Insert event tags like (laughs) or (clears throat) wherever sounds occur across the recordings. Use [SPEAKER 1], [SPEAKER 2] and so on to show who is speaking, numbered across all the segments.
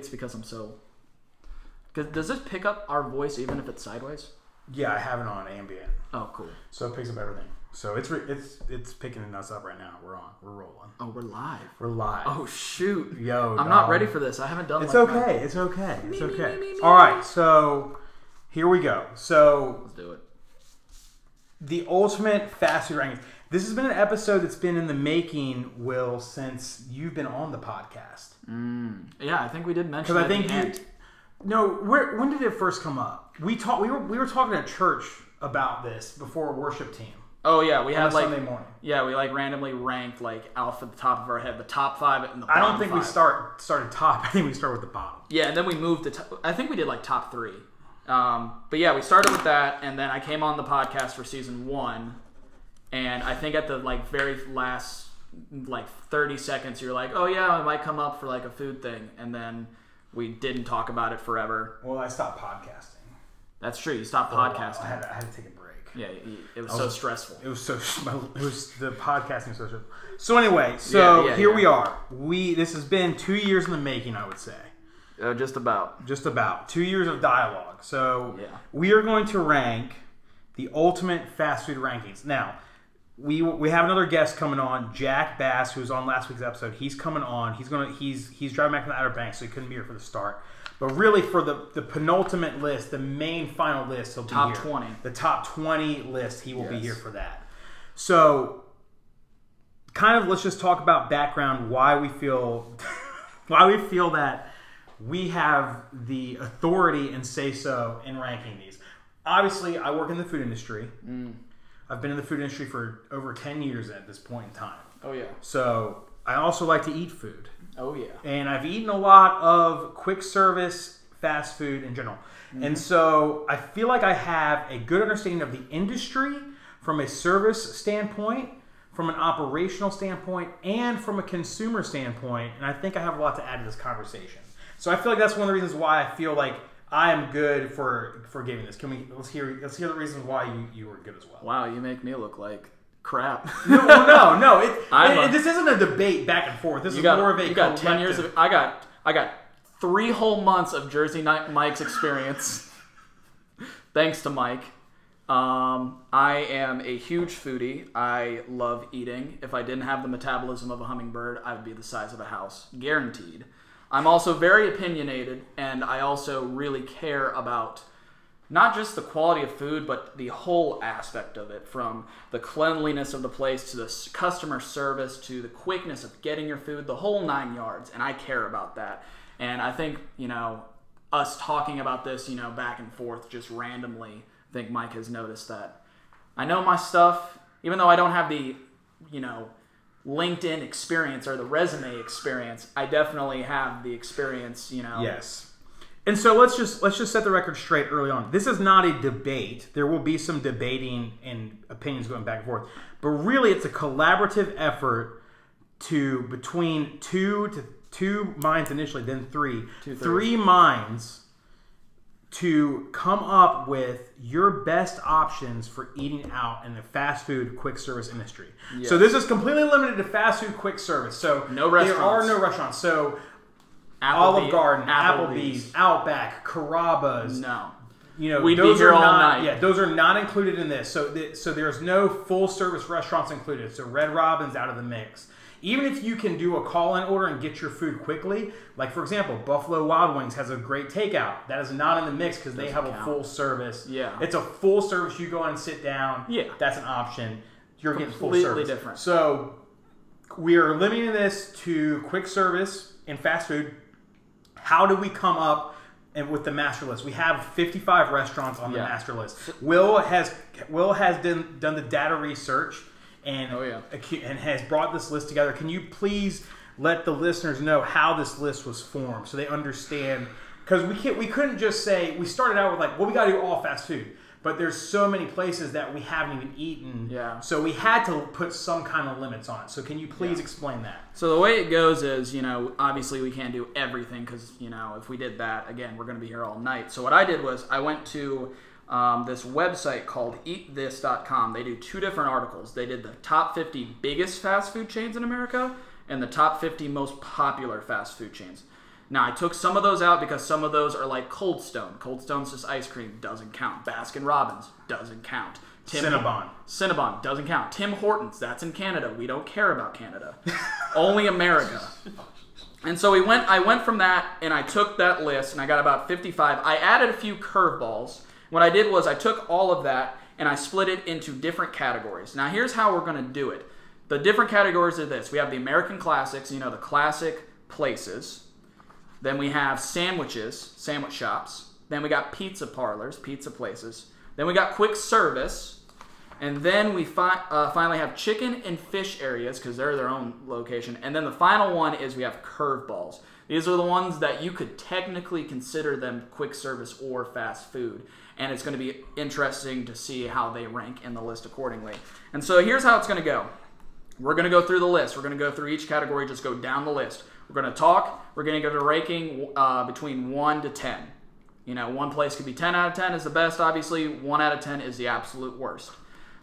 [SPEAKER 1] it's because I'm so. 'Cause Does this pick up our voice even if it's sideways?
[SPEAKER 2] Yeah, I have it on ambient,
[SPEAKER 1] Oh, cool.
[SPEAKER 2] so it picks up everything. So it's re- it's it's picking us up right now. We're on. We're rolling.
[SPEAKER 1] Oh, we're live.
[SPEAKER 2] We're live.
[SPEAKER 1] Oh shoot!
[SPEAKER 2] yo,
[SPEAKER 1] I'm not
[SPEAKER 2] dog.
[SPEAKER 1] ready for this. I haven't done.
[SPEAKER 2] It's
[SPEAKER 1] like
[SPEAKER 2] okay. It's okay. It's
[SPEAKER 1] Me, me,
[SPEAKER 2] okay.
[SPEAKER 1] me, me,
[SPEAKER 2] All right. So here we go. So
[SPEAKER 1] Let's do it.
[SPEAKER 2] the ultimate fast food rankings. This has been an episode that's been in the making, Will, since you've been on the podcast.
[SPEAKER 1] Mm-hmm. Yeah, I think we did mention. it
[SPEAKER 2] Because I
[SPEAKER 1] at
[SPEAKER 2] think
[SPEAKER 1] the
[SPEAKER 2] you.
[SPEAKER 1] end.
[SPEAKER 2] No, where when did it first come up? We talked. We were we were talking at church about this before a worship team
[SPEAKER 1] Oh yeah, we
[SPEAKER 2] on
[SPEAKER 1] had
[SPEAKER 2] a
[SPEAKER 1] like.
[SPEAKER 2] Sunday morning.
[SPEAKER 1] Yeah, we like randomly ranked like off at the top of our head the top five and the.
[SPEAKER 2] I
[SPEAKER 1] Bottom
[SPEAKER 2] don't think we
[SPEAKER 1] five.
[SPEAKER 2] start started top. (laughs) I think we start with the bottom.
[SPEAKER 1] Yeah, and then we moved to. T- I think we did like top three. Um, but yeah, we started with that, and then I came on the podcast for season one, and I think at the like very last like thirty seconds, you're like, "Oh yeah, I might come up for like a food thing," and then we didn't talk about it forever.
[SPEAKER 2] Well, I stopped podcasting.
[SPEAKER 1] That's true. You stopped
[SPEAKER 2] I
[SPEAKER 1] podcasting.
[SPEAKER 2] had, I had to take a break.
[SPEAKER 1] Yeah, y- it was so stressful.
[SPEAKER 2] It was so. (laughs) It was the podcasting was so. stressful. So anyway, so
[SPEAKER 1] Yeah, yeah,
[SPEAKER 2] here
[SPEAKER 1] yeah.
[SPEAKER 2] we are. We this has been two years in the making. I would say.
[SPEAKER 1] Uh, just about.
[SPEAKER 2] just about two years of dialogue. So
[SPEAKER 1] Yeah.
[SPEAKER 2] we are going to rank the ultimate fast food rankings. Now we we have another guest coming on, Jack Bass, who was on last week's episode. He's coming on. He's gonna he's he's driving back from the Outer Banks, so he couldn't be here for the start. But really, for the the penultimate list, the main final list, he'll
[SPEAKER 1] Top
[SPEAKER 2] be here.
[SPEAKER 1] 20.
[SPEAKER 2] the top twenty list. He will be
[SPEAKER 1] Yes.
[SPEAKER 2] here for that. So kind of let's just talk about background why we feel (laughs) why we feel that we have the authority and say so in ranking these obviously i work in the food industry i've been in the food industry for over 10 years at this point in time
[SPEAKER 1] Oh yeah.
[SPEAKER 2] so i also like to eat food
[SPEAKER 1] Oh yeah.
[SPEAKER 2] and I've eaten a lot of quick service fast food in general. And so I feel like I have a good understanding of the industry from a service standpoint, from an operational standpoint, and from a consumer standpoint. And I think I have a lot to add to this conversation. So I feel like that's one of the reasons why I feel like I am good for for giving this. Can we let's hear let's hear the reasons why you you were good as well.
[SPEAKER 1] (laughs) Wow, you make me look like crap.
[SPEAKER 2] No, no, no. It,
[SPEAKER 1] I'm
[SPEAKER 2] it-
[SPEAKER 1] a-
[SPEAKER 2] this isn't a debate back and forth. This
[SPEAKER 1] You
[SPEAKER 2] is
[SPEAKER 1] got,
[SPEAKER 2] more of a
[SPEAKER 1] you got ten years
[SPEAKER 2] collective-
[SPEAKER 1] of. I got. I got three whole months of Jersey Night Mike's experience. (laughs) Thanks to Mike. Um, I am a huge foodie. I love eating. If I didn't have the metabolism of a hummingbird, I would be the size of a house, guaranteed. I'm also very opinionated, and I also really care about not just the quality of food, but the whole aspect of it from the cleanliness of the place to the s- customer service to the quickness of getting your food, the whole nine yards. And I care about that. And I think, you know, us talking about this, you know, back and forth just randomly, I think Mike has noticed that. I know my stuff, even though I don't have the, you know, LinkedIn experience or the resume experience, I definitely have the experience, you know.
[SPEAKER 2] Yes. And so let's just let's just set the record straight early on. This is not a debate. There will be some debating and opinions going back and forth, but really it's a collaborative effort to between two to two minds initially, then three, three minds to come up with your best options for eating out in the fast food quick service industry. So this is completely limited to fast food quick service. So
[SPEAKER 1] No
[SPEAKER 2] There are
[SPEAKER 1] restaurants.
[SPEAKER 2] no restaurants. So
[SPEAKER 1] Applebee-
[SPEAKER 2] Olive Garden,
[SPEAKER 1] Applebee's.
[SPEAKER 2] Applebee's, Outback, Carrabba's.
[SPEAKER 1] No.
[SPEAKER 2] You know,
[SPEAKER 1] We'd be
[SPEAKER 2] those
[SPEAKER 1] here
[SPEAKER 2] are
[SPEAKER 1] all
[SPEAKER 2] not,
[SPEAKER 1] night.
[SPEAKER 2] Yeah, those are not included in this. So, th- so there's no full service restaurants included. So Red Robin's out of the mix. Even if you can do a call in order and get your food quickly, like for example, Buffalo Wild Wings has a great takeout that is not in the mix because they have a
[SPEAKER 1] count.
[SPEAKER 2] full service.
[SPEAKER 1] Yeah.
[SPEAKER 2] it's a full service. You go in and sit down.
[SPEAKER 1] Yeah.
[SPEAKER 2] that's an option. You're getting full
[SPEAKER 1] Completely
[SPEAKER 2] service.
[SPEAKER 1] different.
[SPEAKER 2] So we are limiting this to quick service and fast food. How do we come up and with the master list? We have 55 restaurants on the
[SPEAKER 1] Yeah.
[SPEAKER 2] master list. Will has Will has done, done the data research and
[SPEAKER 1] Oh, yeah.
[SPEAKER 2] acu- and has brought this list together. Can you please let the listeners know how this list was formed so they understand? Because we can't we couldn't just say we started out with like well we got to do all fast food. But there's so many places that we haven't even eaten.
[SPEAKER 1] Yeah.
[SPEAKER 2] So we had to put some kind of limits on it. So can you please explain that?
[SPEAKER 1] So the way it goes is, you know, obviously we can't do everything because, you know, if we did that, again, we're going to be here all night. So what I did was I went to um, this website called eatthis.com. They do two different articles. They did the top 50 biggest fast food chains in America and the top 50 most popular fast food chains. Now I took some of those out because some of those are like Cold Stone. Cold Stone's just ice cream, doesn't count. Baskin Robbins doesn't count. Tim
[SPEAKER 2] Cinnabon.
[SPEAKER 1] Cinnabon doesn't count. Tim Hortons, that's in Canada. We don't care about Canada. Only America. And so we went I went from that and I took that list and I got about 55. I added a few curveballs. What I did was I took all of that and I split it into different categories. Now here's how we're going to do it. The different categories are this. We have the American classics, you know, the classic places. Then we have sandwiches, sandwich shops. Then we got pizza parlors, pizza places. Then we got quick service. And then we fi- uh, finally have chicken and fish areas because they're their own location. And then the final one is we have curveballs. These are the ones that you could technically consider them quick service or fast food. And it's going to be interesting to see how they rank in the list accordingly. And so here's how it's going to go. We're going to go through the list. We're going to go through each category, just go down the list. We're going to talk. We're going to give it a ranking uh, between 1 to 10. You know, one place could be 10 out of 10 is the best, obviously. 1 out of 10 is the absolute worst.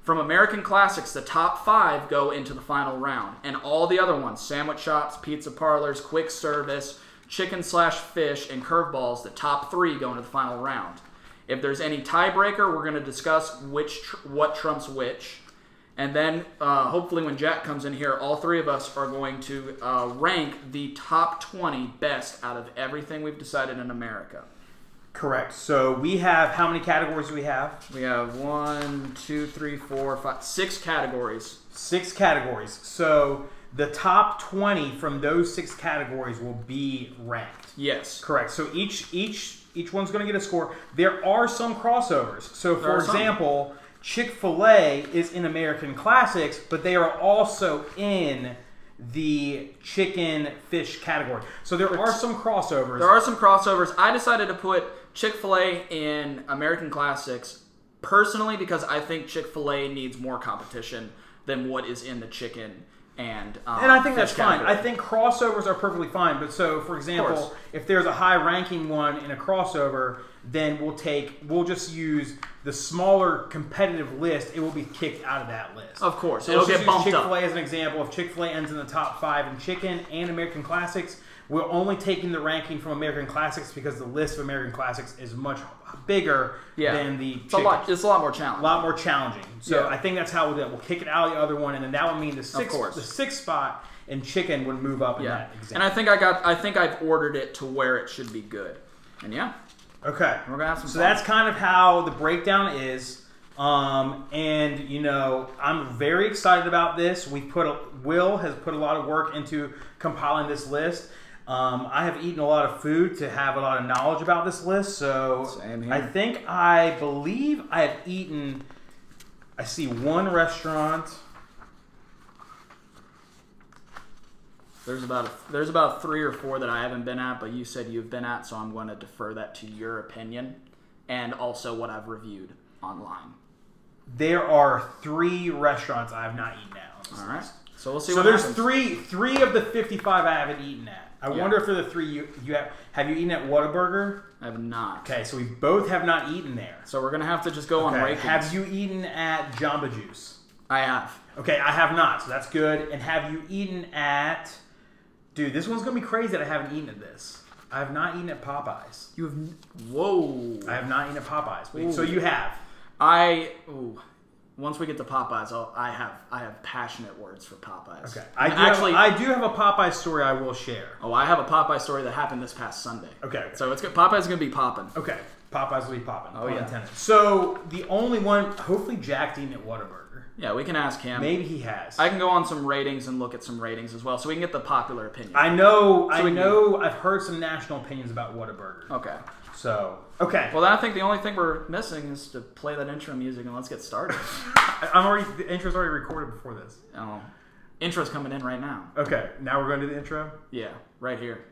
[SPEAKER 1] From American classics, the top five go into the final round, and all the other ones sandwich shops, pizza parlors, quick service, chicken slash fish, and curveballs the top three go into the final round. If there's any tiebreaker, we're going to discuss which tr- what trumps which. And then uh, hopefully, when Jack comes in here, all three of us are going to uh, rank the top 20 best out of everything we've decided in America.
[SPEAKER 2] Correct. So we have how many categories do we have?
[SPEAKER 1] We have one, two, three, four, five, six categories.
[SPEAKER 2] Six categories. So the top 20 from those six categories will be ranked.
[SPEAKER 1] Yes.
[SPEAKER 2] Correct. So each each each one's going to get a score. There are some crossovers. So for
[SPEAKER 1] are some.
[SPEAKER 2] example, Chick Fil A is in American Classics, but they are also in the chicken fish category. So there are some crossovers.
[SPEAKER 1] There are some crossovers. I decided to put Chick fil A in American Classics personally because I think Chick fil A needs more competition than what is in the chicken and um,
[SPEAKER 2] and I think that's
[SPEAKER 1] fish
[SPEAKER 2] fine.
[SPEAKER 1] category.
[SPEAKER 2] I think crossovers are perfectly fine. But so, for example,
[SPEAKER 1] course.
[SPEAKER 2] if there's a high-ranking one in a crossover, then we'll take we'll just use the smaller competitive list. It will be kicked out of that list.
[SPEAKER 1] Of course.
[SPEAKER 2] so
[SPEAKER 1] It'll
[SPEAKER 2] let's
[SPEAKER 1] get
[SPEAKER 2] just
[SPEAKER 1] bumped
[SPEAKER 2] use
[SPEAKER 1] up.
[SPEAKER 2] Chick-fil-A as an example. If Chick-fil-A ends in the top five in chicken and American Classics, we're only taking the ranking from American Classics because the list of American Classics is much bigger
[SPEAKER 1] yeah.
[SPEAKER 2] than the
[SPEAKER 1] it's a
[SPEAKER 2] chicken.
[SPEAKER 1] lot. It's a lot more challenge.
[SPEAKER 2] A lot more challenging. So
[SPEAKER 1] Yeah.
[SPEAKER 2] I think that's how we'll do it. We'll kick it out of the other one, and then that would mean the sixth,
[SPEAKER 1] course.
[SPEAKER 2] the sixth spot and chicken would move up in
[SPEAKER 1] yeah.
[SPEAKER 2] that
[SPEAKER 1] And
[SPEAKER 2] example.
[SPEAKER 1] I think I got. I think I've ordered it to where it should be good. And yeah,
[SPEAKER 2] okay.
[SPEAKER 1] we're gonna have some.
[SPEAKER 2] So
[SPEAKER 1] fun.
[SPEAKER 2] that's kind of how the breakdown is. Um, and you know, I'm very excited about this. We put a, Will has put a lot of work into compiling this list. Um, I have eaten a lot of food to have a lot of knowledge about this list. So
[SPEAKER 1] Same here.
[SPEAKER 2] I think I believe I have eaten. I see one restaurant.
[SPEAKER 1] There's about there's about three or four that I haven't been at, but you said you've been at, so I'm going to defer that to your opinion, and also what I've reviewed online.
[SPEAKER 2] There are three restaurants I have not eaten at.
[SPEAKER 1] All right, so we'll see.
[SPEAKER 2] So
[SPEAKER 1] what
[SPEAKER 2] there's
[SPEAKER 1] happens.
[SPEAKER 2] three three of the 55 I haven't eaten at. I
[SPEAKER 1] Yeah.
[SPEAKER 2] wonder if they're the three you you have. Have you eaten at Whataburger?
[SPEAKER 1] I have not.
[SPEAKER 2] Okay, so we both have not eaten there.
[SPEAKER 1] So we're gonna have to just go on
[SPEAKER 2] Okay.
[SPEAKER 1] rankings.
[SPEAKER 2] Have you eaten at Jamba Juice?
[SPEAKER 1] I have.
[SPEAKER 2] Okay, I have not, so that's good. And have you eaten at? Dude, this one's gonna be crazy that I haven't eaten at this. I have not eaten at Popeyes.
[SPEAKER 1] You have. Whoa.
[SPEAKER 2] I have not eaten at Popeyes. Wait, so
[SPEAKER 1] Ooh.
[SPEAKER 2] you have.
[SPEAKER 1] I. Ooh. Once we get to Popeyes, I'll, I have I have passionate words for Popeyes.
[SPEAKER 2] Okay, I do
[SPEAKER 1] And actually.
[SPEAKER 2] Have, I do have a Popeyes story I will share.
[SPEAKER 1] oh, I have a Popeye story that happened this past Sunday.
[SPEAKER 2] Okay.
[SPEAKER 1] So it's good. Popeyes is gonna be popping.
[SPEAKER 2] Okay, Popeyes will be popping. Oh
[SPEAKER 1] yeah.
[SPEAKER 2] So the only one, hopefully, Jack's eating at Whataburger.
[SPEAKER 1] Yeah, we can ask him.
[SPEAKER 2] Maybe he has.
[SPEAKER 1] I can go on some ratings and look at some ratings as well, so we can get the popular opinion.
[SPEAKER 2] I know. I
[SPEAKER 1] we-
[SPEAKER 2] know. I've heard some national opinions about Whataburger.
[SPEAKER 1] okay.
[SPEAKER 2] So okay,
[SPEAKER 1] Well, then I think the only thing we're missing is to play that intro music and let's get
[SPEAKER 2] (laughs)
[SPEAKER 1] started.
[SPEAKER 2] I- I'm already the intro's already recorded before this.
[SPEAKER 1] oh, intro's coming in right now.
[SPEAKER 2] Okay, now we're going to do the intro.
[SPEAKER 1] Yeah, right here.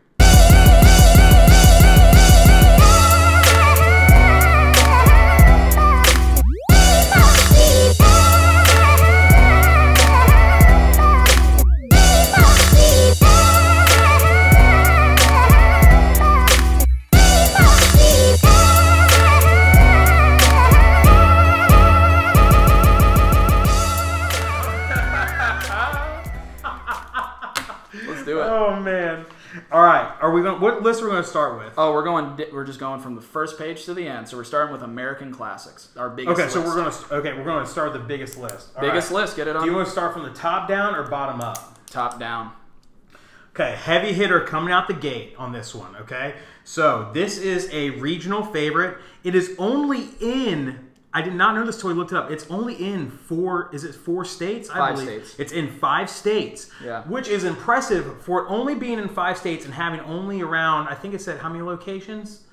[SPEAKER 1] Let's do it.
[SPEAKER 2] Oh man! All right, right, are we going? to What list are we going to start with?
[SPEAKER 1] Oh, we're going. di- We're just going from the first page to the end. So we're starting with American classics. Our biggest.
[SPEAKER 2] okay, so
[SPEAKER 1] list.
[SPEAKER 2] we're going to okay, we're going to start with the biggest list. All
[SPEAKER 1] biggest
[SPEAKER 2] right.
[SPEAKER 1] list. Get it
[SPEAKER 2] Do
[SPEAKER 1] on
[SPEAKER 2] you want to start from the top down or bottom up?
[SPEAKER 1] top down.
[SPEAKER 2] Okay, heavy hitter coming out the gate on this one, okay? So, this is a regional favorite. It is only in I did not know this till we looked it up. It's only in four is it four states? I
[SPEAKER 1] Five
[SPEAKER 2] believe.
[SPEAKER 1] states.
[SPEAKER 2] It's in five states.
[SPEAKER 1] Yeah.
[SPEAKER 2] Which is impressive for it only being in five states and having only around I think it said how many locations?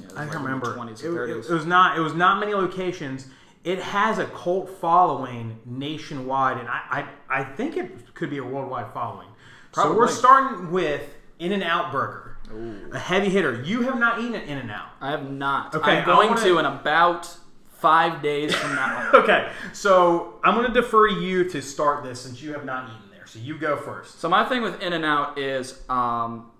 [SPEAKER 1] Yeah,
[SPEAKER 2] I can't remember.
[SPEAKER 1] Twenties
[SPEAKER 2] It-
[SPEAKER 1] or
[SPEAKER 2] it,
[SPEAKER 1] thirties.
[SPEAKER 2] it was not. It was not many locations. It has a cult following nationwide, and I, I, I think it could be a worldwide following. So we're
[SPEAKER 1] Probably.
[SPEAKER 2] starting with In and Out Burger, a heavy hitter. You have not eaten an In and Out.
[SPEAKER 1] I have not.
[SPEAKER 2] Okay, I
[SPEAKER 1] I'm going
[SPEAKER 2] wanna-
[SPEAKER 1] to in about five days from now.
[SPEAKER 2] (laughs) Okay, so I'm going to defer to you to start this since you have not eaten there. So you go first.
[SPEAKER 1] so my thing with In and Out is, um,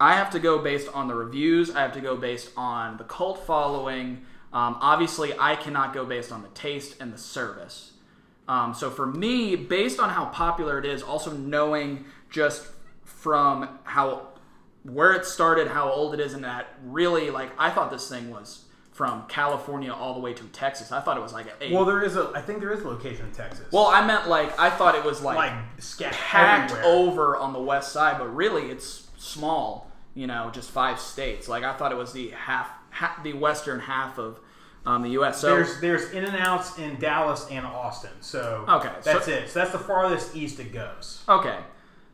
[SPEAKER 1] I have to go based on the reviews. I have to go based on the cult following. Um, obviously, I cannot go based on the taste and the service. Um, so for me, based on how popular it is, also knowing just from how where it started, how old it is, and that really like I thought this thing was from California all the way to Texas. I thought it was like a
[SPEAKER 2] Well, there is a. I think there is a location in Texas.
[SPEAKER 1] Well, I meant like I thought it was like,
[SPEAKER 2] like scat
[SPEAKER 1] packed
[SPEAKER 2] everywhere.
[SPEAKER 1] over on the west side, but really it's small. You know, just five states. Like I thought it was the half, ha the western half of um, the U.S. So
[SPEAKER 2] There's there's in and outs in Dallas and Austin. So
[SPEAKER 1] Okay, so-
[SPEAKER 2] that's it. So that's the farthest east it goes.
[SPEAKER 1] okay,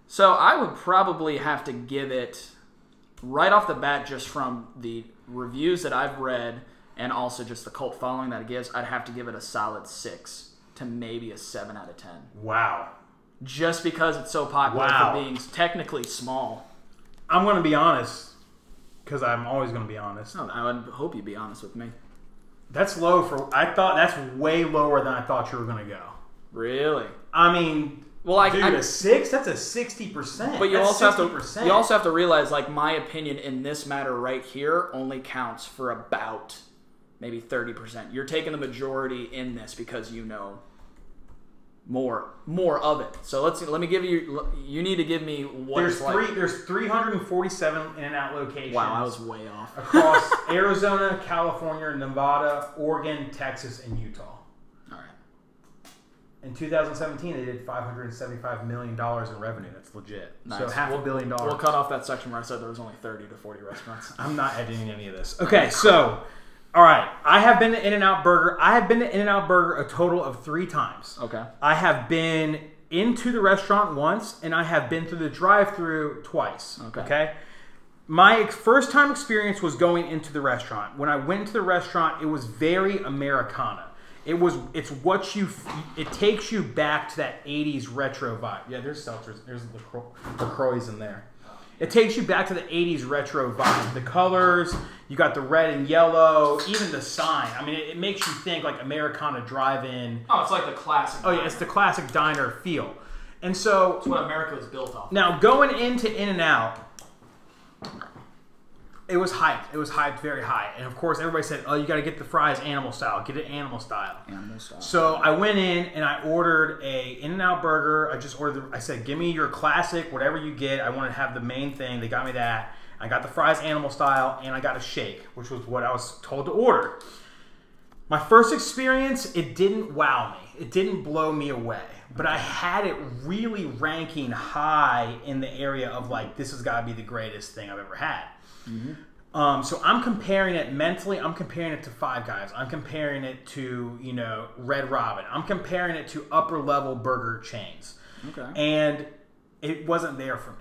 [SPEAKER 1] so I would probably have to give it right off the bat, just from the reviews that I've read and also just the cult following that it gives. I'd have to give it a solid six to maybe a seven out of ten,
[SPEAKER 2] Wow.
[SPEAKER 1] just because it's so popular
[SPEAKER 2] Wow.
[SPEAKER 1] for being technically small.
[SPEAKER 2] I'm gonna be honest, because I'm always gonna be honest.
[SPEAKER 1] No, Oh, I would hope you'd be honest with me.
[SPEAKER 2] That's low for. I thought that's way lower than I thought you were gonna go.
[SPEAKER 1] Really?
[SPEAKER 2] I mean,
[SPEAKER 1] Well, I,
[SPEAKER 2] dude,
[SPEAKER 1] I-
[SPEAKER 2] a six. That's a sixty percent.
[SPEAKER 1] but you
[SPEAKER 2] that's
[SPEAKER 1] also have to
[SPEAKER 2] 60%.
[SPEAKER 1] you also have to realize like my opinion in this matter right here only counts for about maybe 30%. You're taking the majority in this because you know more more of it. So let's let me give you you need to give me what
[SPEAKER 2] there's
[SPEAKER 1] it's like.
[SPEAKER 2] three. There's 347 in and out locations.
[SPEAKER 1] wow, I was way off.
[SPEAKER 2] across (laughs) Arizona, California, Nevada, Oregon, Texas, and Utah.
[SPEAKER 1] All right.
[SPEAKER 2] In 2017, they did 575 million dollars in revenue. That's legit. So
[SPEAKER 1] Nice.
[SPEAKER 2] half a billion dollars.
[SPEAKER 1] We'll cut off that section where I said there was only 30 to 40
[SPEAKER 2] (laughs)
[SPEAKER 1] restaurants.
[SPEAKER 2] I'm not editing any of this. Okay, so all right, I have been to In and Out Burger. I have been to In and Out Burger a total of three times.
[SPEAKER 1] Okay.
[SPEAKER 2] I have been into the restaurant once, and I have been through the drive-through twice.
[SPEAKER 1] Okay.
[SPEAKER 2] My ex- first time experience was going into the restaurant. When I went into the restaurant, it was very Americana. It was. It's what you. f- It takes you back to that '80s retro vibe. Yeah, there's seltzers. There's LaCro- Lacroix in there. It takes you back to the '80s retro vibe. The colors. You got the red and yellow. Even the sign. I mean, it, it makes you think like Americana drive-in.
[SPEAKER 1] Oh, it's like the classic.
[SPEAKER 2] Oh yeah, it's the classic diner feel. And so
[SPEAKER 1] what America was built off.
[SPEAKER 2] now going into In and Out, it was hyped. It was hyped very high. And of course, everybody said, "Oh, you got to get the fries animal style. Get it animal style." So I went in and I ordered a In and Out burger. I just ordered. I said, "Give me your classic, whatever you get. I want to have the main thing." They got me that. I got the fries animal style, and I got a shake, which was what I was told to order. My first experience, it didn't wow me. It didn't blow me away. But I had it really ranking high in the area of like, this has got to be the greatest thing I've ever had. Um, so I'm comparing it mentally. I'm comparing it to Five Guys. I'm comparing it to you know Red Robin. I'm comparing it to upper level burger chains,
[SPEAKER 1] Okay.
[SPEAKER 2] and it wasn't there for me.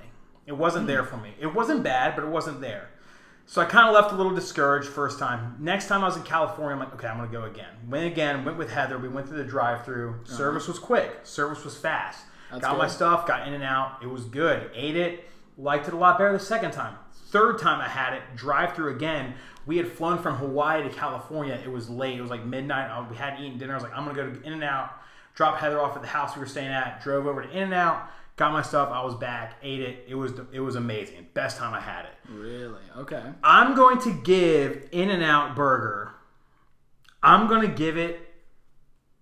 [SPEAKER 2] It wasn't there for me. It wasn't bad, but it wasn't there. So I kind of left a little discouraged first time. Next time I was in California, I'm like, okay, I'm gonna go again. Went again. Went with Heather. We went through the drive-through. Service was quick. Service was fast. got my
[SPEAKER 1] good.
[SPEAKER 2] stuff. Got in and out. It was good. Ate it. Liked it a lot better the second time. Third time I had it. Drive-through again. We had flown from Hawaii to California. It was late. It was like midnight. I- We hadn't eaten dinner. I was like, I'm gonna go to In and Out. Drop Heather off at the house we were staying at. Drove over to In and Out. Got my stuff. I was back. Ate it. It was it was amazing. Best time I had it.
[SPEAKER 1] Really? Okay.
[SPEAKER 2] I'm going to give In and Out Burger. I'm going to give it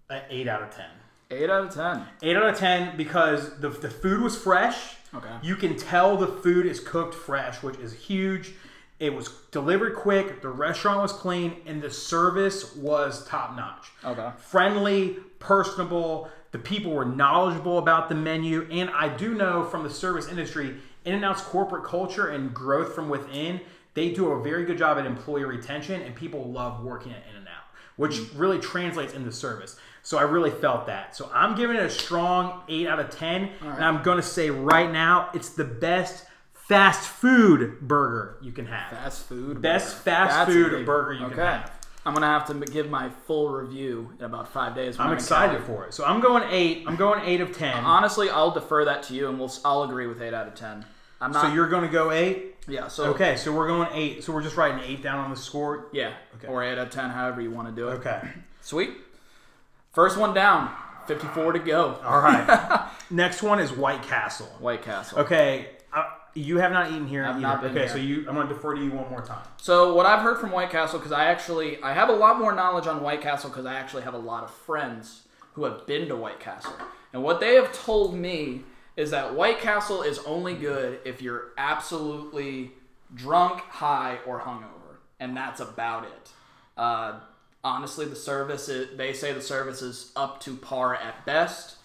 [SPEAKER 2] an eight out of ten.
[SPEAKER 1] Eight out of ten.
[SPEAKER 2] Eight out of ten because the, the food was fresh.
[SPEAKER 1] Okay.
[SPEAKER 2] You can tell the food is cooked fresh, which is huge. It was delivered quick. The restaurant was clean, and the service was top notch.
[SPEAKER 1] Okay.
[SPEAKER 2] Friendly, personable. The people were knowledgeable about the menu, and I do know from the service industry, In and Out's corporate culture and growth from within, they do a very good job at employee retention, and people love working at In and Out which
[SPEAKER 1] Mm.
[SPEAKER 2] really translates into service. So I really felt that. So I'm giving it a strong 8 out of 10. And I'm going to say right now, it's the best fast food burger you can have.
[SPEAKER 1] Fast food.
[SPEAKER 2] Best
[SPEAKER 1] burger.
[SPEAKER 2] fast
[SPEAKER 1] That's
[SPEAKER 2] food
[SPEAKER 1] big.
[SPEAKER 2] burger you can have.
[SPEAKER 1] I'm gonna have to m- give my full review in about five days. when
[SPEAKER 2] I'm
[SPEAKER 1] in
[SPEAKER 2] excited
[SPEAKER 1] Cali.
[SPEAKER 2] for it. So I'm going 8. I'm going 8 of 10.
[SPEAKER 1] Honestly, I'll defer that to you, and we'll. s- I'll agree with eight out of ten. I'm not.
[SPEAKER 2] so you're going to go 8?
[SPEAKER 1] yeah. So
[SPEAKER 2] Okay, so we're going 8. So we're just writing 8 down on the score.
[SPEAKER 1] Yeah.
[SPEAKER 2] Okay.
[SPEAKER 1] Or eight out of ten, however you want to do it.
[SPEAKER 2] Okay.
[SPEAKER 1] Sweet. First one down. Fifty-four to go. (laughs)
[SPEAKER 2] All right. Next one is White Castle.
[SPEAKER 1] White Castle.
[SPEAKER 2] Okay. I, you have not eaten here either.
[SPEAKER 1] not been
[SPEAKER 2] okay,
[SPEAKER 1] here.
[SPEAKER 2] so you I'm going to defer to you one more time.
[SPEAKER 1] So what I've heard from White Castle, because I actually I have a lot more knowledge on White Castle because I actually have a lot of friends who have been to White Castle, and what they have told me is that White Castle is only good if you're absolutely drunk, high, or hungover, and that's about it. Uh, honestly, the service is, they say the service is up to par at best,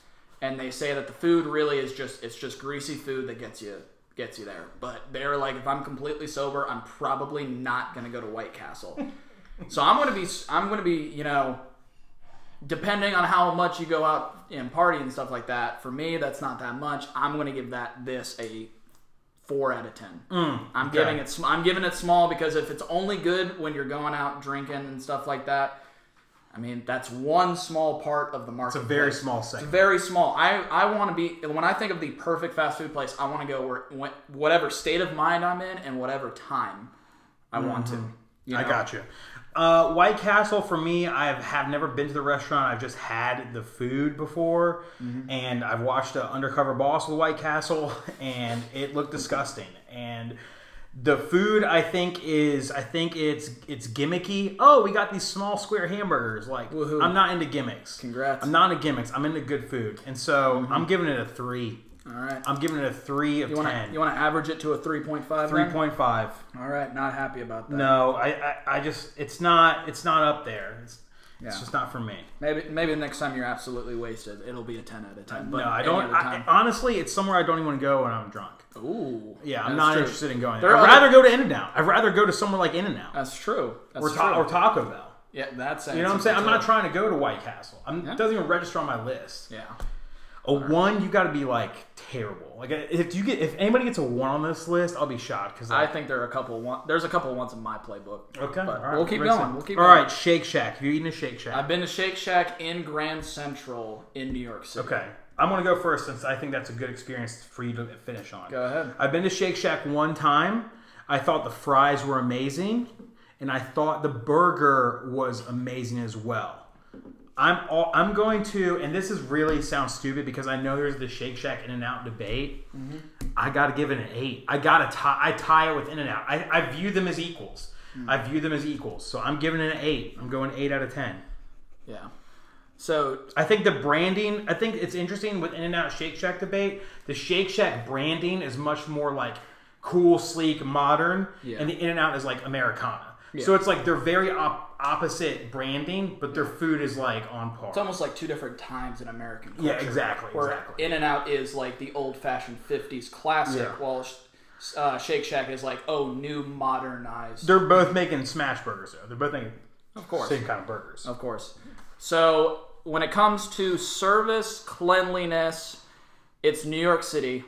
[SPEAKER 1] and they say that the food really is just it's just greasy food that gets you gets you there. But they're like, if I'm completely sober, I'm probably not gonna go to White
[SPEAKER 2] (laughs)
[SPEAKER 1] Castle. so I'm gonna be I'm gonna be you know, depending on how much you go out and party and stuff like that. For me, that's not that much. I'm gonna give that this a four out of ten.
[SPEAKER 2] Mm,
[SPEAKER 1] I'm giving it sm- I'm giving it small because if it's only good when you're going out drinking and stuff like that. I mean, that's one small part of the market.
[SPEAKER 2] It's a very small segment.
[SPEAKER 1] Very small. I, I want to be when I think of the perfect fast food place, I want to go where when, whatever state of mind I'm in and whatever time I want to. You
[SPEAKER 2] Mm-hmm. I
[SPEAKER 1] know?
[SPEAKER 2] got you. Uh, White Castle for me, I have, have never been to the restaurant. I've just had the food before,
[SPEAKER 1] Mm-hmm.
[SPEAKER 2] and I've watched an undercover boss with White Castle, (laughs) and it looked disgusting. And the food, I think, is I think it's it's gimmicky. Oh, we got these small square hamburgers. Like
[SPEAKER 1] Woohoo.
[SPEAKER 2] I'm not into gimmicks.
[SPEAKER 1] Congrats.
[SPEAKER 2] I'm not into gimmicks. I'm into good food, and so I'm giving it a three.
[SPEAKER 1] All right.
[SPEAKER 2] I'm giving it a three of
[SPEAKER 1] You want
[SPEAKER 2] ten.
[SPEAKER 1] to you want to average it to a three point five.
[SPEAKER 2] three point five.
[SPEAKER 1] All right. Not happy about that.
[SPEAKER 2] No, I, I, I just it's not it's not up there. It's, it's
[SPEAKER 1] Yeah.
[SPEAKER 2] just not for me.
[SPEAKER 1] Maybe maybe next time you're absolutely wasted, it'll be a ten out of ten. But
[SPEAKER 2] no, I
[SPEAKER 1] any
[SPEAKER 2] don't.
[SPEAKER 1] other
[SPEAKER 2] I,
[SPEAKER 1] time-
[SPEAKER 2] honestly, it's somewhere I don't even want to go when I'm drunk.
[SPEAKER 1] Ooh.
[SPEAKER 2] Yeah, I'm
[SPEAKER 1] that's
[SPEAKER 2] not
[SPEAKER 1] true.
[SPEAKER 2] interested in going.
[SPEAKER 1] There
[SPEAKER 2] There. I'd
[SPEAKER 1] are
[SPEAKER 2] rather go to In and Out. I'd rather go to somewhere like In and Out
[SPEAKER 1] That's true. That's
[SPEAKER 2] or,
[SPEAKER 1] true.
[SPEAKER 2] ta- or Taco Bell.
[SPEAKER 1] yeah, that's
[SPEAKER 2] You know what I'm saying? I'm not trying to go to White Castle. I'm,
[SPEAKER 1] Yeah.
[SPEAKER 2] It doesn't even register on my list.
[SPEAKER 1] Yeah.
[SPEAKER 2] A one, you got to be like terrible. Like if you get if anybody gets a one on this list, I'll be shocked because
[SPEAKER 1] I think there are a couple. One, there's a couple ones in my playbook.
[SPEAKER 2] okay.
[SPEAKER 1] but
[SPEAKER 2] all right,
[SPEAKER 1] we'll keep
[SPEAKER 2] makes
[SPEAKER 1] going,
[SPEAKER 2] sense.
[SPEAKER 1] we'll keep
[SPEAKER 2] All
[SPEAKER 1] going.
[SPEAKER 2] right, Shake Shack. Have you eaten a Shake Shack?
[SPEAKER 1] I've been to Shake Shack in Grand Central in New York City.
[SPEAKER 2] Okay. I'm going to go first since I think that's a good experience for you to finish on.
[SPEAKER 1] Go ahead.
[SPEAKER 2] I've been to Shake Shack one time. I thought the fries were amazing, and I thought the burger was amazing as well. I'm all, I'm going to, and this is really sounds stupid because I know there's the Shake Shack In and Out debate.
[SPEAKER 1] Mm-hmm.
[SPEAKER 2] I got to give it an eight. I got to tie. I tie it with In and Out. I, I view them as equals.
[SPEAKER 1] Mm.
[SPEAKER 2] I view them as equals. So I'm giving it an eight. I'm going eight out of ten.
[SPEAKER 1] Yeah. So
[SPEAKER 2] I think the branding. I think it's interesting with In and Out Shake Shack debate. The Shake Shack branding is much more like cool, sleek, modern,
[SPEAKER 1] Yeah.
[SPEAKER 2] and the In and Out is like Americana. So it's like they're very op- opposite branding, but their food is like on par.
[SPEAKER 1] it's almost like two different times in American culture.
[SPEAKER 2] yeah, exactly,
[SPEAKER 1] Where
[SPEAKER 2] exactly.
[SPEAKER 1] In and Out is like the old fashioned 50s classic,
[SPEAKER 2] Yeah.
[SPEAKER 1] while Sh- uh, Shake Shack is like, oh, new, modernized.
[SPEAKER 2] they're both making smash burgers though. They're both making
[SPEAKER 1] of course.
[SPEAKER 2] same kind of burgers.
[SPEAKER 1] Of course. So when it comes to service cleanliness, it's New York City.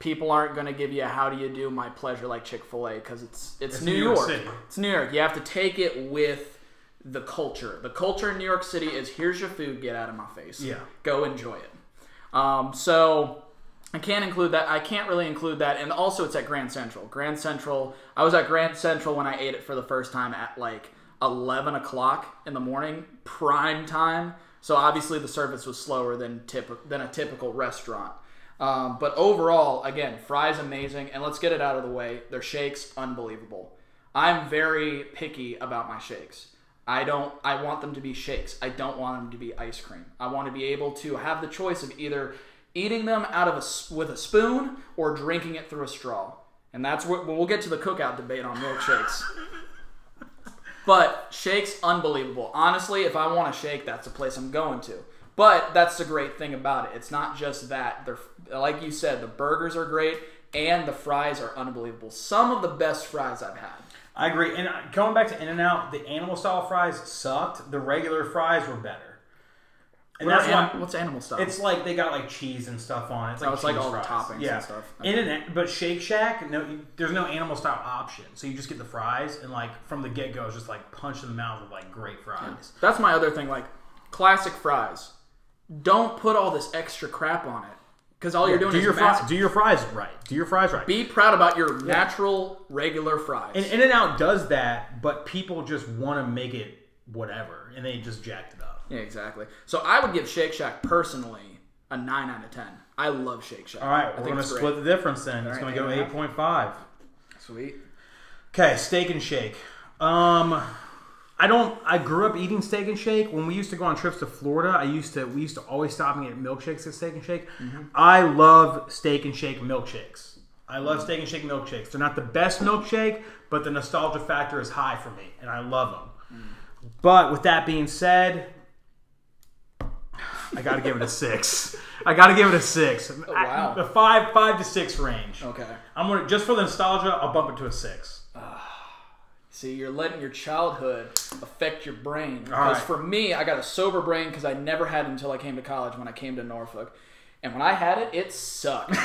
[SPEAKER 1] People aren't going to give you a "How do you do, my pleasure" like Chick Fil A because it's, it's New,
[SPEAKER 2] New York
[SPEAKER 1] York.
[SPEAKER 2] City.
[SPEAKER 1] It's New York. You have to take it with the culture. The culture in New York City is here's your food, get out of my face.
[SPEAKER 2] Yeah.
[SPEAKER 1] go enjoy it. Um, so I can't include that. I can't really include that. And also, it's at Grand Central. Grand Central. I was at Grand Central when I ate it for the first time at like 11 o'clock in the morning, prime time. So obviously, the service was slower than typ- than a typical restaurant. Um, but overall, again, fries amazing. And let's get it out of the way. Their shakes unbelievable. I'm very picky about my shakes. I don't. I want them to be shakes. I don't want them to be ice cream. I want to be able to have the choice of either eating them out of a s- with a spoon or drinking it through a straw. And that's what we'll get to the cookout debate on milkshakes. But shakes, unbelievable. Honestly, if I want a shake, that's the place I'm going to. But that's the great thing about it. It's not just that. They're like you said, the burgers are great and the fries are unbelievable. Some of the best fries I've had.
[SPEAKER 2] I agree. And uh, going back to In and Out, the animal style fries sucked. The regular fries were better. And that's why
[SPEAKER 1] what's animal stuff.
[SPEAKER 2] It's like they got like cheese and stuff on it. It's like,
[SPEAKER 1] Oh, it's like
[SPEAKER 2] cheese
[SPEAKER 1] all the
[SPEAKER 2] fries.
[SPEAKER 1] toppings
[SPEAKER 2] yeah.
[SPEAKER 1] and stuff.
[SPEAKER 2] In and but Shake Shack, no, you- there's no animal style option, so you just get the fries and like from the get go, it's just like punch in the mouth with like great fries.
[SPEAKER 1] That's my other thing. Like classic fries. Don't put all this extra crap on it because all you're doing
[SPEAKER 2] Do
[SPEAKER 1] is
[SPEAKER 2] your
[SPEAKER 1] mas-
[SPEAKER 2] fries, do your fries right. Do your fries right.
[SPEAKER 1] be proud about your natural regular fries.
[SPEAKER 2] And In and Out does that, but people just want to make it whatever, and they just jacked it up.
[SPEAKER 1] yeah, exactly. So I would give Shake Shack personally a nine out of ten. I love Shake Shack.
[SPEAKER 2] All right,
[SPEAKER 1] I
[SPEAKER 2] we're gonna
[SPEAKER 1] it's great.
[SPEAKER 2] split the difference then. it's
[SPEAKER 1] right,
[SPEAKER 2] gonna go
[SPEAKER 1] eight and a
[SPEAKER 2] eight
[SPEAKER 1] half.
[SPEAKER 2] point five.
[SPEAKER 1] Sweet.
[SPEAKER 2] Okay, steak and shake. Um, I don't. I grew up eating steak and shake. When we used to go on trips to Florida, I used to. We used to always stop and get milkshakes at Steak and Shake.
[SPEAKER 1] Mm-hmm.
[SPEAKER 2] I love steak and shake milkshakes. I
[SPEAKER 1] Mm-hmm.
[SPEAKER 2] love steak and shake milkshakes. They're not the best milkshake, but the nostalgia factor is high for me, and I love them.
[SPEAKER 1] Mm.
[SPEAKER 2] But with that being said, I got to give it a six. I got to give it a six.
[SPEAKER 1] Oh, wow.
[SPEAKER 2] the five, five to six range.
[SPEAKER 1] Okay.
[SPEAKER 2] I'm gonna just for the nostalgia. I'll bump it to a six.
[SPEAKER 1] See, you're letting your childhood affect your brain.
[SPEAKER 2] All
[SPEAKER 1] Because
[SPEAKER 2] right.
[SPEAKER 1] for me, I got a sober brain because I never had it until I came to college when I came to Norfolk. And when I had it, it
[SPEAKER 2] (laughs)
[SPEAKER 1] sucked. it's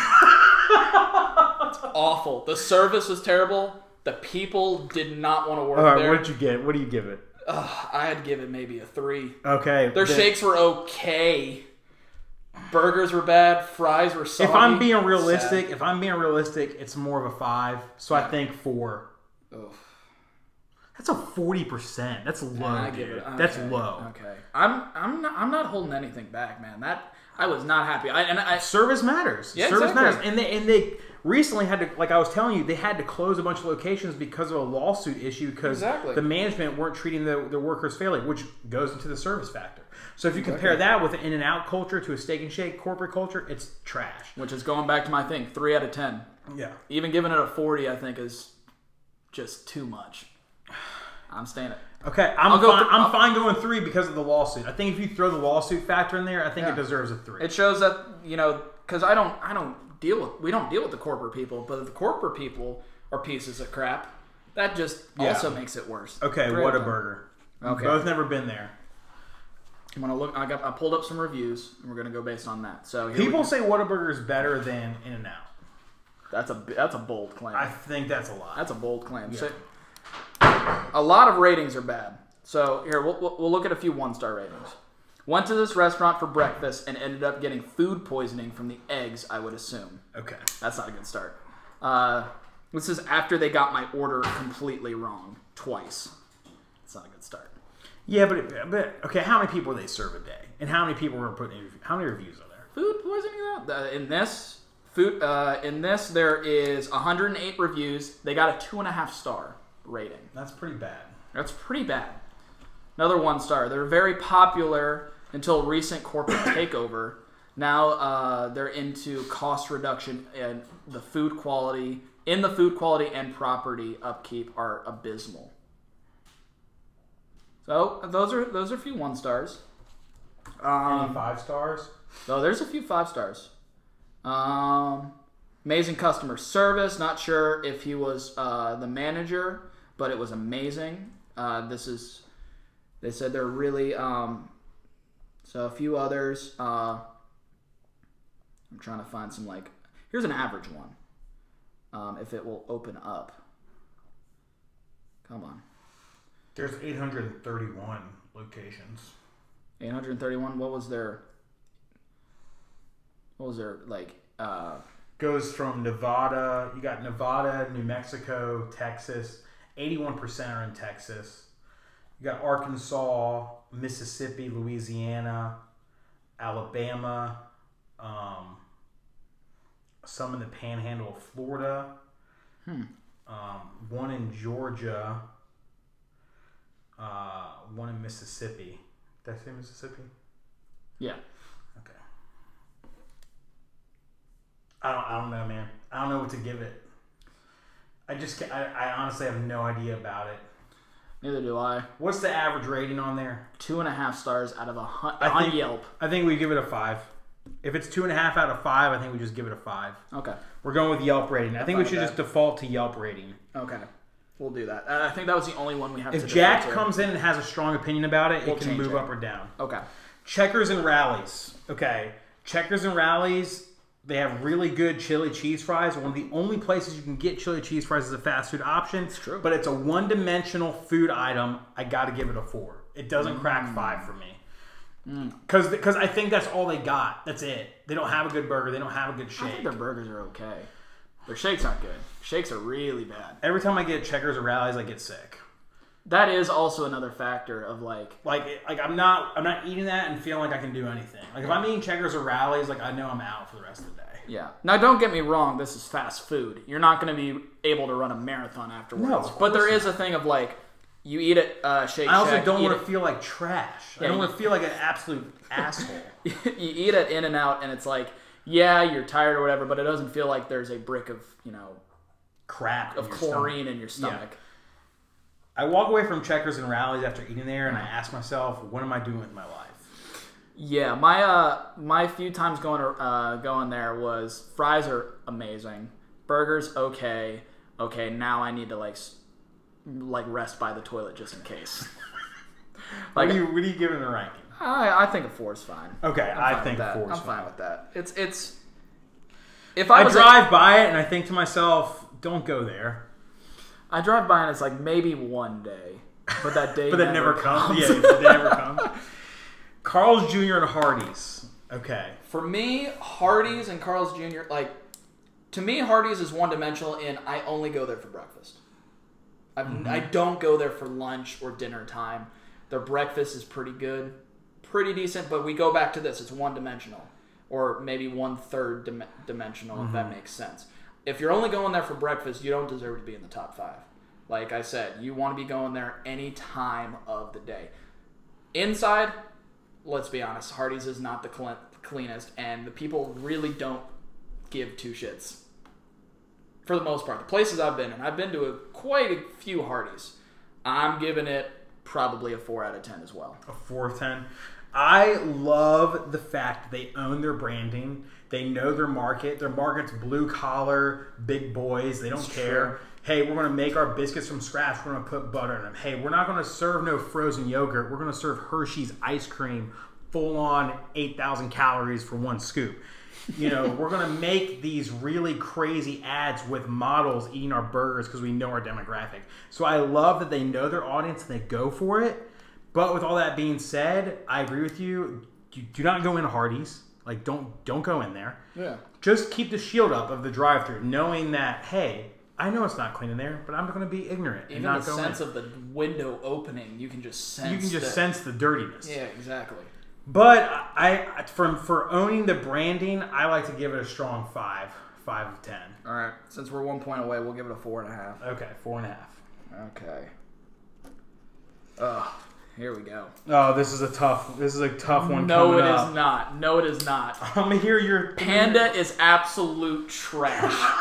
[SPEAKER 1] awful. The service was terrible. The people did not want to work
[SPEAKER 2] All right,
[SPEAKER 1] there.
[SPEAKER 2] what'd you get? What do you give it?
[SPEAKER 1] I'd give it maybe a three.
[SPEAKER 2] Okay.
[SPEAKER 1] Their
[SPEAKER 2] the-
[SPEAKER 1] shakes were okay. Burgers were bad. Fries were soggy.
[SPEAKER 2] If I'm being realistic, if I'm being realistic, it's more of a five. So I think four.
[SPEAKER 1] Sad. Oof.
[SPEAKER 2] That's a forty percent. That's low.
[SPEAKER 1] I
[SPEAKER 2] Oh, dude.
[SPEAKER 1] give it. okay,
[SPEAKER 2] That's low.
[SPEAKER 1] Okay, I'm I'm not, I'm not holding anything back, man. That I was not happy. I and I
[SPEAKER 2] Service matters.
[SPEAKER 1] Yeah,
[SPEAKER 2] Service
[SPEAKER 1] exactly.
[SPEAKER 2] matters. And they and they recently had to, like I was telling you, they had to close a bunch of locations because of a lawsuit issue because
[SPEAKER 1] Exactly.
[SPEAKER 2] the management weren't treating the, the workers fairly, which goes into the service factor. So if you compare that with an in and out culture to a steak and shake corporate culture, it's trash.
[SPEAKER 1] which is going back to my thing. Three out of ten.
[SPEAKER 2] Yeah.
[SPEAKER 1] Even giving it a forty, I think is just too much. I'm staying it.
[SPEAKER 2] Okay, I'm
[SPEAKER 1] go
[SPEAKER 2] fine.
[SPEAKER 1] th-
[SPEAKER 2] I'm
[SPEAKER 1] I'll-
[SPEAKER 2] fine going three because of the lawsuit. I think if you throw the lawsuit factor in there, I think
[SPEAKER 1] Yeah.
[SPEAKER 2] it deserves a three.
[SPEAKER 1] It shows that you know because I don't I don't deal with we don't deal with the corporate people, but the corporate people are pieces of crap. That just also makes it worse.
[SPEAKER 2] okay,
[SPEAKER 1] Three out
[SPEAKER 2] what a
[SPEAKER 1] of 10.
[SPEAKER 2] burger.
[SPEAKER 1] Okay.
[SPEAKER 2] both never been there.
[SPEAKER 1] I'm gonna look. I got I pulled up some reviews and we're gonna go based on that. So here we
[SPEAKER 2] People
[SPEAKER 1] go.
[SPEAKER 2] say Whataburger is better than In and Out.
[SPEAKER 1] that's a that's a bold claim.
[SPEAKER 2] I think that's a lot.
[SPEAKER 1] That's a bold claim. So, a lot of ratings are bad. So here we'll, we'll we'll look at a few one-star ratings. Went to this restaurant for breakfast and ended up getting food poisoning from the eggs. I would assume
[SPEAKER 2] Okay.
[SPEAKER 1] that's not a good start. Uh, this is after they got my order completely wrong twice. It's not a good start.
[SPEAKER 2] Yeah, but, it, but okay, how many people they serve a day, and how many people were putting in, how many reviews are there?
[SPEAKER 1] Food poisoning though. The- in this food uh, in this there is 108 reviews. They got a two and a half star rating.
[SPEAKER 2] That's pretty bad.
[SPEAKER 1] That's pretty bad. Another one star. They're very popular until recent corporate takeover. Now uh, they're into cost reduction and the food quality. In the food quality and property upkeep are abysmal. So those are those are a few one stars. Um,
[SPEAKER 2] Five stars.
[SPEAKER 1] though there's a few five stars. Um, amazing customer service. Not sure if he was uh, the manager, but it was amazing. Uh, this is. They said they're really. Um, so a few others. Uh, I'm trying to find some like. Here's an average one. Um, if it will open up. Come on.
[SPEAKER 2] There's 831 locations.
[SPEAKER 1] 831. What was their? What was their like? Uh,
[SPEAKER 2] Goes from Nevada. You got Nevada, New Mexico, Texas. 81% are in Texas. You got Arkansas, Mississippi, Louisiana, Alabama, um, some in the panhandle of Florida, um, one in Georgia, uh, one in Mississippi. Did I say Mississippi?
[SPEAKER 1] Yeah.
[SPEAKER 2] Okay. I don't. I don't know, man. I don't know what to give it. I just. ca- I, I honestly have no idea about it.
[SPEAKER 1] Neither do I.
[SPEAKER 2] What's the average rating on there?
[SPEAKER 1] Two and a half stars out of a hun-
[SPEAKER 2] I
[SPEAKER 1] on
[SPEAKER 2] think-
[SPEAKER 1] Yelp.
[SPEAKER 2] I think we give it a five. If it's two and a half out of five, I think we just give it a five.
[SPEAKER 1] Okay.
[SPEAKER 2] We're going with Yelp rating. I think we
[SPEAKER 1] fine
[SPEAKER 2] should
[SPEAKER 1] with
[SPEAKER 2] just default to Yelp rating.
[SPEAKER 1] Okay. We'll do that. Uh, I think that was the only one we have
[SPEAKER 2] If
[SPEAKER 1] to
[SPEAKER 2] Jack
[SPEAKER 1] defer to.
[SPEAKER 2] comes in and has a strong opinion about it, it can
[SPEAKER 1] change
[SPEAKER 2] move
[SPEAKER 1] it.
[SPEAKER 2] up or down.
[SPEAKER 1] Okay.
[SPEAKER 2] Checkers and rallies. Okay. Checkers and rallies. They have really good chili cheese fries. One of the only places you can get chili cheese fries is a fast food option. It's
[SPEAKER 1] true.
[SPEAKER 2] But it's a one dimensional food item. I got to give it a four. It doesn't
[SPEAKER 1] Mm.
[SPEAKER 2] crack five for me. Because I think that's all they got. That's it. They don't have a good burger. They don't have a good
[SPEAKER 1] I think
[SPEAKER 2] shake.
[SPEAKER 1] their burgers are okay. Their shakes aren't good. Shakes are really bad.
[SPEAKER 2] Every time I get checkers and rallies, I get sick.
[SPEAKER 1] That is also another factor of like
[SPEAKER 2] Like, it- like I'm not, I'm not eating that and feeling like I can do anything. Like if I'm eating checkers or rallies, like I know I'm out for the rest of the day.
[SPEAKER 1] Yeah. Now, don't get me wrong. This is fast food. You're not going to be able to run a marathon afterwards.
[SPEAKER 2] No, of
[SPEAKER 1] but there
[SPEAKER 2] course
[SPEAKER 1] is a thing of like, you eat it. Uh, Shake
[SPEAKER 2] I also
[SPEAKER 1] Shack,
[SPEAKER 2] don't
[SPEAKER 1] eat
[SPEAKER 2] want to feel like trash. I don't
[SPEAKER 1] you-
[SPEAKER 2] want to feel like an absolute (laughs) asshole.
[SPEAKER 1] it- (laughs) you eat it in and out, and it's like, yeah, you're tired or whatever, but it doesn't feel like there's a brick of you know
[SPEAKER 2] Crap
[SPEAKER 1] of chlorine in your stomach.
[SPEAKER 2] I walk away from checkers and rallies after eating there, and I ask myself, what am I doing with my life?
[SPEAKER 1] Yeah, my uh, my few times going to, uh, going there was fries are amazing, burgers okay, okay. Now I need to like s- like rest by the toilet just in case.
[SPEAKER 2] What
[SPEAKER 1] like
[SPEAKER 2] do you, what do you give it in the ranking?
[SPEAKER 1] (laughs) I, I think a four is fine.
[SPEAKER 2] Okay,
[SPEAKER 1] I'm
[SPEAKER 2] i
[SPEAKER 1] fine with
[SPEAKER 2] think
[SPEAKER 1] that.
[SPEAKER 2] four. is
[SPEAKER 1] I'm
[SPEAKER 2] fine.
[SPEAKER 1] fine with that. It's it's. If I,
[SPEAKER 2] I
[SPEAKER 1] was
[SPEAKER 2] drive by it and I think to myself, don't go there.
[SPEAKER 1] I drive by and it's like maybe one day, but
[SPEAKER 2] (laughs)
[SPEAKER 1] that day.
[SPEAKER 2] But that never comes. Yeah, but that
[SPEAKER 1] (laughs)
[SPEAKER 2] never comes. Carl's Jr. and Hardee's. Okay.
[SPEAKER 1] For me, Hardee's and Carl's Jr. Like, to me, Hardee's is one dimensional, and I only go there for breakfast. I've, I don't go there for lunch or dinner time. Their breakfast is pretty good, pretty decent, but we go back to this. It's one dimensional, or maybe one third dim- dimensional, if that makes sense. If you're only going there for breakfast, you don't deserve to be in the top five. Like I said, you want to be going there any time of the day. Inside, let's be honest, Hardee's is not the cle- cleanest, and the people really don't give two shits. For the most part, the places I've been in, I've been to a, quite a few Hardee's. I'm giving it probably a four out of ten as well.
[SPEAKER 2] a four of ten. I love the fact that they own their branding. They know their market. Their market's blue collar, big boys. They don't care.
[SPEAKER 1] true.
[SPEAKER 2] Hey, we're going to make our biscuits from scratch. We're going to put butter in them. Hey, we're not going to serve no frozen yogurt. We're going to serve Hershey's ice cream, full on 8,000 calories for one scoop. You know, we're going to make these really crazy ads with models eating our burgers because we know our demographic. So I love that they know their audience and they go for it. But with all that being said, I agree with you. Do, do not go into Hardee's. Like, don't don't go in there.
[SPEAKER 1] Yeah.
[SPEAKER 2] Just keep the shield up of the drive-through, knowing that hey, I know it's not clean in there, but I'm going to be ignorant and
[SPEAKER 1] Even the
[SPEAKER 2] not go in.
[SPEAKER 1] sense of the window opening, you can just sense.
[SPEAKER 2] you can just
[SPEAKER 1] the-
[SPEAKER 2] sense the dirtiness.
[SPEAKER 1] Yeah, exactly.
[SPEAKER 2] But I, I from for owning the branding, I like to give it a strong five, five of ten.
[SPEAKER 1] All right, since we're one point away, we'll give it a four and a half.
[SPEAKER 2] Okay, four and a half.
[SPEAKER 1] Okay. Ugh, here we go.
[SPEAKER 2] Oh, this is a tough. This is a tough one.
[SPEAKER 1] No,
[SPEAKER 2] coming
[SPEAKER 1] it
[SPEAKER 2] up.
[SPEAKER 1] is not. No, it is not.
[SPEAKER 2] I'm gonna hear your
[SPEAKER 1] Panda
[SPEAKER 2] Mm-hmm.
[SPEAKER 1] is absolute trash.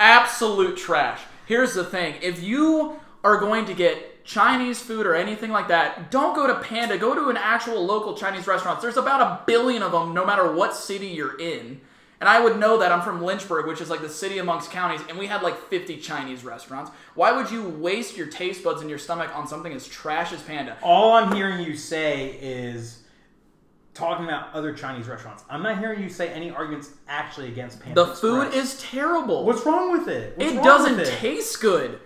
[SPEAKER 1] absolute trash. Here's the thing if you are going to get Chinese food or anything like that, don't go to Panda. Go to an actual local Chinese restaurant. There's about a billion of them, no matter what city you're in. And I would know that I'm from Lynchburg, which is like the city amongst counties, and we had like 50 Chinese restaurants. Why would you waste your taste buds and your stomach on something as trash as Panda?
[SPEAKER 2] all I'm hearing you say is talking about other Chinese restaurants. I'm not hearing you say any arguments actually against Panda.
[SPEAKER 1] The food
[SPEAKER 2] Express.
[SPEAKER 1] is terrible.
[SPEAKER 2] What's wrong with it? What's
[SPEAKER 1] it
[SPEAKER 2] wrong
[SPEAKER 1] doesn't
[SPEAKER 2] with it?
[SPEAKER 1] taste good.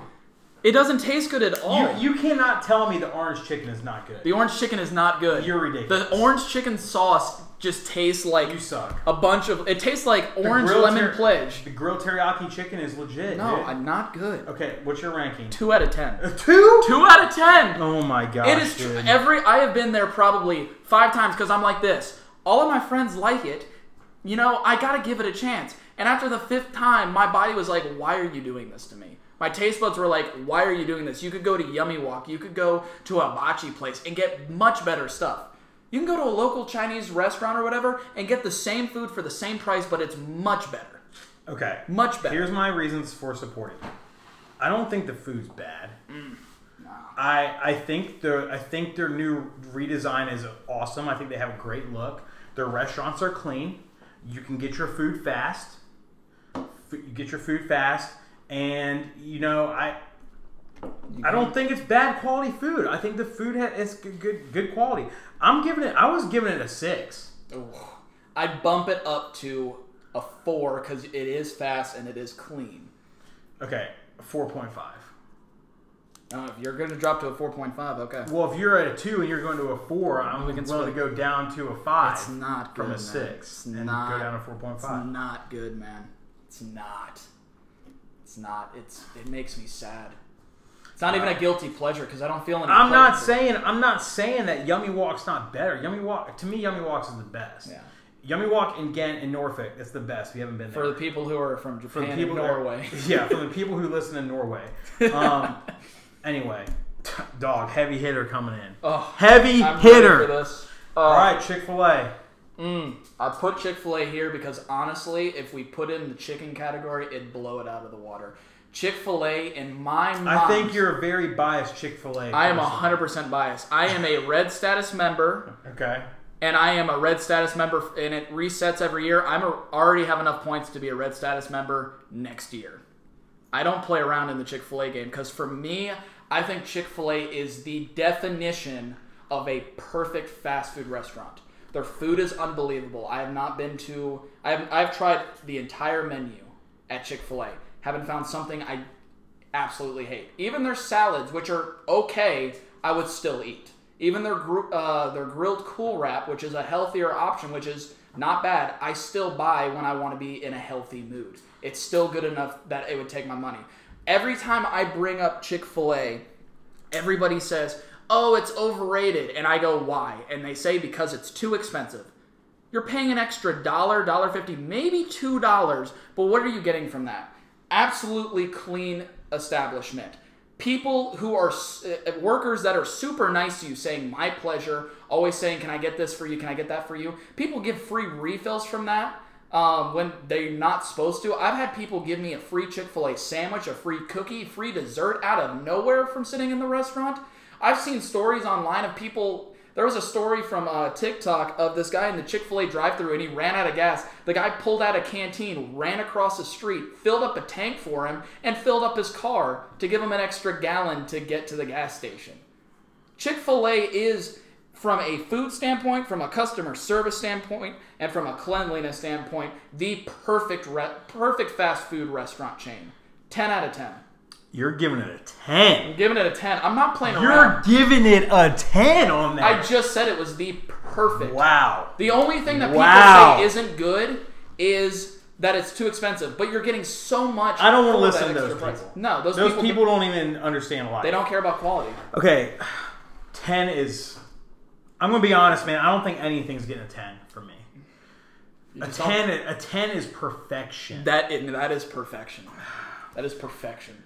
[SPEAKER 1] It doesn't taste good at all.
[SPEAKER 2] You, you cannot tell me the orange chicken is not good.
[SPEAKER 1] the orange chicken is not good.
[SPEAKER 2] You're ridiculous.
[SPEAKER 1] The orange chicken sauce just tastes like
[SPEAKER 2] You suck.
[SPEAKER 1] a bunch of. It tastes like orange
[SPEAKER 2] grilled
[SPEAKER 1] lemon
[SPEAKER 2] ter-
[SPEAKER 1] pledge.
[SPEAKER 2] The grilled teriyaki chicken is legit.
[SPEAKER 1] No,
[SPEAKER 2] dude.
[SPEAKER 1] I'm not good.
[SPEAKER 2] okay. What's your ranking?
[SPEAKER 1] Two out of ten. (laughs)
[SPEAKER 2] Two.
[SPEAKER 1] Two out of ten.
[SPEAKER 2] Oh my god.
[SPEAKER 1] it is tr- every. I have been there probably five times because I'm like this. All of my friends like it. You know, I gotta give it a chance. And after the fifth time, my body was like, "Why are you doing this to me? My taste buds were like, why are you doing this? You could go to Yummy Walk. You could go to a hibachi place and get much better stuff. You can go to a local Chinese restaurant or whatever and get the same food for the same price, but it's much better.
[SPEAKER 2] Okay.
[SPEAKER 1] Much better.
[SPEAKER 2] Here's my reasons for supporting. it. I don't think the food's bad. I I think their I think their new redesign is awesome. I think they have a great look. Their restaurants are clean. You can get your food fast. F- You get your food fast, and you know I. I don't think it's bad quality food. I think the food ha- is g- good, good quality. I'm giving it. I was giving it a six.
[SPEAKER 1] Ooh. I'd bump it up to a four because it is fast and it is clean.
[SPEAKER 2] Okay, four point five.
[SPEAKER 1] Uh, if you're going to drop to a 4.5, okay.
[SPEAKER 2] Well, if you're at a two and you're going to a four, I'm
[SPEAKER 1] can
[SPEAKER 2] willing to go down to a five
[SPEAKER 1] It's not good,
[SPEAKER 2] from a
[SPEAKER 1] man.
[SPEAKER 2] six
[SPEAKER 1] It's
[SPEAKER 2] and
[SPEAKER 1] not,
[SPEAKER 2] go down to four point
[SPEAKER 1] It's
[SPEAKER 2] five.
[SPEAKER 1] not good, man. It's not. It's not. It's. It makes me sad. It's not even a guilty pleasure because I don't feel any.
[SPEAKER 2] I'm not
[SPEAKER 1] pleasure.
[SPEAKER 2] saying I'm not saying that Yummy Walk's not better. Yummy Walk to me, Yummy Walk's is the best.
[SPEAKER 1] Yeah.
[SPEAKER 2] Yummy Walk in Ghent and Norfolk, it's the best. We haven't been
[SPEAKER 1] for
[SPEAKER 2] there.
[SPEAKER 1] the people who are from Japan
[SPEAKER 2] the
[SPEAKER 1] and
[SPEAKER 2] that-
[SPEAKER 1] Norway.
[SPEAKER 2] (laughs) yeah, for the people who listen in Norway.
[SPEAKER 1] (laughs)
[SPEAKER 2] Um, anyway, (laughs) dog heavy hitter coming in.
[SPEAKER 1] Oh,
[SPEAKER 2] heavy
[SPEAKER 1] I'm ready for
[SPEAKER 2] hitter.
[SPEAKER 1] this.
[SPEAKER 2] All right, Chick Fil A.
[SPEAKER 1] Mm, I put Chick Fil A here because honestly, if we put it in the chicken category, it'd blow it out of the water. Chick Fil A, in my mind,
[SPEAKER 2] I think you're a very biased Chick Fil A.
[SPEAKER 1] I am hundred percent biased. I am a red status member.
[SPEAKER 2] Okay.
[SPEAKER 1] and I am a red status member, and it resets every year. I'm a, already have enough points to be a red status member next year. I don't play around in the Chick Fil A game because for me, I think Chick Fil A is the definition of a perfect fast food restaurant. Their food is unbelievable. I have not been to. I've I've tried the entire menu at Chick Fil A. Haven't found something I absolutely hate. Even their salads, which are okay, I would still eat. Even their gr- uh, their grilled cool wrap, which is a healthier option, which is not bad, I still buy when I want to be in a healthy mood. It's still good enough that it would take my money. Every time I bring up Chick Fil A, everybody says, "Oh, it's overrated," and I go, "Why?" And they say because it's too expensive. You're paying an extra dollar, dollar fifty, maybe two dollars, but what are you getting from that? Absolutely clean establishment. People who are s- uh, workers that are super nice to you, saying "my pleasure," always saying "Can I get this for you? Can I get that for you?" People give free refills from that um, when they're not supposed to. I've had people give me a free Chick Fil A sandwich, a free cookie, free dessert out of nowhere from sitting in the restaurant. I've seen stories online of people. There was a story from uh, TikTok of this guy in the Chick Fil A drive-through, and he ran out of gas. The guy pulled out a canteen, ran across the street, filled up a tank for him, and filled up his car to give him an extra gallon to get to the gas station. Chick fil A is, from a food standpoint, from a customer service standpoint, and from a cleanliness standpoint, the perfect, re- perfect fast food restaurant chain. 10 out of 10.
[SPEAKER 2] You're giving it a ten.
[SPEAKER 1] I'm giving it a 10. I'm not playing
[SPEAKER 2] You're
[SPEAKER 1] around.
[SPEAKER 2] giving it a 10 on
[SPEAKER 1] I
[SPEAKER 2] that.
[SPEAKER 1] just said it was the perfect.
[SPEAKER 2] wow.
[SPEAKER 1] The only thing that people
[SPEAKER 2] Wow.
[SPEAKER 1] say isn't good is that it's too expensive, but you're getting so much.
[SPEAKER 2] I don't want
[SPEAKER 1] for
[SPEAKER 2] to
[SPEAKER 1] that
[SPEAKER 2] listen to
[SPEAKER 1] extra
[SPEAKER 2] those
[SPEAKER 1] price.
[SPEAKER 2] people.
[SPEAKER 1] No, those,
[SPEAKER 2] Those
[SPEAKER 1] people,
[SPEAKER 2] people don't even understand a lot.
[SPEAKER 1] they don't care about quality.
[SPEAKER 2] Okay, 10 is. I'm going to be honest, man. I don't think anything's getting a 10 for me. A
[SPEAKER 1] just don't-
[SPEAKER 2] 10, a 10 is perfection.
[SPEAKER 1] That is, that is perfection. That is perfection.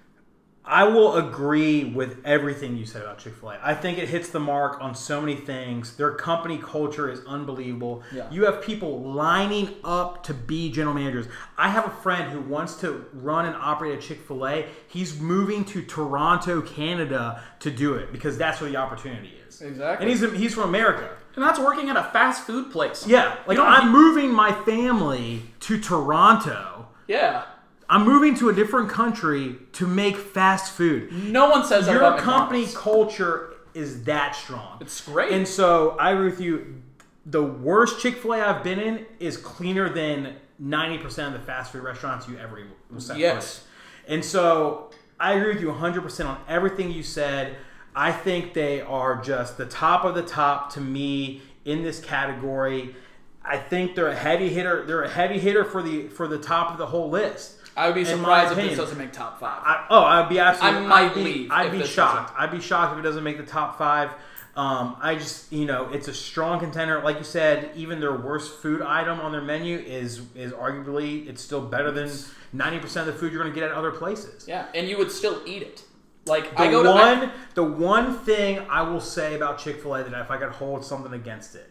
[SPEAKER 2] I will agree with everything you said about Chick Fil A. I think it hits the mark on so many things. Their company culture is unbelievable.
[SPEAKER 1] Yeah.
[SPEAKER 2] You have people lining up to be general managers. I have a friend who wants to run and operate a Chick Fil A. He's moving to Toronto, Canada, to do it because that's where the opportunity is.
[SPEAKER 1] Exactly.
[SPEAKER 2] And he's he's from America.
[SPEAKER 1] And that's working at a fast food place.
[SPEAKER 2] Yeah, like
[SPEAKER 1] don't-
[SPEAKER 2] I'm moving my family to Toronto.
[SPEAKER 1] Yeah.
[SPEAKER 2] I'm moving to a different country to make fast food.
[SPEAKER 1] No one says that
[SPEAKER 2] your
[SPEAKER 1] about
[SPEAKER 2] company
[SPEAKER 1] McDonald's.
[SPEAKER 2] culture is that strong.
[SPEAKER 1] It's great.
[SPEAKER 2] And so I agree with you. The worst Chick Fil A I've been in is cleaner than ninety percent of the fast food restaurants you ever will set foot in.
[SPEAKER 1] Yes.
[SPEAKER 2] And so I agree with you hundred percent on everything you said. I think they are just the top of the top to me in this category. I think they're a heavy hitter. They're a heavy hitter for the for the top of the whole list.
[SPEAKER 1] I would be
[SPEAKER 2] in my
[SPEAKER 1] surprised if this
[SPEAKER 2] opinion.
[SPEAKER 1] doesn't make top five.
[SPEAKER 2] I, oh, I'd be absolutely.
[SPEAKER 1] I might
[SPEAKER 2] I'd be,
[SPEAKER 1] leave
[SPEAKER 2] I'd
[SPEAKER 1] if
[SPEAKER 2] be
[SPEAKER 1] this
[SPEAKER 2] shocked. I'd be shocked if it doesn't make the top five. Um, I just you know it's a strong contender. Like you said, even their worst food item on their menu is is arguably it's still better than ninety percent of the food you're going to get at other places.
[SPEAKER 1] Yeah, and you would still eat it. Like
[SPEAKER 2] The
[SPEAKER 1] I go to I-
[SPEAKER 2] one the one thing I will say about Chick Fil A that if I could hold something against it,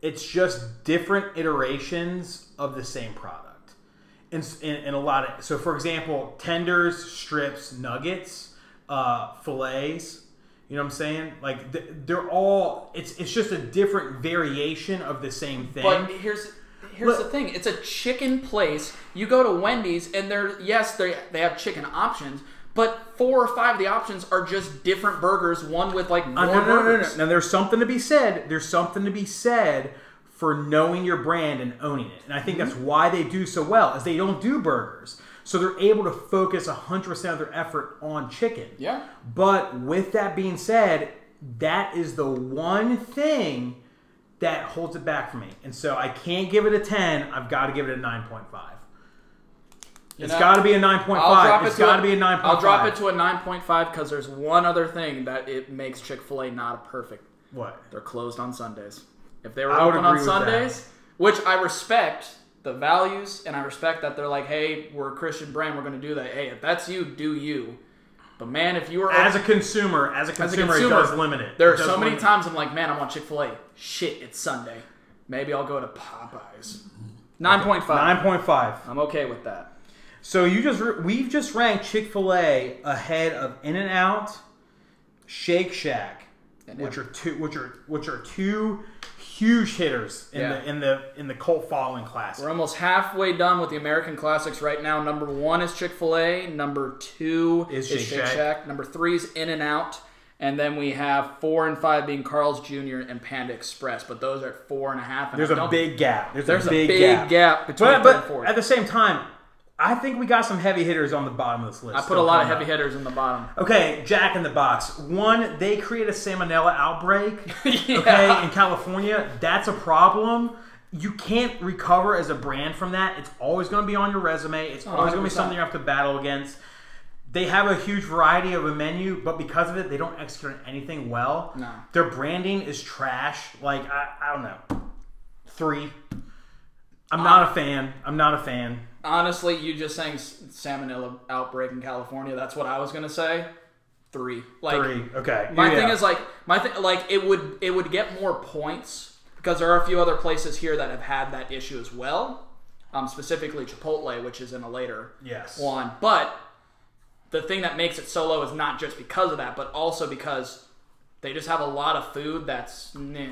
[SPEAKER 2] it's just different iterations of the same product. In, in, in a lot of so for example tenders strips nuggets uh, fillets you know what i'm saying like th- they're all it's it's just a different variation of the same thing
[SPEAKER 1] But here's here's
[SPEAKER 2] Look-
[SPEAKER 1] the thing: it's a chicken place. You go to Wendy's, and they're yes, they they have chicken options, but four or five of the options are just different burgers. One with like more
[SPEAKER 2] Uh, no, no, no, no,
[SPEAKER 1] burgers.
[SPEAKER 2] Now, there's something to be said. There's something to be said for knowing your brand and owning it. And I
[SPEAKER 1] Mm-hmm.
[SPEAKER 2] think that's why they do so well, is they don't do burgers. So they're able to focus 100% of their effort on chicken.
[SPEAKER 1] Yeah.
[SPEAKER 2] But with that being said, that is the one thing that holds it back for me. And so I can't give it a 10. I've got to give it a 9.5. It's
[SPEAKER 1] know,
[SPEAKER 2] got to be a 9.5.
[SPEAKER 1] I'll drop
[SPEAKER 2] It's
[SPEAKER 1] it to
[SPEAKER 2] got to be a 9.5.
[SPEAKER 1] I'll drop it to a nine point five because there's one other thing that it makes Chick Fil A not perfect.
[SPEAKER 2] What?
[SPEAKER 1] They're closed on Sundays. If they were
[SPEAKER 2] I would
[SPEAKER 1] open on
[SPEAKER 2] agree with that.
[SPEAKER 1] Sundays, which I respect the values and I respect that they're like, hey, we're a Christian brand, we're going to do that. Hey, if that's you, do you. But man, if you were
[SPEAKER 2] As a consumer, as a consumer,
[SPEAKER 1] consumer,
[SPEAKER 2] it does limit it.
[SPEAKER 1] There
[SPEAKER 2] It
[SPEAKER 1] are
[SPEAKER 2] does
[SPEAKER 1] so many
[SPEAKER 2] limit it.
[SPEAKER 1] times I'm like, man, I want Chick Fil A. Shit, it's Sunday. Maybe I'll go to Popeyes. Nine point five.
[SPEAKER 2] Nine point five.
[SPEAKER 1] I'm okay with that.
[SPEAKER 2] So you just re- we've just ranked Chick Fil A ahead of In and Out, Shake Shack,
[SPEAKER 1] And
[SPEAKER 2] which
[SPEAKER 1] Em-
[SPEAKER 2] are two which are which are two huge hitters in
[SPEAKER 1] Yeah.
[SPEAKER 2] the in the in the cult following class.
[SPEAKER 1] We're almost halfway done with the American classics right now. Number one is Chick Fil A. Number two
[SPEAKER 2] Is
[SPEAKER 1] is,
[SPEAKER 2] Shake
[SPEAKER 1] Shake
[SPEAKER 2] Shack.
[SPEAKER 1] Shack. Number three is In and Out. And then we have four and five being Carl's Jr. and Panda Express. But those are at four and a half. And
[SPEAKER 2] There's
[SPEAKER 1] I
[SPEAKER 2] a
[SPEAKER 1] don't-
[SPEAKER 2] big gap. There's,
[SPEAKER 1] there's
[SPEAKER 2] a big,
[SPEAKER 1] gap, between
[SPEAKER 2] But,
[SPEAKER 1] third and
[SPEAKER 2] but
[SPEAKER 1] fourth.
[SPEAKER 2] at the same time, I think we got some heavy hitters on the bottom of this list.
[SPEAKER 1] I put a lot of heavy hitters in the bottom.
[SPEAKER 2] Okay, Jack in the Box. One, they create a salmonella
[SPEAKER 1] (laughs)
[SPEAKER 2] outbreak.
[SPEAKER 1] Yeah.
[SPEAKER 2] Okay, in California, that's a problem. You can't recover as a brand from that. It's always going to be on your resume. It's always going to be
[SPEAKER 1] 100%.
[SPEAKER 2] something you have to battle against. They have a huge variety of a menu, but because of it, they don't execute anything well.
[SPEAKER 1] No.
[SPEAKER 2] Their branding is trash. Like I, I don't know. Three. I'm
[SPEAKER 1] Uh,
[SPEAKER 2] not a fan. I'm not a fan.
[SPEAKER 1] Honestly, you just saying s- salmonella outbreak in California. That's what I was gonna say. Three. Like
[SPEAKER 2] Three. Okay.
[SPEAKER 1] My
[SPEAKER 2] Yeah.
[SPEAKER 1] thing is like my thing like it would it would get more points because there are a few other places here that have had that issue as well. Um, specifically Chipotle, which is in a later
[SPEAKER 2] yes.
[SPEAKER 1] one. But the thing that makes it so low is not just because of that, but also because they just have a lot of food that's nah.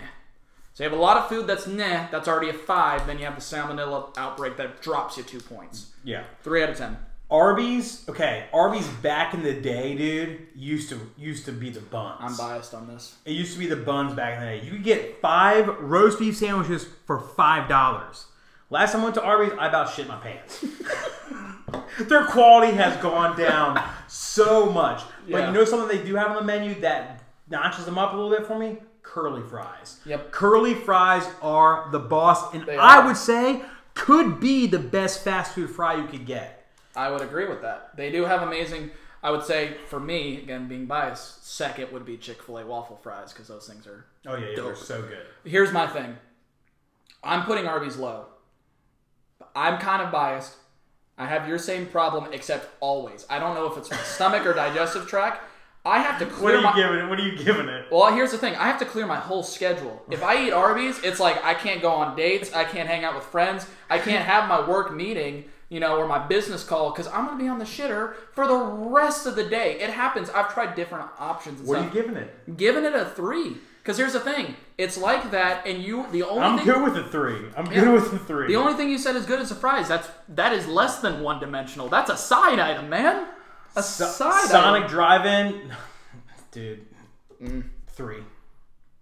[SPEAKER 1] So you have a lot of food that's nah, that's already a five. Then you have the salmonella outbreak that drops you two points.
[SPEAKER 2] Yeah.
[SPEAKER 1] Three out of ten.
[SPEAKER 2] Arby's, okay, Arby's back in the day, dude, used to used to be the buns.
[SPEAKER 1] I'm biased on this.
[SPEAKER 2] It used to be the buns back in the day. You could get five roast beef sandwiches for five dollars. Last time I went to Arby's, I about shit
[SPEAKER 1] (laughs)
[SPEAKER 2] my pants. Their quality has gone down so much. But
[SPEAKER 1] Yeah.
[SPEAKER 2] you know something they do have on the menu that notches them up a little bit for me? Curly fries.
[SPEAKER 1] Yep.
[SPEAKER 2] Curly fries are the boss, and
[SPEAKER 1] They
[SPEAKER 2] I
[SPEAKER 1] are.
[SPEAKER 2] would say could be the best fast food fry you could get.
[SPEAKER 1] I would agree with that. They do have amazing. I would say for me, again being biased, second would be Chick Fil A waffle fries because those things are.
[SPEAKER 2] Oh yeah, yeah they're
[SPEAKER 1] Dope.
[SPEAKER 2] so good.
[SPEAKER 1] Here's my thing. I'm putting Arby's low. I'm kind of biased. I have your same problem, except always. I don't know if it's my stomach or digestive tract. I have to
[SPEAKER 2] What
[SPEAKER 1] clear
[SPEAKER 2] are you
[SPEAKER 1] my.
[SPEAKER 2] giving it? What are you giving it?
[SPEAKER 1] Well, here's the thing. I have to clear my whole schedule. If I eat Arby's, it's like I can't go on dates. I can't hang out with friends. I can't have my work meeting, you know, or my business call because I'm gonna be on the shitter for the rest of the day. It happens. I've tried different options and
[SPEAKER 2] What are you
[SPEAKER 1] stuff.
[SPEAKER 2] giving it?
[SPEAKER 1] Giving it a three because here's the thing. It's like that, and you the only
[SPEAKER 2] I'm
[SPEAKER 1] thing
[SPEAKER 2] good with a three. I'm
[SPEAKER 1] Yeah.
[SPEAKER 2] good with a three.
[SPEAKER 1] the only thing you said is good as a fries. That's that is less than one dimensional. That's a side item, man. A
[SPEAKER 2] So-
[SPEAKER 1] side
[SPEAKER 2] Sonic
[SPEAKER 1] item.
[SPEAKER 2] Drive-In, (laughs) dude,
[SPEAKER 1] Mm.
[SPEAKER 2] three.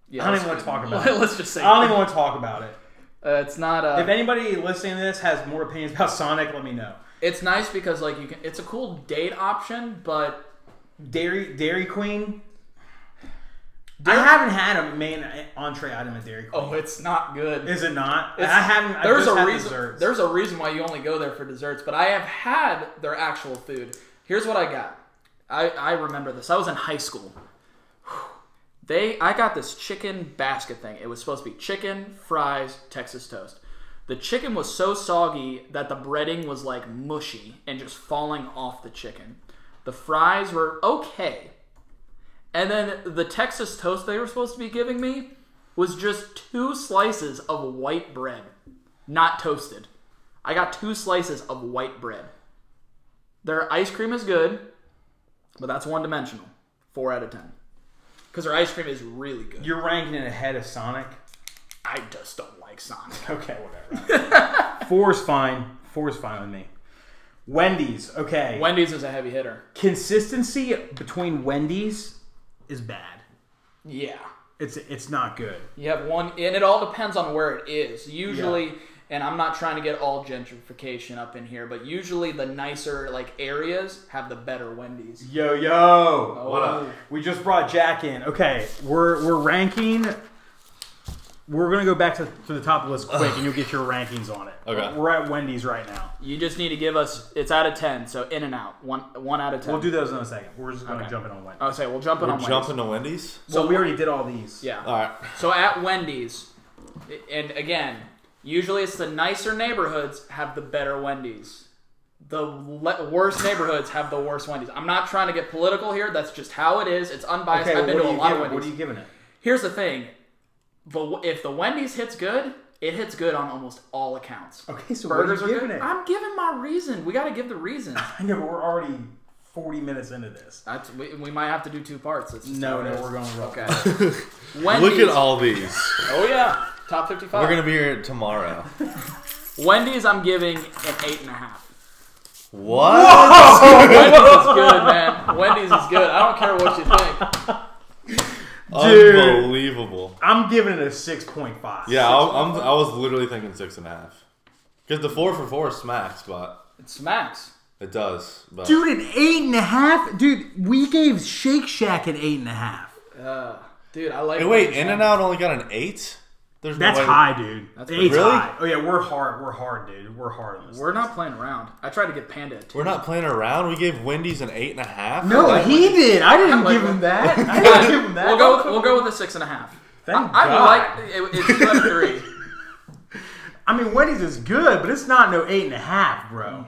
[SPEAKER 1] Yeah,
[SPEAKER 2] I don't
[SPEAKER 1] let's
[SPEAKER 2] even want to
[SPEAKER 1] do
[SPEAKER 2] talk
[SPEAKER 1] it.
[SPEAKER 2] about
[SPEAKER 1] (laughs)
[SPEAKER 2] it.
[SPEAKER 1] Let's just say
[SPEAKER 2] I don't even want to talk about it.
[SPEAKER 1] uh, it's not a.
[SPEAKER 2] If anybody listening to this has more opinions about Sonic, let me know.
[SPEAKER 1] It's nice because like you can. It's a cool date option, but
[SPEAKER 2] Dairy Dairy Queen. I haven't had a main entree item at Dairy Queen.
[SPEAKER 1] oh, it's not good.
[SPEAKER 2] Is it not?
[SPEAKER 1] It's-
[SPEAKER 2] I haven't. I
[SPEAKER 1] there's
[SPEAKER 2] just
[SPEAKER 1] a
[SPEAKER 2] had
[SPEAKER 1] reason.
[SPEAKER 2] desserts.
[SPEAKER 1] There's a reason why you only go there for desserts. But I have had their actual food. Here's what I got. I I remember this. I was in high school. (sighs) They I got this chicken basket thing. It was supposed to be chicken, fries, Texas toast. The chicken was so soggy that the breading was like mushy and just falling off the chicken. The fries were okay. And then the Texas toast they were supposed to be giving me was just two slices of white bread, not toasted. I got two slices of white bread. Their ice cream is good, but that's one dimensional. Four out of ten. Because their ice cream is really good.
[SPEAKER 2] You're ranking it ahead of Sonic.
[SPEAKER 1] I just don't like Sonic.
[SPEAKER 2] (laughs)
[SPEAKER 1] (laughs)
[SPEAKER 2] Okay, whatever. Four is fine. Four is fine with me. Wendy's. Okay.
[SPEAKER 1] Wendy's is a heavy hitter.
[SPEAKER 2] Consistency between Wendy's is bad.
[SPEAKER 1] Yeah.
[SPEAKER 2] It's it's not good.
[SPEAKER 1] You have one, and it all depends on where it is. Usually, and I'm not trying to get all gentrification up in here, but usually the nicer like areas have the better Wendy's.
[SPEAKER 2] Yo yo.
[SPEAKER 1] What up?
[SPEAKER 2] We just brought Jack in. Okay, we're we're ranking. We're gonna go back to, to the top of the list quick, and you'll get your rankings on it.
[SPEAKER 3] Okay.
[SPEAKER 2] We're at Wendy's right now.
[SPEAKER 1] You just need to give us it's out of ten, so in and out, one one out of 10
[SPEAKER 2] We'll do those in a second. We're just gonna
[SPEAKER 1] Okay. Uh,
[SPEAKER 2] jump in on Wendy's.
[SPEAKER 1] I would say we'll jump in
[SPEAKER 3] We're
[SPEAKER 1] on Wendy's.
[SPEAKER 3] jumping to Wendy's.
[SPEAKER 2] so we already did all these.
[SPEAKER 1] Yeah.
[SPEAKER 3] All right.
[SPEAKER 1] So at Wendy's, and again, usually it's the nicer neighborhoods have the better Wendy's. The le- worst neighborhoods have the worst Wendy's. I'm not trying to get political here. That's just how it is. It's unbiased.
[SPEAKER 2] Okay.
[SPEAKER 1] I've been
[SPEAKER 2] what,
[SPEAKER 1] to
[SPEAKER 2] are
[SPEAKER 1] a
[SPEAKER 2] you
[SPEAKER 1] lot of
[SPEAKER 2] giving,
[SPEAKER 1] Wendy's.
[SPEAKER 2] what are you giving it?
[SPEAKER 1] Here's the thing: the if the Wendy's hits good, it hits good on almost all accounts.
[SPEAKER 2] Okay. So
[SPEAKER 1] Burgers
[SPEAKER 2] what
[SPEAKER 1] are
[SPEAKER 2] are you
[SPEAKER 1] good.
[SPEAKER 2] giving it?
[SPEAKER 1] I'm giving my reason. We got to give the reasons.
[SPEAKER 2] I know, but we're already 40 minutes into this.
[SPEAKER 1] That's we, we might have to do two parts. That's just how
[SPEAKER 2] No,
[SPEAKER 1] it
[SPEAKER 2] no,
[SPEAKER 1] is.
[SPEAKER 2] we're going roll.
[SPEAKER 1] okay.
[SPEAKER 3] Look
[SPEAKER 1] Wendy's.
[SPEAKER 3] at all these.
[SPEAKER 1] Oh yeah, top 55
[SPEAKER 3] We're gonna be
[SPEAKER 2] (laughs)
[SPEAKER 3] here tomorrow.
[SPEAKER 1] Wendy's, I'm giving an eight and a half.
[SPEAKER 3] What?
[SPEAKER 1] Wendy's is good, man. Wendy's is good. I don't care what you think.
[SPEAKER 2] Dude.
[SPEAKER 3] Unbelievable.
[SPEAKER 2] I'm giving it a 6.5.
[SPEAKER 3] Yeah, I, I'm, I was literally thinking six and a half. Because the four for four smacks, but
[SPEAKER 1] It smacks.
[SPEAKER 3] it does. But
[SPEAKER 2] Dude, an eight and a half? Dude, we gave Shake Shack an eight and a half.
[SPEAKER 1] Uh, dude, I like.
[SPEAKER 3] Hey, wait,
[SPEAKER 1] Wendy's,
[SPEAKER 3] In
[SPEAKER 1] man.
[SPEAKER 3] and Out only got an eight. There's no
[SPEAKER 2] That's
[SPEAKER 3] way-
[SPEAKER 2] high, dude. That's
[SPEAKER 1] pretty-
[SPEAKER 2] Eight's
[SPEAKER 3] Really?
[SPEAKER 2] high. Oh, yeah, we're hard. We're hard, dude. We're hard on this.
[SPEAKER 1] We're not playing around. I tried to get Panda. at two.
[SPEAKER 3] We're not playing around. We gave Wendy's an eight and a half.
[SPEAKER 2] no,
[SPEAKER 1] like
[SPEAKER 2] he did. I didn't
[SPEAKER 1] like
[SPEAKER 2] give him
[SPEAKER 1] it.
[SPEAKER 2] that. (laughs) I didn't give him that.
[SPEAKER 1] We'll go. With, we'll go with a six and a half.
[SPEAKER 2] Thank
[SPEAKER 1] I
[SPEAKER 2] God.
[SPEAKER 1] would like it, it's two out of three. (laughs) Dude,
[SPEAKER 2] I mean, Wendy's is good, but it's not no eight and a half, bro.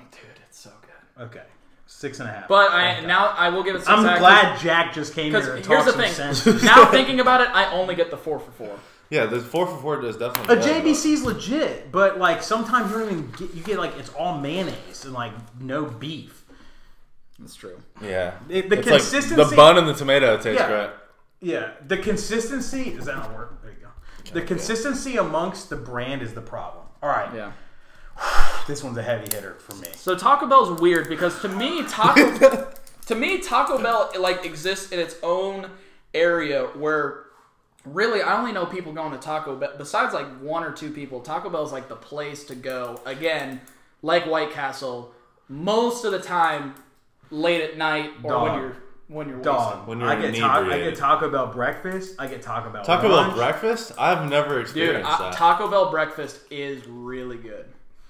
[SPEAKER 1] it's so good.
[SPEAKER 2] Okay. Six and a half.
[SPEAKER 1] But I
[SPEAKER 2] Thank God.
[SPEAKER 1] now I will give it. Six
[SPEAKER 2] I'm
[SPEAKER 1] out of-
[SPEAKER 2] glad Jack just came here and
[SPEAKER 1] Because here's
[SPEAKER 2] talked
[SPEAKER 1] the
[SPEAKER 2] some
[SPEAKER 1] thing.
[SPEAKER 2] sense.
[SPEAKER 1] (laughs)
[SPEAKER 2] (laughs)
[SPEAKER 1] Now thinking about it, I only get the four for four.
[SPEAKER 3] Yeah, the four for four is definitely.
[SPEAKER 2] A
[SPEAKER 3] better, but-
[SPEAKER 2] JBC's legit, but like sometimes you don't even get you get like it's all mayonnaise and like no beef.
[SPEAKER 1] That's true.
[SPEAKER 3] Yeah.
[SPEAKER 2] It- the
[SPEAKER 3] It's like
[SPEAKER 2] consistency-
[SPEAKER 3] the bun and the tomato taste
[SPEAKER 2] Yeah.
[SPEAKER 3] great.
[SPEAKER 2] Yeah, the consistency is that not work? There you go. The consistency amongst the brand is the problem. All right,
[SPEAKER 1] Yeah.
[SPEAKER 2] this one's a heavy hitter for me.
[SPEAKER 1] So Taco Bell's weird because to me
[SPEAKER 2] (laughs)
[SPEAKER 1] Taco to me Taco Bell it, like exists in its own area where really I only know people going to Taco Bell besides like one or two people. Taco Bell's like the place to go. Again, like White Castle, most of the time late at night or
[SPEAKER 2] Dog.
[SPEAKER 1] when you're when you're
[SPEAKER 2] Dog,
[SPEAKER 3] When you're
[SPEAKER 2] I get ta- I
[SPEAKER 3] inebriated.
[SPEAKER 2] get Taco Bell breakfast. I get Taco Bell.
[SPEAKER 3] Taco Bell
[SPEAKER 2] lunch.
[SPEAKER 3] breakfast? I've never
[SPEAKER 1] wasted.
[SPEAKER 3] experienced
[SPEAKER 1] Dude, I,
[SPEAKER 3] that.
[SPEAKER 1] Taco Bell breakfast is really good.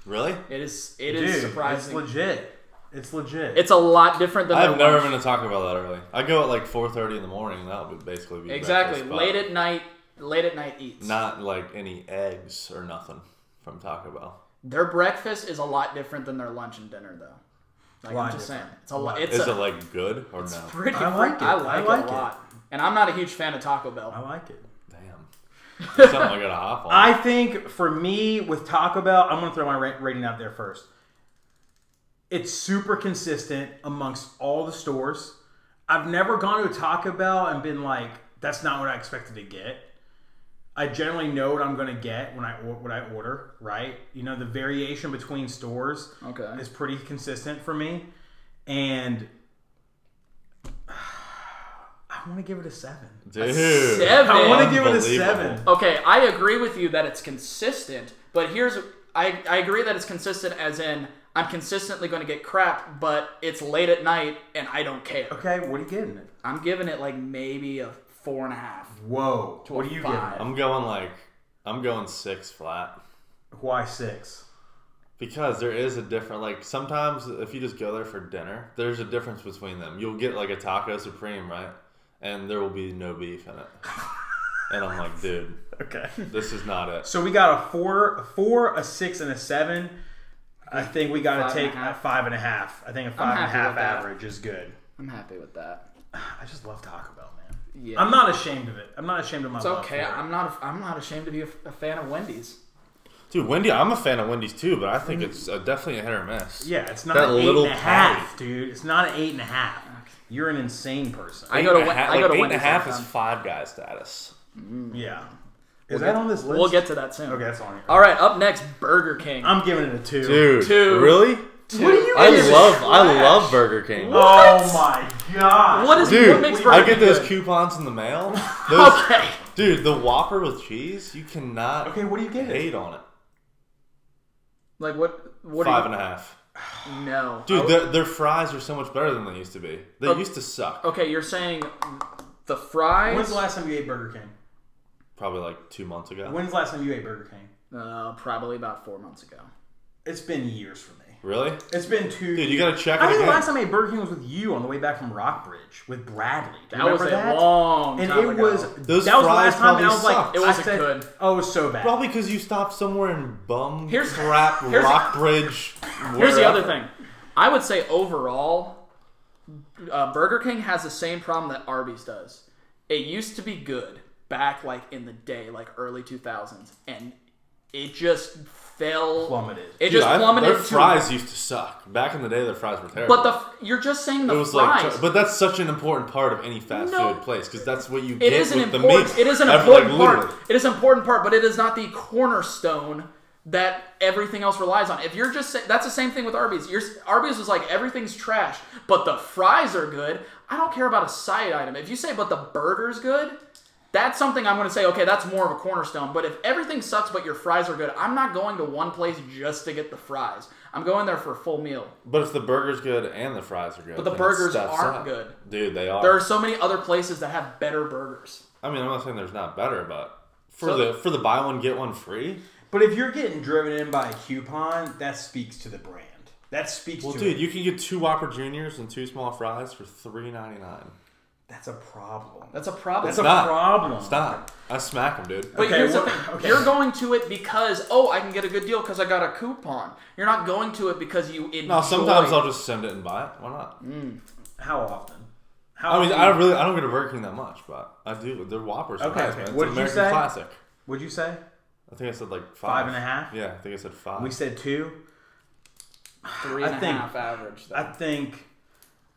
[SPEAKER 3] really?
[SPEAKER 1] It is it
[SPEAKER 2] Dude,
[SPEAKER 1] is surprising.
[SPEAKER 2] It's legit. It's legit.
[SPEAKER 1] It's a lot different than
[SPEAKER 3] I've
[SPEAKER 1] their
[SPEAKER 3] never
[SPEAKER 1] lunch.
[SPEAKER 3] been to Taco Bell that early. I go at like four thirty in the morning. That would basically be
[SPEAKER 1] exactly
[SPEAKER 3] breakfast, but
[SPEAKER 1] late at night. Late at night eats.
[SPEAKER 3] Not like any eggs or nothing from Taco Bell.
[SPEAKER 1] Their breakfast is a lot different than their lunch and dinner, though. Like, I'm
[SPEAKER 2] Lot
[SPEAKER 1] just
[SPEAKER 2] different.
[SPEAKER 1] saying, it's a lot. It's
[SPEAKER 3] Is
[SPEAKER 1] a, (laughs)
[SPEAKER 3] it like good or no?
[SPEAKER 1] pretty.
[SPEAKER 2] I like
[SPEAKER 1] freak-
[SPEAKER 2] it.
[SPEAKER 1] I
[SPEAKER 2] I
[SPEAKER 1] like,
[SPEAKER 2] like
[SPEAKER 1] it
[SPEAKER 2] it.
[SPEAKER 1] a lot. And I'm not a huge fan of Taco Bell.
[SPEAKER 2] I like it.
[SPEAKER 3] Damn. That's something I
[SPEAKER 1] (laughs)
[SPEAKER 3] gotta hop on.
[SPEAKER 2] I think for me with Taco Bell, I'm gonna throw my ra- rating out there first. It's super consistent amongst all the stores. I've never gone to a Taco Bell and been like, "That's not what I expected to get." I generally know what I'm gonna get when I or- what I order. Right? You know, the variation between stores
[SPEAKER 1] Okay.
[SPEAKER 2] is pretty consistent for me, and (sighs) I want to give it a seven.
[SPEAKER 3] Dude.
[SPEAKER 1] Seven.
[SPEAKER 2] I want to give it a
[SPEAKER 3] Unbelievable.
[SPEAKER 2] seven.
[SPEAKER 1] Okay, I agree with you that it's consistent, but here's I, I agree that it's consistent as in I'm consistently going to get crap, but it's late at night and I don't care.
[SPEAKER 2] Okay, what are you getting it?
[SPEAKER 1] I'm giving it like maybe a four and a half.
[SPEAKER 2] Whoa. What
[SPEAKER 1] a
[SPEAKER 2] are you
[SPEAKER 1] five.
[SPEAKER 2] giving it?
[SPEAKER 3] I'm going like I'm going six flat.
[SPEAKER 2] Why six?
[SPEAKER 3] Because there is a different like sometimes if you just go there for dinner, there's a difference between them. You'll get like a taco supreme, right? and there will be no beef in it. and I'm like, dude,
[SPEAKER 2] Okay. (laughs)
[SPEAKER 3] this is not it.
[SPEAKER 2] So we got a four, a four, a six, and a seven. I think we got
[SPEAKER 1] Five
[SPEAKER 2] to
[SPEAKER 1] and a
[SPEAKER 2] take a
[SPEAKER 1] half.
[SPEAKER 2] five and a half. I think a five and a
[SPEAKER 1] happy
[SPEAKER 2] half
[SPEAKER 1] with that.
[SPEAKER 2] average is good.
[SPEAKER 1] I'm happy with that.
[SPEAKER 2] I just love Taco Bell, man.
[SPEAKER 1] Yeah.
[SPEAKER 2] I'm not ashamed of it. I'm not ashamed of my.
[SPEAKER 1] It's
[SPEAKER 2] love
[SPEAKER 1] okay.
[SPEAKER 2] for it.
[SPEAKER 1] I'm not. I'm not ashamed to be a, a fan of Wendy's.
[SPEAKER 3] Dude, Wendy, I'm a fan of Wendy's too, but I think it's uh, definitely a hit or miss.
[SPEAKER 2] Yeah, it's not
[SPEAKER 3] That
[SPEAKER 2] an eight and
[SPEAKER 3] little
[SPEAKER 2] a half, dude. It's not an eight and a half. You're an insane person.
[SPEAKER 1] I go to
[SPEAKER 3] Eight and a
[SPEAKER 1] Wen-
[SPEAKER 3] half-
[SPEAKER 1] I go
[SPEAKER 3] like,
[SPEAKER 1] to
[SPEAKER 3] eight and a
[SPEAKER 1] Wendy's
[SPEAKER 3] half
[SPEAKER 1] all the time.
[SPEAKER 3] is five guy status.
[SPEAKER 2] yeah. Is that on this list?
[SPEAKER 1] We'll get to that soon.
[SPEAKER 2] Okay, that's on here.
[SPEAKER 1] All right. Up next, Burger King.
[SPEAKER 2] I'm giving it a two.
[SPEAKER 3] Dude,
[SPEAKER 1] Two.
[SPEAKER 3] really?
[SPEAKER 2] What are you
[SPEAKER 3] I
[SPEAKER 2] giving
[SPEAKER 3] love
[SPEAKER 2] it?
[SPEAKER 3] I love Burger King.
[SPEAKER 2] Oh my god.
[SPEAKER 1] what is
[SPEAKER 3] Dude,
[SPEAKER 1] what makes Burger
[SPEAKER 3] I get
[SPEAKER 1] King
[SPEAKER 3] those
[SPEAKER 1] good?
[SPEAKER 3] coupons in
[SPEAKER 1] (laughs)
[SPEAKER 3] the mail. Those,
[SPEAKER 1] Okay.
[SPEAKER 3] Dude, the Whopper with cheese, you cannot
[SPEAKER 2] Okay, what do you get?
[SPEAKER 3] hate on it.
[SPEAKER 1] Like what? What?
[SPEAKER 3] Five
[SPEAKER 1] are
[SPEAKER 3] and a half.
[SPEAKER 1] you, No.
[SPEAKER 3] Dude, their, their fries are so much better than they used to be. They used to suck.
[SPEAKER 1] Okay, you're saying the fries.
[SPEAKER 2] When's the last time you ate Burger King?
[SPEAKER 3] Probably like two months ago.
[SPEAKER 2] When's the last time you ate Burger King?
[SPEAKER 1] Uh, probably about four months ago.
[SPEAKER 2] It's been years for me.
[SPEAKER 3] really?
[SPEAKER 2] It's been two.
[SPEAKER 3] Dude, you gotta check it
[SPEAKER 2] I think
[SPEAKER 3] again.
[SPEAKER 2] the last time I ate Burger King was with you on the way back from Rockbridge with Bradley. Do you
[SPEAKER 1] That was
[SPEAKER 2] remember
[SPEAKER 1] a
[SPEAKER 2] that?
[SPEAKER 1] long
[SPEAKER 2] and
[SPEAKER 1] time
[SPEAKER 2] it
[SPEAKER 1] ago.
[SPEAKER 2] was
[SPEAKER 3] Those
[SPEAKER 2] that was the
[SPEAKER 3] fries
[SPEAKER 2] last time, and I
[SPEAKER 3] probably
[SPEAKER 2] was like,
[SPEAKER 3] sucked.
[SPEAKER 1] It
[SPEAKER 2] I
[SPEAKER 1] wasn't
[SPEAKER 2] said,
[SPEAKER 1] good.
[SPEAKER 2] Oh, it was so bad.
[SPEAKER 3] Probably because you stopped somewhere in bum
[SPEAKER 1] Here's- (laughs)
[SPEAKER 3] crap
[SPEAKER 1] here's-
[SPEAKER 3] Rockbridge.
[SPEAKER 1] (laughs) Here's the other
[SPEAKER 3] wherever.
[SPEAKER 1] thing. I would say overall, uh, Burger King has the same problem that Arby's does. It used to be good back like in the day, like early 2000s, and it just fell.
[SPEAKER 2] Plummeted.
[SPEAKER 1] It
[SPEAKER 3] Dude,
[SPEAKER 1] just
[SPEAKER 3] I-
[SPEAKER 1] plummeted.
[SPEAKER 3] their
[SPEAKER 1] to-
[SPEAKER 3] fries used to suck. Back in the day, their fries were terrible.
[SPEAKER 1] but the f- you're just saying the
[SPEAKER 3] it was like,
[SPEAKER 1] fries.
[SPEAKER 3] but that's such an important part of any fast
[SPEAKER 1] No.
[SPEAKER 3] food place because that's what you
[SPEAKER 1] it
[SPEAKER 3] get
[SPEAKER 1] is an
[SPEAKER 3] with the
[SPEAKER 1] important.
[SPEAKER 3] meat.
[SPEAKER 1] It is an
[SPEAKER 3] Every-
[SPEAKER 1] important
[SPEAKER 3] like,
[SPEAKER 1] part.
[SPEAKER 3] literally.
[SPEAKER 1] It is an important part, but it is not the cornerstone that everything else relies on. If you're just say, that's the same thing with Arby's. You're, s- Arby's was like everything's trash, but the fries are good. I don't care about a side item. If you say but the burger's good, that's something I'm going to say. Okay, that's more of a cornerstone. But if everything sucks but your fries are good, I'm not going to one place just to get the fries. I'm going there for a full meal.
[SPEAKER 3] But if the burger's good and the fries are good, but
[SPEAKER 1] the burgers aren't good.
[SPEAKER 3] Dude, they are.
[SPEAKER 1] There are so many other places that have better burgers.
[SPEAKER 3] I mean, I'm not saying there's not better, but for
[SPEAKER 1] So-
[SPEAKER 3] the for the buy one get one free,
[SPEAKER 2] But if you're getting driven in by a coupon, that speaks to the brand. That speaks
[SPEAKER 3] well,
[SPEAKER 2] to
[SPEAKER 3] dude,
[SPEAKER 2] it.
[SPEAKER 3] you can get two Whopper Juniors and two small fries for three ninety nine.
[SPEAKER 2] That's a problem.
[SPEAKER 1] That's a problem.
[SPEAKER 2] That's a
[SPEAKER 3] not.
[SPEAKER 2] problem.
[SPEAKER 3] Stop! I smack them, dude.
[SPEAKER 1] But
[SPEAKER 2] Okay,
[SPEAKER 1] here's the
[SPEAKER 2] well-
[SPEAKER 1] thing:
[SPEAKER 2] okay.
[SPEAKER 1] you're going to it because oh, I can get a good deal because I got a coupon. You're not going to it because you enjoy.
[SPEAKER 3] no, sometimes I'll just send it and buy it. Why not?
[SPEAKER 2] How often? How
[SPEAKER 3] I mean, I
[SPEAKER 2] often
[SPEAKER 3] really I don't get a Burger King that much, but I do. They're Whoppers. are
[SPEAKER 2] Okay,
[SPEAKER 3] nice,
[SPEAKER 2] okay.
[SPEAKER 3] man. It's
[SPEAKER 2] What
[SPEAKER 3] an
[SPEAKER 2] did you
[SPEAKER 3] American
[SPEAKER 2] say?
[SPEAKER 3] classic.
[SPEAKER 2] would you say?
[SPEAKER 3] I think I said like five.
[SPEAKER 2] Five and a half?
[SPEAKER 3] Yeah, I think I said five.
[SPEAKER 2] We said two.
[SPEAKER 1] three and
[SPEAKER 2] I
[SPEAKER 1] a half
[SPEAKER 2] think-
[SPEAKER 1] average. Though.
[SPEAKER 2] I
[SPEAKER 1] I,
[SPEAKER 2] think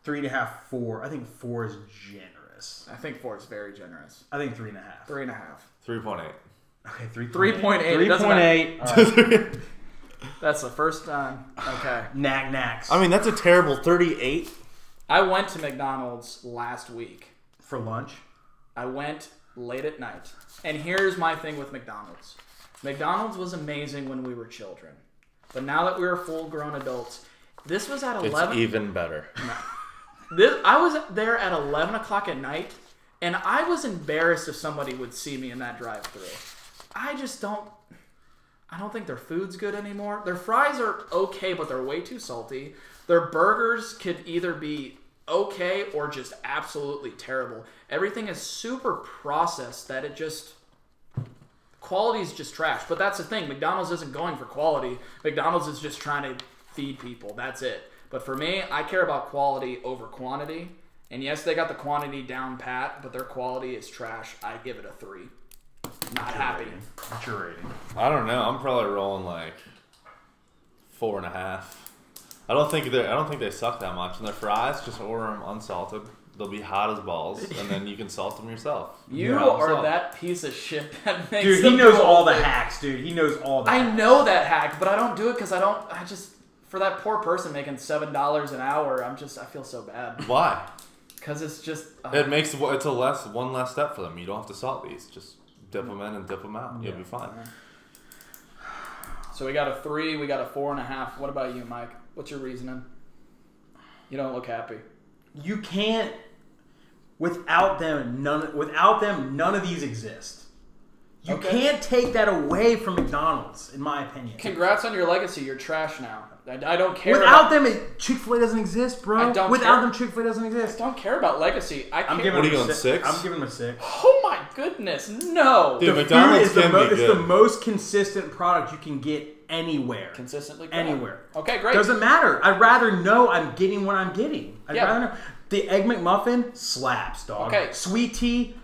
[SPEAKER 2] three and a half, four. I think four is generous.
[SPEAKER 1] think four is very generous.
[SPEAKER 2] I think three and a half.
[SPEAKER 1] Three and a half.
[SPEAKER 3] Three point eight.
[SPEAKER 2] Okay, three.
[SPEAKER 1] Three point eight. It doesn't
[SPEAKER 3] (laughs)
[SPEAKER 1] That's the first time. Okay.
[SPEAKER 2] (laughs) Knack knacks.
[SPEAKER 3] I mean, that's a terrible thirty-eight.
[SPEAKER 1] I went to McDonald's last week.
[SPEAKER 2] for lunch.
[SPEAKER 1] I went late at night, and here's my thing with McDonald's. McDonald's was amazing when we were children, but now that we are full-grown adults, this was at
[SPEAKER 3] It's
[SPEAKER 1] eleven.
[SPEAKER 3] even better.
[SPEAKER 1] This, I was there at 11 o'clock at night, and I was embarrassed if somebody would see me in that drive-through. I just don't. I don't think their food's good anymore. Their fries are okay, but they're way too salty. Their burgers could either be okay or just absolutely terrible. Everything is super processed that it just quality's just trash. But that's the thing. McDonald's isn't going for quality. McDonald's is just trying to feed people. That's it. But for me, I care about quality over quantity. And yes, they got the quantity down pat, but their quality is trash. I give it a three. Not happy.
[SPEAKER 2] What's your rating?
[SPEAKER 3] I don't know. I'm probably rolling like four and a half. I don't think they. I don't think they suck that much. And their fries, just order them unsalted. They'll be hot as balls, and then you can salt them yourself.
[SPEAKER 1] You
[SPEAKER 3] Yeah.
[SPEAKER 1] are
[SPEAKER 3] Salt.
[SPEAKER 1] that piece of shit (laughs) that makes.
[SPEAKER 2] Dude, he
[SPEAKER 1] them
[SPEAKER 2] knows
[SPEAKER 1] go
[SPEAKER 2] all the
[SPEAKER 1] away.
[SPEAKER 2] hacks, dude. He knows all the.
[SPEAKER 1] I know that hack, but I don't do it because I don't. I just for that poor person making seven dollars an hour. I'm just. I feel so bad
[SPEAKER 3] Why?
[SPEAKER 1] because it's just. uh,
[SPEAKER 3] It makes it's a less one less step for them. You don't have to salt these. Just dip them in and dip them out. You'll be fine.
[SPEAKER 1] so we got a three. We got a four and a half. What about you, Mike? What's your reasoning? You don't look happy.
[SPEAKER 2] you can't without them none without them none of these exist You
[SPEAKER 1] Okay.
[SPEAKER 2] can't take that away from McDonald's, in my opinion.
[SPEAKER 1] Congrats on your legacy. You're trash now. I, I don't care.
[SPEAKER 2] Without
[SPEAKER 1] about,
[SPEAKER 2] them, Chick Fil A doesn't exist, bro.
[SPEAKER 1] I don't
[SPEAKER 2] Without
[SPEAKER 1] care.
[SPEAKER 2] them, Chick Fil A doesn't exist.
[SPEAKER 1] don't care about legacy. I
[SPEAKER 2] I'm
[SPEAKER 1] can't.
[SPEAKER 2] giving
[SPEAKER 3] What are
[SPEAKER 2] them
[SPEAKER 3] you
[SPEAKER 2] a
[SPEAKER 3] going,
[SPEAKER 2] six.
[SPEAKER 3] six?
[SPEAKER 2] I'm giving them a six.
[SPEAKER 1] oh my goodness, no!
[SPEAKER 3] Dude,
[SPEAKER 2] The
[SPEAKER 3] McDonald's
[SPEAKER 2] food is the,
[SPEAKER 3] can
[SPEAKER 2] mo-
[SPEAKER 3] be
[SPEAKER 2] it's the
[SPEAKER 3] good.
[SPEAKER 2] most consistent product you can get anywhere.
[SPEAKER 1] Consistently crap.
[SPEAKER 2] Anywhere.
[SPEAKER 1] Okay, great.
[SPEAKER 2] Doesn't matter. I'd rather know I'm getting what I'm getting. I'd
[SPEAKER 1] Yeah.
[SPEAKER 2] rather know. The Egg McMuffin slaps, dog.
[SPEAKER 1] Okay.
[SPEAKER 2] Sweet tea,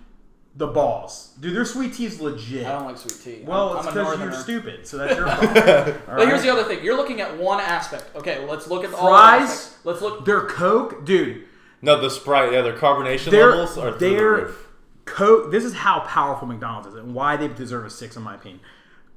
[SPEAKER 2] the balls. Dude, their sweet tea's legit.
[SPEAKER 1] I don't like sweet tea.
[SPEAKER 2] well,
[SPEAKER 1] I'm,
[SPEAKER 2] it's
[SPEAKER 1] I'm a
[SPEAKER 2] because
[SPEAKER 1] northerner.
[SPEAKER 2] you're stupid,
[SPEAKER 1] (laughs)
[SPEAKER 2] so that's your fault. All
[SPEAKER 1] But here's
[SPEAKER 2] right?
[SPEAKER 1] the other thing. You're looking at one aspect. Okay, let's look at all
[SPEAKER 2] Fries?
[SPEAKER 1] aspects. Let's look.
[SPEAKER 2] Their Coke, dude.
[SPEAKER 3] No, the Sprite, yeah, their carbonation
[SPEAKER 2] Their,
[SPEAKER 3] levels are through the
[SPEAKER 2] their
[SPEAKER 3] roof.
[SPEAKER 2] Coke. This is how powerful McDonald's is and why they deserve a six, in my opinion.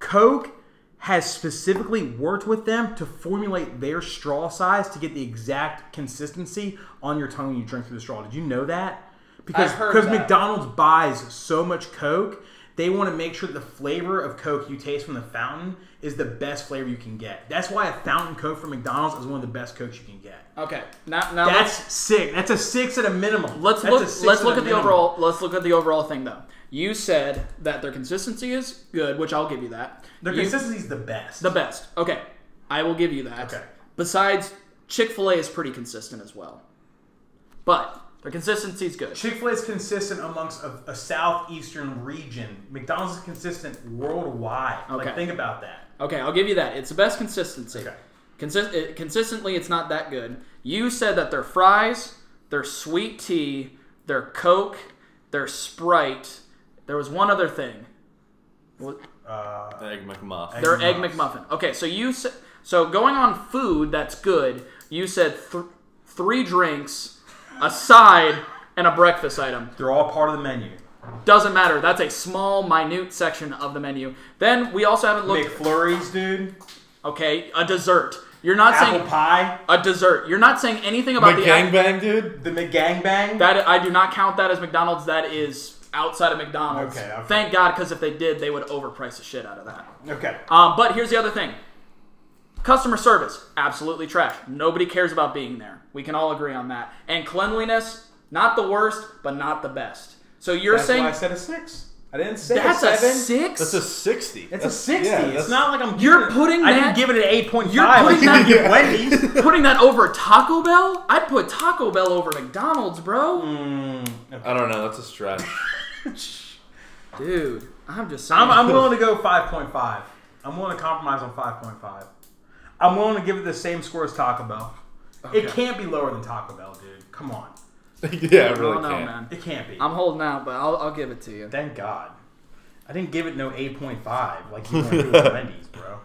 [SPEAKER 2] Coke has specifically worked with them to formulate their straw size to get the exact consistency on your tongue when you drink through the straw. Did you know that? Because
[SPEAKER 1] I've heard
[SPEAKER 2] because
[SPEAKER 1] that.
[SPEAKER 2] McDonald's buys so much Coke, they want to make sure that the flavor of Coke you taste from the fountain is the best flavor you can get. That's why a fountain Coke from McDonald's is one of the best Cokes you can get.
[SPEAKER 1] Okay, now now let's-
[SPEAKER 2] That's sick. That's a six at a minimum.
[SPEAKER 1] Let's
[SPEAKER 2] That's
[SPEAKER 1] look.
[SPEAKER 2] a six
[SPEAKER 1] Let's look
[SPEAKER 2] a
[SPEAKER 1] at the
[SPEAKER 2] minimum.
[SPEAKER 1] overall. Let's look at the overall thing though. You said that their consistency is good, which I'll give you that.
[SPEAKER 2] Their
[SPEAKER 1] You-
[SPEAKER 2] consistency is the best.
[SPEAKER 1] the best. Okay, I will give you that.
[SPEAKER 2] Okay.
[SPEAKER 1] Besides, Chick Fil A is pretty consistent as well, but their consistency is good.
[SPEAKER 2] Chick Fil A is consistent amongst a, a southeastern region. McDonald's is consistent worldwide. Like
[SPEAKER 1] Okay.
[SPEAKER 2] think about that.
[SPEAKER 1] Okay, I'll give you that. It's the best consistency.
[SPEAKER 2] Okay.
[SPEAKER 1] Consist- uh, consistently, it's not that good. You said that their fries, their sweet tea, their Coke, their Sprite. There was one other thing. What-
[SPEAKER 2] Uh,
[SPEAKER 3] Egg McMuff.
[SPEAKER 2] Egg-
[SPEAKER 1] They're egg
[SPEAKER 2] McMuffin.
[SPEAKER 1] McMuffin. Okay, so you s- so going on food that's good. You said th- three drinks, a side, and a breakfast item.
[SPEAKER 2] they're all part of the menu.
[SPEAKER 1] Doesn't matter. That's a small, minute section of the menu. Then we also haven't looked.
[SPEAKER 2] McFlurries, dude.
[SPEAKER 1] Okay, a dessert. You're not
[SPEAKER 2] Apple
[SPEAKER 1] saying
[SPEAKER 2] pie.
[SPEAKER 1] a dessert. You're not saying anything about the act-
[SPEAKER 3] McGangbang, dude?
[SPEAKER 2] The McGangbang.
[SPEAKER 1] that. I do not count that as McDonald's. That is outside of McDonald's.
[SPEAKER 2] Okay, okay.
[SPEAKER 1] Thank God, because if they did, they would overprice the shit out of that.
[SPEAKER 2] okay.
[SPEAKER 1] Um, but here's the other thing. Customer service, absolutely trash. Nobody cares about being there. We can all agree on that. And cleanliness, not the worst, but not the best. So you're
[SPEAKER 2] That's
[SPEAKER 1] saying
[SPEAKER 2] why I said a six. I didn't say
[SPEAKER 1] that's
[SPEAKER 2] a
[SPEAKER 1] a
[SPEAKER 2] seven.
[SPEAKER 1] six?
[SPEAKER 3] That's a 60.
[SPEAKER 2] It's a sixty.
[SPEAKER 3] yeah,
[SPEAKER 2] it's
[SPEAKER 3] that's-
[SPEAKER 2] not like I'm.
[SPEAKER 1] You're
[SPEAKER 2] giving it-
[SPEAKER 1] putting
[SPEAKER 2] I
[SPEAKER 1] that-
[SPEAKER 2] didn't give it an eight point five.
[SPEAKER 1] You're
[SPEAKER 2] like
[SPEAKER 1] putting
[SPEAKER 2] you
[SPEAKER 1] that- (laughs)
[SPEAKER 2] give Wendy's.
[SPEAKER 1] Putting that over Taco Bell? I'd put Taco Bell over McDonald's, bro.
[SPEAKER 3] I don't know. That's a stretch. (laughs)
[SPEAKER 1] Dude, I'm just saying.
[SPEAKER 2] I'm, I'm willing to go 5.5. I'm willing to compromise on 5.5. I'm willing to give it the same score as Taco Bell. It
[SPEAKER 1] Okay.
[SPEAKER 2] can't be lower than Taco Bell, dude. Come on.
[SPEAKER 3] yeah, I
[SPEAKER 1] I
[SPEAKER 3] really
[SPEAKER 1] don't know,
[SPEAKER 3] can't.
[SPEAKER 1] man.
[SPEAKER 2] It can't be.
[SPEAKER 1] (laughs) I'm holding out, but I'll, I'll give it to you.
[SPEAKER 2] Thank God. I didn't give it no 8.5 like you
[SPEAKER 1] (laughs)
[SPEAKER 2] want to do with Wendy's, bro.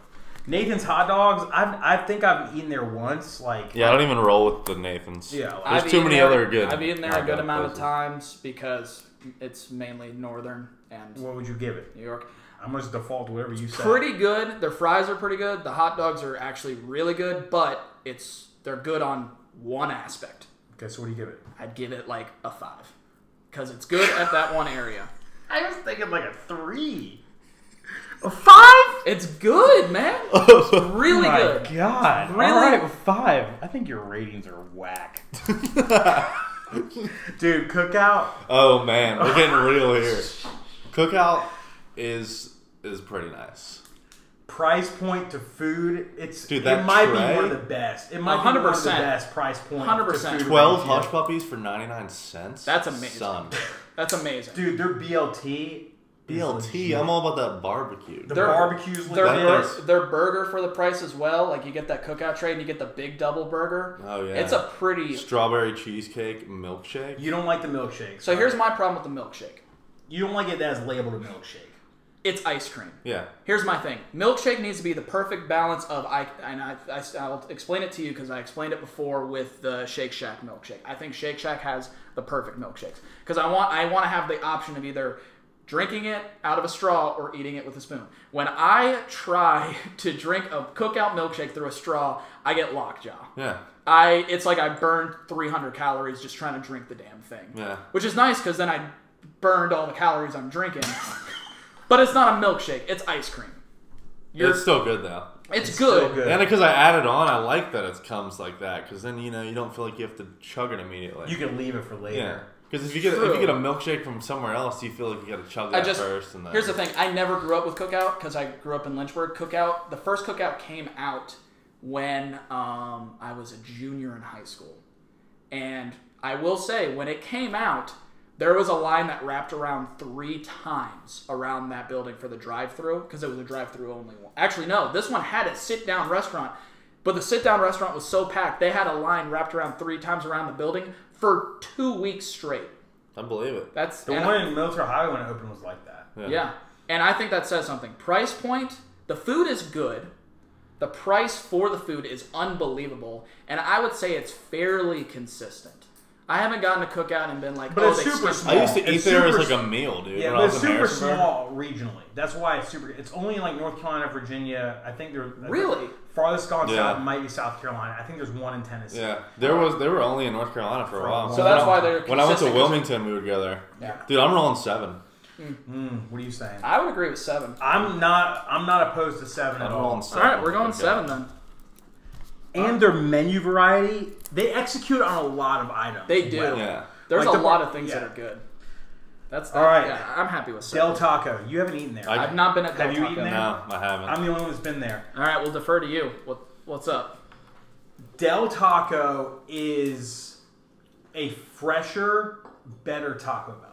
[SPEAKER 2] Nathan's hot dogs, I've, I think I've eaten there once. Like,
[SPEAKER 3] Yeah, I don't even roll with the Nathans.
[SPEAKER 2] Yeah, like-
[SPEAKER 3] There's
[SPEAKER 1] I've
[SPEAKER 3] too
[SPEAKER 1] eaten
[SPEAKER 3] many
[SPEAKER 1] there-
[SPEAKER 3] other good
[SPEAKER 1] I've eaten there a
[SPEAKER 3] hot
[SPEAKER 1] good
[SPEAKER 3] dog
[SPEAKER 1] amount
[SPEAKER 3] places.
[SPEAKER 1] of times because it's mainly northern and
[SPEAKER 2] what would you give it?
[SPEAKER 1] New York.
[SPEAKER 2] I'm going to default to whatever you said.
[SPEAKER 1] pretty good. Their fries are pretty good. The hot dogs are actually really good, but it's they're good on one aspect.
[SPEAKER 2] Okay, so what do you give it?
[SPEAKER 1] I'd give it like a five because it's good at that one area.
[SPEAKER 2] I was thinking like a 3. A 5?
[SPEAKER 1] It's good,
[SPEAKER 3] (laughs)
[SPEAKER 1] man.
[SPEAKER 3] Oh
[SPEAKER 1] Really
[SPEAKER 2] my
[SPEAKER 1] good.
[SPEAKER 2] God!
[SPEAKER 1] Really?
[SPEAKER 2] All right, with five. I think your ratings are whack, (laughs) dude. Cookout.
[SPEAKER 3] oh man, we're getting real here. (laughs) Cookout is is pretty nice.
[SPEAKER 2] Price point to food. It's
[SPEAKER 3] Dude,
[SPEAKER 2] it
[SPEAKER 3] that
[SPEAKER 2] might
[SPEAKER 3] tray?
[SPEAKER 2] be one of the best. It might be one of the
[SPEAKER 1] 100%.
[SPEAKER 2] best price point.
[SPEAKER 1] 100%.
[SPEAKER 2] to food
[SPEAKER 3] Twelve
[SPEAKER 2] ratio.
[SPEAKER 3] hush puppies for ninety nine cents.
[SPEAKER 1] That's amazing.
[SPEAKER 3] Son,
[SPEAKER 1] (laughs) That's amazing.
[SPEAKER 2] Dude, their BLT. is legit.
[SPEAKER 3] BLT. I'm all about that barbecue.
[SPEAKER 1] (laughs)
[SPEAKER 2] The
[SPEAKER 1] They're-
[SPEAKER 2] barbecue's
[SPEAKER 1] Their,
[SPEAKER 3] That
[SPEAKER 1] bur-
[SPEAKER 2] legit.
[SPEAKER 3] is-
[SPEAKER 1] their burger for the price as well. Like you get that cookout tray and you get the big double burger.
[SPEAKER 3] Oh, yeah.
[SPEAKER 1] it's a pretty.
[SPEAKER 3] Strawberry cheesecake milkshake.
[SPEAKER 2] You don't like the milkshake.
[SPEAKER 1] So here's my problem with the milkshake.
[SPEAKER 2] you don't like it as labeled a milkshake.
[SPEAKER 1] It's ice cream.
[SPEAKER 3] Yeah.
[SPEAKER 1] Here's my thing. Milkshake needs to be the perfect balance of I and I, I will explain it to you because I explained it before with the Shake Shack milkshake. I think Shake Shack has the perfect milkshakes because I want I want to have the option of either drinking it out of a straw or eating it with a spoon. When I try (laughs) to drink a cookout milkshake through a straw, I get lockjaw.
[SPEAKER 3] Yeah.
[SPEAKER 1] I it's like I burned 300 calories just trying to drink the damn thing.
[SPEAKER 3] Yeah.
[SPEAKER 1] Which is nice because then I burned all the calories I'm drinking. but it's not a milkshake. It's ice cream. You're,
[SPEAKER 3] It's
[SPEAKER 1] it's
[SPEAKER 3] still good though.
[SPEAKER 1] good.
[SPEAKER 2] Still good.
[SPEAKER 3] And because I added on, I like that it comes like that. Because then you know you don't feel like you have to chug it immediately.
[SPEAKER 2] You can leave it for later.
[SPEAKER 3] yeah. Because if you get if
[SPEAKER 1] True.
[SPEAKER 3] you get a milkshake from somewhere else, you feel like you got to chug
[SPEAKER 1] I
[SPEAKER 3] that
[SPEAKER 1] just
[SPEAKER 3] first. And then
[SPEAKER 1] here's the thing. I never grew up with cookout because I grew up in Lynchburg. Cookout. The first cookout came out when um, I was a junior in high school, and I will say when it came out, there was a line that wrapped around three times around that building for the drive-through because it was a drive-through only one. Actually, no, this one had a sit-down restaurant. But the sit-down restaurant was so packed, they had a line wrapped around three times around the building for two weeks straight.
[SPEAKER 3] I believe it.
[SPEAKER 1] That's
[SPEAKER 2] The
[SPEAKER 1] and
[SPEAKER 2] one in Military Highway when it opened was like that.
[SPEAKER 1] yeah. And I think that says something. Price point, the food is good. The price for the food is unbelievable. And I would say it's fairly consistent. I haven't gotten to cook out and been like,
[SPEAKER 2] But
[SPEAKER 1] oh, they
[SPEAKER 2] it's super
[SPEAKER 1] switched-
[SPEAKER 2] small.
[SPEAKER 3] I used to
[SPEAKER 2] It's
[SPEAKER 3] eat there as
[SPEAKER 2] super
[SPEAKER 3] like a meal, dude.
[SPEAKER 2] Yeah,
[SPEAKER 3] when I
[SPEAKER 2] but
[SPEAKER 3] was
[SPEAKER 2] it's
[SPEAKER 3] in
[SPEAKER 2] super
[SPEAKER 3] Harrisonburg.
[SPEAKER 2] small regionally. That's why it's super. It's only in like North Carolina, Virginia. I think they're I think
[SPEAKER 1] Really?
[SPEAKER 2] farthest gone
[SPEAKER 3] Yeah.
[SPEAKER 2] south might be South Carolina. I think there's one in Tennessee.
[SPEAKER 3] Yeah, there was they were only in North Carolina for a while.
[SPEAKER 2] So
[SPEAKER 1] So that's why they're
[SPEAKER 3] when I went to
[SPEAKER 1] consistent, 'cause-
[SPEAKER 3] Wilmington, we would go there.
[SPEAKER 1] Yeah.
[SPEAKER 3] Dude, I'm rolling seven.
[SPEAKER 2] Mm, what are you saying?
[SPEAKER 1] I would agree with seven.
[SPEAKER 2] I'm not. I'm not opposed to seven at
[SPEAKER 3] I'm
[SPEAKER 2] all.
[SPEAKER 3] rolling seven.
[SPEAKER 1] All right, we're going
[SPEAKER 3] Okay.
[SPEAKER 1] seven then.
[SPEAKER 2] And their menu variety, they execute on a lot of items.
[SPEAKER 1] They do.
[SPEAKER 3] Yeah.
[SPEAKER 1] There's
[SPEAKER 2] Like
[SPEAKER 1] a
[SPEAKER 2] the-
[SPEAKER 1] lot of things
[SPEAKER 2] yeah.
[SPEAKER 1] that are good. That's
[SPEAKER 2] All right.
[SPEAKER 1] Yeah, I'm happy with seven.
[SPEAKER 2] Del Taco, you haven't eaten there.
[SPEAKER 3] I-
[SPEAKER 1] I've not been at Del
[SPEAKER 2] Have you
[SPEAKER 1] Taco.
[SPEAKER 2] eaten there?
[SPEAKER 3] No, I haven't.
[SPEAKER 2] I'm the only one that's been there.
[SPEAKER 1] All right, we'll defer to you. What, what's up?
[SPEAKER 2] Del Taco is a fresher, better Taco Bell.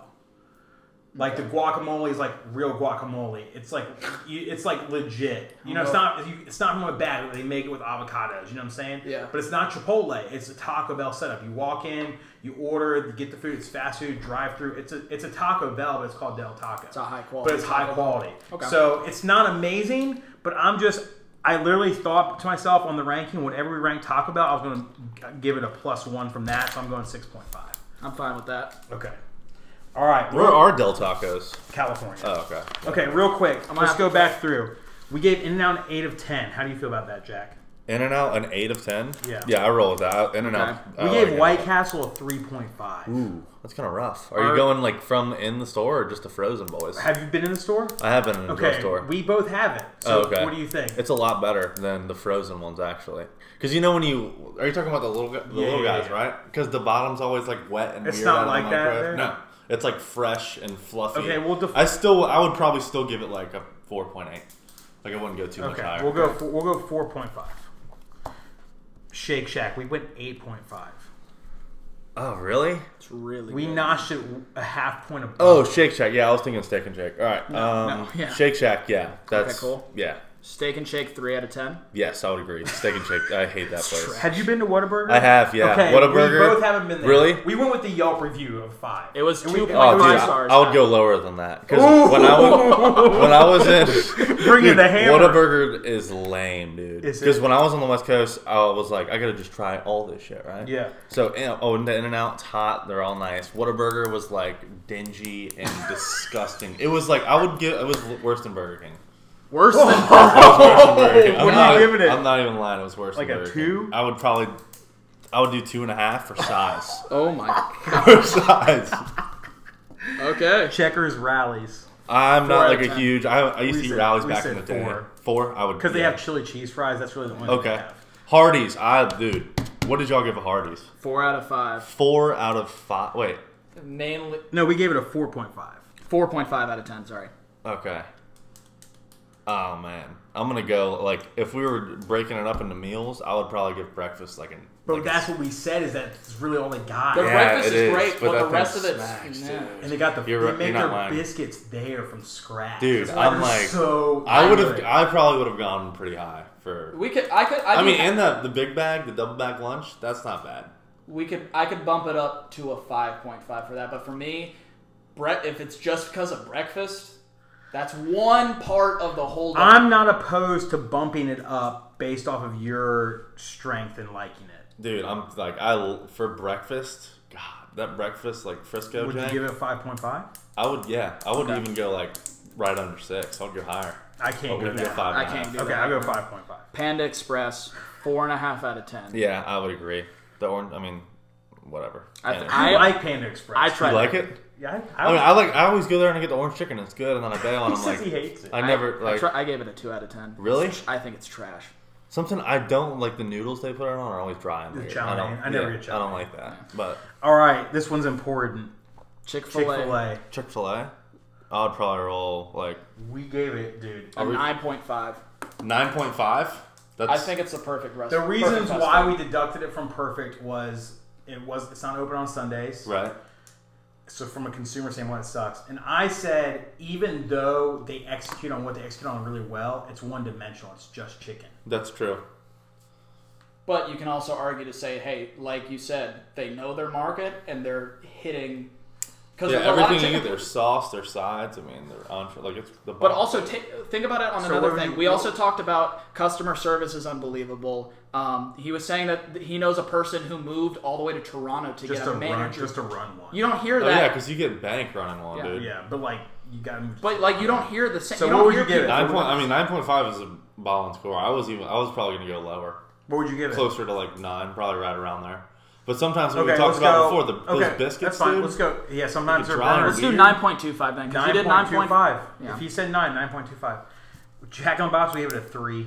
[SPEAKER 2] Like the guacamole is like real guacamole. It's like you, it's like legit. You know, it's not you, it's not from a bag. They make it with avocados. You know what I'm saying?
[SPEAKER 1] Yeah.
[SPEAKER 2] But it's not Chipotle. It's a Taco Bell setup. You walk in, you order, you get the food. It's fast food, drive through. It's a it's a Taco Bell, but it's called Del Taco. It's
[SPEAKER 1] a high quality
[SPEAKER 2] But it's high
[SPEAKER 1] Taco Bell.
[SPEAKER 2] quality.
[SPEAKER 1] Okay.
[SPEAKER 2] So it's not amazing, but I'm just I literally thought to myself on the ranking, whatever we ranked Taco Bell, I was going to give it a plus one from that, so I'm going six point five.
[SPEAKER 1] I'm fine with that.
[SPEAKER 2] Okay. All right.
[SPEAKER 3] Where are Del Tacos?
[SPEAKER 2] California?
[SPEAKER 3] Oh, okay.
[SPEAKER 2] okay, real quick. let's
[SPEAKER 1] have
[SPEAKER 2] go back through. We gave In and Out an eight of ten. How do you feel about that, Jack?
[SPEAKER 3] In and Out, an eight of ten.
[SPEAKER 2] Yeah.
[SPEAKER 3] Yeah, I roll with that. In and Out.
[SPEAKER 1] Okay.
[SPEAKER 3] I
[SPEAKER 2] We
[SPEAKER 3] like
[SPEAKER 2] gave
[SPEAKER 3] In-N-Out.
[SPEAKER 2] White Castle a three point five.
[SPEAKER 3] Ooh, that's kind of rough. Are
[SPEAKER 1] Are-
[SPEAKER 3] you going like from in the store or just the frozen boys?
[SPEAKER 2] Have you been in the store?
[SPEAKER 3] I have been in the
[SPEAKER 2] Okay.
[SPEAKER 3] store.
[SPEAKER 2] We both have it. So
[SPEAKER 3] Oh, okay.
[SPEAKER 2] what do you think?
[SPEAKER 3] It's a lot better than the frozen ones actually. Because you know when you are you talking about the little gu- the
[SPEAKER 2] Yeah,
[SPEAKER 3] little
[SPEAKER 2] yeah,
[SPEAKER 3] guys,
[SPEAKER 2] yeah.
[SPEAKER 3] right? Because the bottom's always like wet and
[SPEAKER 2] It's
[SPEAKER 3] weird
[SPEAKER 2] not
[SPEAKER 3] out of the
[SPEAKER 2] like that
[SPEAKER 3] microwave.
[SPEAKER 2] there?
[SPEAKER 3] No, it's like fresh and fluffy.
[SPEAKER 2] Okay, we'll def-
[SPEAKER 3] I still I would probably still give it like a four point eight. Like I wouldn't go too much
[SPEAKER 2] Okay,
[SPEAKER 3] higher.
[SPEAKER 2] we'll go. Four, we'll go four point five. Shake Shack, we went eight point five.
[SPEAKER 3] oh really?
[SPEAKER 1] It's really
[SPEAKER 2] We
[SPEAKER 1] good.
[SPEAKER 2] notched it a half point above.
[SPEAKER 3] Oh Shake Shack. Yeah, I was thinking Steak and Shake. All right.
[SPEAKER 2] (laughs)
[SPEAKER 3] um,
[SPEAKER 1] no, yeah.
[SPEAKER 3] Shake Shack. Yeah, that's
[SPEAKER 1] cool.
[SPEAKER 3] Yeah.
[SPEAKER 1] Steak and Shake, three out of ten.
[SPEAKER 3] Yes, I would agree. Steak and Shake. I hate that place.
[SPEAKER 1] trash.
[SPEAKER 2] Have you been to Whataburger?
[SPEAKER 3] I have, yeah.
[SPEAKER 2] Okay,
[SPEAKER 3] Whataburger-
[SPEAKER 2] We both haven't been there.
[SPEAKER 3] Really?
[SPEAKER 2] We went with the Yelp review of five.
[SPEAKER 1] It was
[SPEAKER 2] And we-
[SPEAKER 1] 2.5
[SPEAKER 3] Oh,
[SPEAKER 1] Like
[SPEAKER 3] dude,
[SPEAKER 1] five
[SPEAKER 3] I-
[SPEAKER 1] stars.
[SPEAKER 3] I would go lower than that because when I
[SPEAKER 2] (laughs)
[SPEAKER 3] was when I was in
[SPEAKER 2] Bring in the hammer.
[SPEAKER 3] Whataburger is lame, dude.
[SPEAKER 2] Is it?
[SPEAKER 3] Because when I was on the West Coast, I was like, I gotta just try all this shit, right?
[SPEAKER 2] Yeah.
[SPEAKER 3] So you know, oh, and the In and Out's hot. They're all nice. Whataburger was like dingy
[SPEAKER 2] (laughs)
[SPEAKER 3] and disgusting. It was like I would give. It was worse than Burger King.
[SPEAKER 1] Worse than
[SPEAKER 3] Burger King.
[SPEAKER 2] what are you
[SPEAKER 3] not,
[SPEAKER 2] Oh, giving it?
[SPEAKER 3] I'm not even lying. It was worse.
[SPEAKER 2] Like
[SPEAKER 3] than
[SPEAKER 2] a
[SPEAKER 3] Burger King.
[SPEAKER 2] two?
[SPEAKER 3] I would probably. I would do two and a half for size. (laughs)
[SPEAKER 1] Oh my.
[SPEAKER 3] for size.
[SPEAKER 1] Okay.
[SPEAKER 2] Checkers rallies
[SPEAKER 3] I'm
[SPEAKER 1] Four
[SPEAKER 3] not
[SPEAKER 1] out
[SPEAKER 3] like
[SPEAKER 1] of
[SPEAKER 3] a
[SPEAKER 1] ten.
[SPEAKER 3] huge. I, I used
[SPEAKER 2] We
[SPEAKER 3] to eat
[SPEAKER 2] said-
[SPEAKER 3] rallies
[SPEAKER 2] we
[SPEAKER 3] back in the
[SPEAKER 2] said
[SPEAKER 3] day.
[SPEAKER 2] four.
[SPEAKER 3] Four, I would
[SPEAKER 2] because they
[SPEAKER 3] yeah.
[SPEAKER 2] have chili cheese fries. That's really the only. thing they
[SPEAKER 3] Okay,
[SPEAKER 2] have.
[SPEAKER 3] Hardee's. I dude, what did y'all give a Hardee's?
[SPEAKER 1] Four out of five.
[SPEAKER 3] Four out of five. Wait,
[SPEAKER 1] Mainly
[SPEAKER 2] No, we gave it a four point five.
[SPEAKER 1] four point five out of ten. Sorry.
[SPEAKER 3] okay. Oh man, I'm gonna go like if we were breaking it up into meals, I would probably give breakfast like an.
[SPEAKER 2] But
[SPEAKER 3] like a-
[SPEAKER 2] that's what we said is that it's really all they got.
[SPEAKER 1] The
[SPEAKER 3] Yeah,
[SPEAKER 1] breakfast
[SPEAKER 3] it
[SPEAKER 1] is
[SPEAKER 3] is,
[SPEAKER 1] great,
[SPEAKER 3] but
[SPEAKER 1] but,
[SPEAKER 3] that
[SPEAKER 1] the
[SPEAKER 3] thing
[SPEAKER 1] rest of it's
[SPEAKER 3] smacks,
[SPEAKER 1] nah.
[SPEAKER 2] And they got the
[SPEAKER 3] You're
[SPEAKER 2] they
[SPEAKER 3] right-
[SPEAKER 2] make
[SPEAKER 3] you're not
[SPEAKER 2] their
[SPEAKER 3] lying.
[SPEAKER 2] biscuits there from scratch.
[SPEAKER 3] Dude,
[SPEAKER 2] That's why
[SPEAKER 3] I'm
[SPEAKER 2] they're
[SPEAKER 3] like-
[SPEAKER 2] so.
[SPEAKER 3] I would have.
[SPEAKER 2] good.
[SPEAKER 3] I probably would have gone pretty high for.
[SPEAKER 1] We could. I could. I,
[SPEAKER 3] I mean,
[SPEAKER 1] could,
[SPEAKER 3] and the the big bag, the double bag lunch. That's not bad.
[SPEAKER 1] we could. I could bump it up to a five point five for that. But for me, Brett, if it's just because of breakfast, that's one part of the whole. Day.
[SPEAKER 2] I'm not opposed to bumping it up based off of your strength and liking it.
[SPEAKER 3] Dude, I'm like I l- for breakfast. God, that breakfast like Frisco.
[SPEAKER 2] Would
[SPEAKER 3] Jack,
[SPEAKER 2] you give it a 5.5?
[SPEAKER 3] I would, yeah. I would even go like right under six. I'd go higher.
[SPEAKER 2] I
[SPEAKER 3] But
[SPEAKER 2] can't
[SPEAKER 3] we'd
[SPEAKER 2] go
[SPEAKER 3] go
[SPEAKER 2] that.
[SPEAKER 3] five.
[SPEAKER 1] I
[SPEAKER 3] and a
[SPEAKER 1] can't
[SPEAKER 3] half.
[SPEAKER 1] do
[SPEAKER 2] Okay,
[SPEAKER 1] that.
[SPEAKER 2] I'll go 5.5.
[SPEAKER 1] Panda Express, four and a half out of ten.
[SPEAKER 3] Yeah, I would agree. The orange. I mean, whatever.
[SPEAKER 1] I
[SPEAKER 3] Yeah.
[SPEAKER 1] th- I-
[SPEAKER 2] I,
[SPEAKER 3] (laughs)
[SPEAKER 2] like Panda Express.
[SPEAKER 1] I tried.
[SPEAKER 3] you like it?
[SPEAKER 2] Yeah, I,
[SPEAKER 3] I mean,
[SPEAKER 2] I,
[SPEAKER 3] I like. I always go there and I get the orange chicken. It's good, and then I bail, and
[SPEAKER 2] (laughs) he
[SPEAKER 3] I'm
[SPEAKER 2] says he
[SPEAKER 3] like,
[SPEAKER 2] hates it.
[SPEAKER 3] I never
[SPEAKER 1] I,
[SPEAKER 3] like.
[SPEAKER 1] try, I gave it a two out of ten.
[SPEAKER 3] Really?
[SPEAKER 1] I think it's trash.
[SPEAKER 3] Something I don't like. The noodles they put it on are always dry and weird.
[SPEAKER 2] chow
[SPEAKER 3] I don't.
[SPEAKER 2] mein. I never
[SPEAKER 3] yeah,
[SPEAKER 2] get chow
[SPEAKER 3] I don't like that. But
[SPEAKER 2] All right, this one's important.
[SPEAKER 1] Chick
[SPEAKER 2] Chick
[SPEAKER 1] Fil
[SPEAKER 2] Fil
[SPEAKER 1] A,
[SPEAKER 2] A.
[SPEAKER 3] Chick Fil A. I'd probably roll like
[SPEAKER 2] We gave it, dude.
[SPEAKER 3] Oh,
[SPEAKER 1] a nine point five.
[SPEAKER 3] nine point five. That's
[SPEAKER 1] I think it's the perfect rest.
[SPEAKER 2] The
[SPEAKER 1] perfect
[SPEAKER 2] reasons
[SPEAKER 1] restaurant.
[SPEAKER 2] why we deducted it from perfect was it was it's not open on Sundays.
[SPEAKER 3] right.
[SPEAKER 2] So from a consumer standpoint, it sucks. And I said even though they execute on what they execute on really well, it's one dimensional. It's just chicken.
[SPEAKER 3] That's true.
[SPEAKER 1] But you can also argue to say, hey, like you said, they know their market and they're hitting because a
[SPEAKER 3] Yeah,
[SPEAKER 1] lot of
[SPEAKER 3] everything you
[SPEAKER 1] chicken.
[SPEAKER 3] get, their sauce, their sides. I mean, their entree, like it's the.
[SPEAKER 1] But also t- think about it on
[SPEAKER 2] what
[SPEAKER 1] another
[SPEAKER 2] do
[SPEAKER 1] thing.
[SPEAKER 2] you-
[SPEAKER 1] We also talked about customer service is unbelievable. Um, he was saying that th- he knows a person who moved all the way to Toronto to
[SPEAKER 2] Just
[SPEAKER 1] get
[SPEAKER 2] a
[SPEAKER 1] a
[SPEAKER 2] run,
[SPEAKER 1] manager.
[SPEAKER 2] just a run one.
[SPEAKER 1] you don't hear
[SPEAKER 3] oh yeah,
[SPEAKER 1] that,
[SPEAKER 3] because you get bank running one,
[SPEAKER 1] Yeah.
[SPEAKER 3] dude.
[SPEAKER 2] yeah, but like you got to.
[SPEAKER 1] but like you don't hear the same.
[SPEAKER 2] So
[SPEAKER 1] you
[SPEAKER 2] what
[SPEAKER 1] don't
[SPEAKER 2] would
[SPEAKER 1] hear
[SPEAKER 2] you give it?
[SPEAKER 1] people-
[SPEAKER 3] Nine point. I mean, nine point five is a ball and score. I was even. I was probably gonna go lower,
[SPEAKER 2] what would you give it?
[SPEAKER 3] closer to like nine, probably right around there. But sometimes what we
[SPEAKER 2] Okay, let's
[SPEAKER 3] talked about
[SPEAKER 2] go.
[SPEAKER 3] before, the,
[SPEAKER 2] okay,
[SPEAKER 3] those
[SPEAKER 2] That's
[SPEAKER 3] biscuits,
[SPEAKER 2] fine.
[SPEAKER 3] dude.
[SPEAKER 2] Let's go. Yeah, sometimes they're
[SPEAKER 3] dry and
[SPEAKER 2] burners.
[SPEAKER 1] Let's do nine point two five then. Because you
[SPEAKER 2] Nine
[SPEAKER 1] did nine
[SPEAKER 2] point two
[SPEAKER 1] point
[SPEAKER 2] five.
[SPEAKER 1] Yeah.
[SPEAKER 2] If he said nine, nine point two five. Jack on Box, we gave it a three.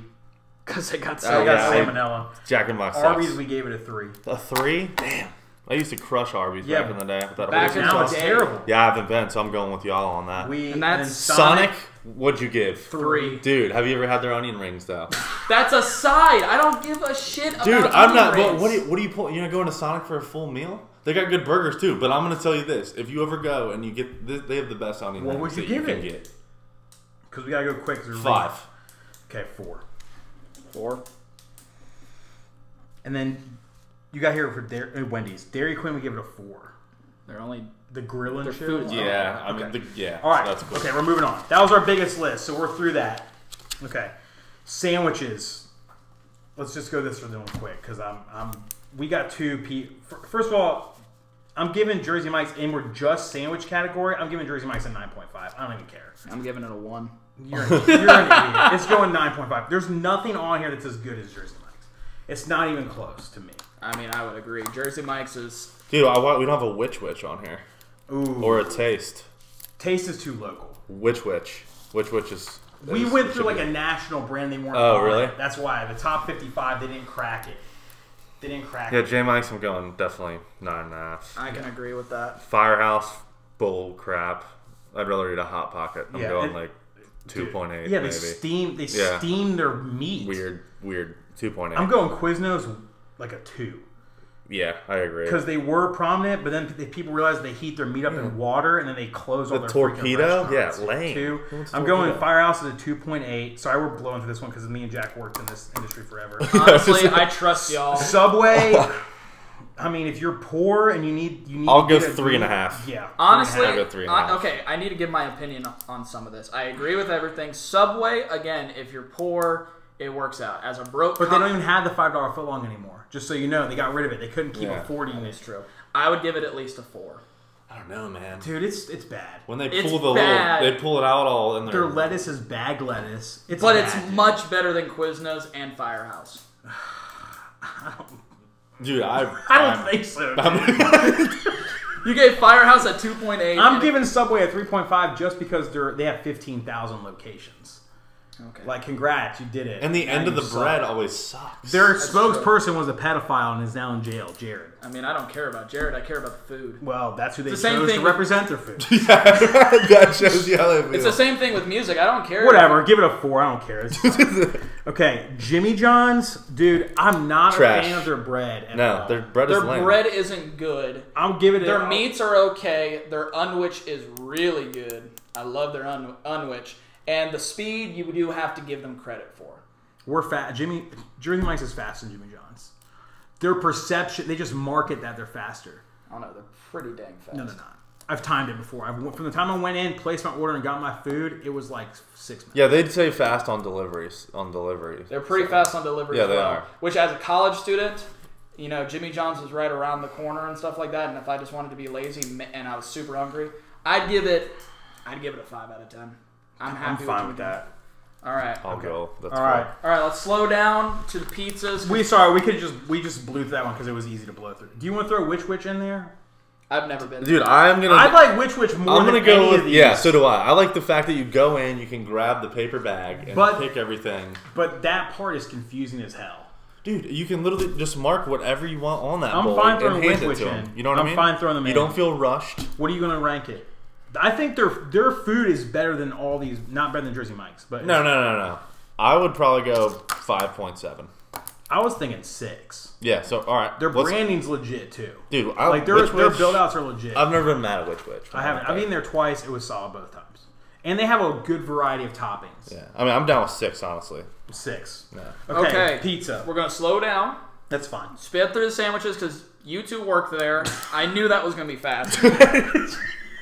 [SPEAKER 1] because it got
[SPEAKER 2] I
[SPEAKER 1] so
[SPEAKER 3] yeah,
[SPEAKER 2] got
[SPEAKER 3] I-
[SPEAKER 2] salmonella.
[SPEAKER 3] Jack and Black
[SPEAKER 2] Arby's, we gave it a three.
[SPEAKER 3] A three? Damn. I used to crush Arby's
[SPEAKER 2] Yeah,
[SPEAKER 3] back in the day. with that
[SPEAKER 1] back
[SPEAKER 3] Arby's
[SPEAKER 1] in
[SPEAKER 3] sauce.
[SPEAKER 2] Now it's
[SPEAKER 1] day.
[SPEAKER 2] terrible.
[SPEAKER 3] Yeah, I haven't been, so I'm going with y'all on that.
[SPEAKER 2] We
[SPEAKER 1] And that's
[SPEAKER 2] then
[SPEAKER 3] Sonic, what'd you give?
[SPEAKER 1] three.
[SPEAKER 3] Dude, have you ever had their onion
[SPEAKER 2] (laughs)
[SPEAKER 3] rings though?
[SPEAKER 1] That's a side. I don't give a shit. About
[SPEAKER 3] Dude, I'm
[SPEAKER 1] onion
[SPEAKER 3] not. But
[SPEAKER 1] rings.
[SPEAKER 3] what do you, what do you pull? You're not going to Sonic for a full meal? They got good burgers too. But I'm gonna tell you this: if you ever go and you get, th- they have the best onion
[SPEAKER 2] What
[SPEAKER 3] rings
[SPEAKER 2] would you
[SPEAKER 3] that
[SPEAKER 2] give
[SPEAKER 3] you can
[SPEAKER 2] it?
[SPEAKER 3] get.
[SPEAKER 2] Because we gotta go quick. 'cause we're
[SPEAKER 3] Five.
[SPEAKER 2] late. Okay, four.
[SPEAKER 1] Four.
[SPEAKER 2] And then you got here for Dairy, uh, Wendy's. Dairy Queen, we give it a four.
[SPEAKER 1] They're only
[SPEAKER 2] The grill and
[SPEAKER 1] Their
[SPEAKER 2] chill.
[SPEAKER 1] food's
[SPEAKER 3] Yeah, I
[SPEAKER 2] Okay.
[SPEAKER 3] mean, the, yeah.
[SPEAKER 2] All right.
[SPEAKER 3] that's cool.
[SPEAKER 2] Okay, we're moving on. That was our biggest list, so we're through that. Okay, sandwiches. Let's just go this for them quick because I'm I'm we got two. P. First of all, I'm giving Jersey Mike's and we're just sandwich category. I'm giving Jersey Mike's a nine point five. I don't even care.
[SPEAKER 1] I'm giving it a one.
[SPEAKER 2] You're
[SPEAKER 3] (laughs)
[SPEAKER 2] an, you're an idiot. It's going nine point five. There's nothing on here that's as good as Jersey Mike's. It's not even close to me.
[SPEAKER 1] I mean, I would agree. Jersey Mike's is
[SPEAKER 3] Dude, I want, we don't have a witch witch on here
[SPEAKER 2] Ooh,
[SPEAKER 3] or a taste.
[SPEAKER 2] taste is too local.
[SPEAKER 3] Witch witch, witch witch is.
[SPEAKER 2] We
[SPEAKER 3] is-
[SPEAKER 2] went through
[SPEAKER 3] should
[SPEAKER 2] like
[SPEAKER 3] be-
[SPEAKER 2] a national brand. They weren't.
[SPEAKER 3] Oh,
[SPEAKER 2] on.
[SPEAKER 3] really?
[SPEAKER 2] That's why the top fifty-five they didn't crack it. They didn't crack
[SPEAKER 3] Yeah,
[SPEAKER 2] it.
[SPEAKER 3] J Mike's. I'm going definitely nine and a half.
[SPEAKER 2] Uh,
[SPEAKER 1] I can agree with
[SPEAKER 2] (laughs)
[SPEAKER 1] that.
[SPEAKER 3] Firehouse bull crap. I'd rather eat a hot pocket. I'm
[SPEAKER 2] Yeah,
[SPEAKER 3] going
[SPEAKER 2] it-
[SPEAKER 3] like two point eight.
[SPEAKER 2] Yeah, they
[SPEAKER 3] maybe.
[SPEAKER 2] steam. They
[SPEAKER 3] Yeah.
[SPEAKER 2] steam their meat.
[SPEAKER 3] weird, weird. Two point eight.
[SPEAKER 2] I'm going Quiznos like a two
[SPEAKER 3] yeah, I agree.
[SPEAKER 2] because they were prominent, but then the people realized they heat their meat up in water and then they close all
[SPEAKER 3] The
[SPEAKER 2] their freaking
[SPEAKER 3] torpedo? Yeah,
[SPEAKER 2] restaurants.
[SPEAKER 3] lame.
[SPEAKER 2] Two.
[SPEAKER 3] Who wants
[SPEAKER 2] I'm
[SPEAKER 3] torpedo?
[SPEAKER 2] going Firehouse at a two point eight. Sorry, we're blowing through this one because me and Jack worked in this industry forever. (laughs)
[SPEAKER 1] Honestly, I trust y'all.
[SPEAKER 2] Subway. I mean, if you're poor and you need, you need.
[SPEAKER 3] I'll
[SPEAKER 2] to
[SPEAKER 3] go
[SPEAKER 2] get
[SPEAKER 3] three and a half.
[SPEAKER 2] Yeah. three and a
[SPEAKER 1] Honestly,
[SPEAKER 2] half.
[SPEAKER 3] I'll go three and a
[SPEAKER 1] I-
[SPEAKER 3] half.
[SPEAKER 1] okay, I need to give my opinion on some of this. I agree with everything. Subway, again, if you're poor, it works out. As a broke,
[SPEAKER 2] But they don't even have the five dollar foot long anymore. Just so you know, they got rid of it. They couldn't keep
[SPEAKER 3] Yeah.
[SPEAKER 2] affording this.
[SPEAKER 1] true. I would give it at least a four.
[SPEAKER 3] I don't know, man.
[SPEAKER 2] Dude, it's it's bad.
[SPEAKER 3] When they
[SPEAKER 1] It's
[SPEAKER 3] pull the
[SPEAKER 1] bad.
[SPEAKER 3] little, they pull it out all in
[SPEAKER 2] Their
[SPEAKER 3] their.
[SPEAKER 2] lettuce is bag lettuce. It's
[SPEAKER 1] But
[SPEAKER 2] bad,
[SPEAKER 1] it's
[SPEAKER 2] dude.
[SPEAKER 1] much better than Quiznos and Firehouse.
[SPEAKER 3] Dude, I.
[SPEAKER 2] (laughs) I don't think so. dude. I'm,
[SPEAKER 3] (laughs)
[SPEAKER 2] (laughs)
[SPEAKER 1] You gave Firehouse a 2.8. and-
[SPEAKER 2] giving Subway a three point five just because they're they have fifteen thousand locations.
[SPEAKER 1] Okay.
[SPEAKER 2] Like, congrats, you did it.
[SPEAKER 3] And the
[SPEAKER 2] Now
[SPEAKER 3] end of
[SPEAKER 2] you
[SPEAKER 3] the
[SPEAKER 2] suck.
[SPEAKER 3] bread always sucks.
[SPEAKER 2] Their
[SPEAKER 1] true.
[SPEAKER 2] spokesperson was a pedophile and is now in jail, Jared.
[SPEAKER 1] I mean, I don't care about Jared. I care about the food.
[SPEAKER 2] Well, that's who they
[SPEAKER 1] the same
[SPEAKER 2] chose to
[SPEAKER 1] thing-
[SPEAKER 2] represent their food. (laughs)
[SPEAKER 3] (laughs) that shows you how they feel.
[SPEAKER 1] It's the same thing with music. I don't care.
[SPEAKER 2] Whatever, give it a four. I don't care. It's fine.
[SPEAKER 3] (laughs)
[SPEAKER 2] okay, Jimmy John's, dude. I'm not
[SPEAKER 3] Trash.
[SPEAKER 2] a fan of their bread. At
[SPEAKER 3] no,
[SPEAKER 2] all.
[SPEAKER 3] their bread
[SPEAKER 1] Their
[SPEAKER 3] is lame.
[SPEAKER 1] bread isn't good.
[SPEAKER 2] I'll give it.
[SPEAKER 1] Their
[SPEAKER 2] a,
[SPEAKER 1] meats are okay. Their unwich is really good. I love their un- unwich. And the speed you do have to give them credit for.
[SPEAKER 2] We're fat. Jimmy Jersey Mike's is faster than Jimmy John's. Their perception, they just market that they're faster.
[SPEAKER 1] I don't know. They're pretty dang fast.
[SPEAKER 2] No, they're not. I've timed it before. I've from the time I went in, placed my order, and got my food. It was like six minutes.
[SPEAKER 3] Yeah, they'd say fast on deliveries. On deliveries.
[SPEAKER 1] They're pretty fast on delivery
[SPEAKER 3] Yeah,
[SPEAKER 1] as
[SPEAKER 3] they
[SPEAKER 1] well.
[SPEAKER 3] are.
[SPEAKER 1] Which, as a college student, you know, Jimmy John's was right around the corner and stuff like that. And if I just wanted to be lazy ma- and I was super hungry, I'd give it, I'd give it a five out of ten. I'm happy.
[SPEAKER 2] I'm fine
[SPEAKER 1] with
[SPEAKER 2] with
[SPEAKER 1] Jimmy
[SPEAKER 2] that.
[SPEAKER 1] John's. All right.
[SPEAKER 3] I'll go. That's
[SPEAKER 2] All right,
[SPEAKER 3] fine.
[SPEAKER 1] All right. Let's slow down to the pizzas.
[SPEAKER 2] we sorry. We could just we just blew through that one because it was easy to blow through. Do you want to throw Witch Witch in there?
[SPEAKER 1] I've never been.
[SPEAKER 3] Dude, I'm gonna.
[SPEAKER 2] I like Witch Witch more
[SPEAKER 3] Uh, I'm
[SPEAKER 2] than
[SPEAKER 3] gonna go
[SPEAKER 2] any
[SPEAKER 3] with
[SPEAKER 2] of these.
[SPEAKER 3] yeah. So do I. I like the fact that you go in, you can grab the paper bag and
[SPEAKER 2] But-
[SPEAKER 3] pick everything.
[SPEAKER 2] But that part is confusing as hell.
[SPEAKER 3] Dude, you can literally just mark whatever you want on that
[SPEAKER 2] I'm
[SPEAKER 3] bowl
[SPEAKER 2] fine
[SPEAKER 3] and
[SPEAKER 2] throwing
[SPEAKER 3] hand it
[SPEAKER 2] Witch
[SPEAKER 3] to
[SPEAKER 2] Witch in.
[SPEAKER 3] them. You know what
[SPEAKER 2] I'm
[SPEAKER 3] I mean?
[SPEAKER 2] fine throwing them
[SPEAKER 3] You
[SPEAKER 2] in.
[SPEAKER 3] don't feel rushed.
[SPEAKER 2] What are you going to rank it? I think their their food is better than all these. Not better than Jersey Mike's, but
[SPEAKER 3] No, no, no, no. I would probably go five point seven.
[SPEAKER 2] I was thinking six.
[SPEAKER 3] Yeah. So all right,
[SPEAKER 2] Their
[SPEAKER 3] let's-
[SPEAKER 2] branding's legit too.
[SPEAKER 3] dude. I,
[SPEAKER 2] Like their
[SPEAKER 3] Witch
[SPEAKER 2] their
[SPEAKER 3] Witch,
[SPEAKER 2] build outs are legit.
[SPEAKER 3] Oh, I've never been mad at Witch Witch.
[SPEAKER 2] I haven't. I've eaten there twice. It was solid both times. And they have a good variety of toppings.
[SPEAKER 3] Yeah. I mean, I'm down with six, honestly.
[SPEAKER 2] Six.
[SPEAKER 3] Yeah.
[SPEAKER 2] Okay,
[SPEAKER 1] Okay.
[SPEAKER 2] Pizza.
[SPEAKER 1] We're gonna slow down,
[SPEAKER 2] That's fine.
[SPEAKER 1] spit through the sandwiches because you two work there. I knew that was gonna be
[SPEAKER 2] (laughs)
[SPEAKER 1] fast.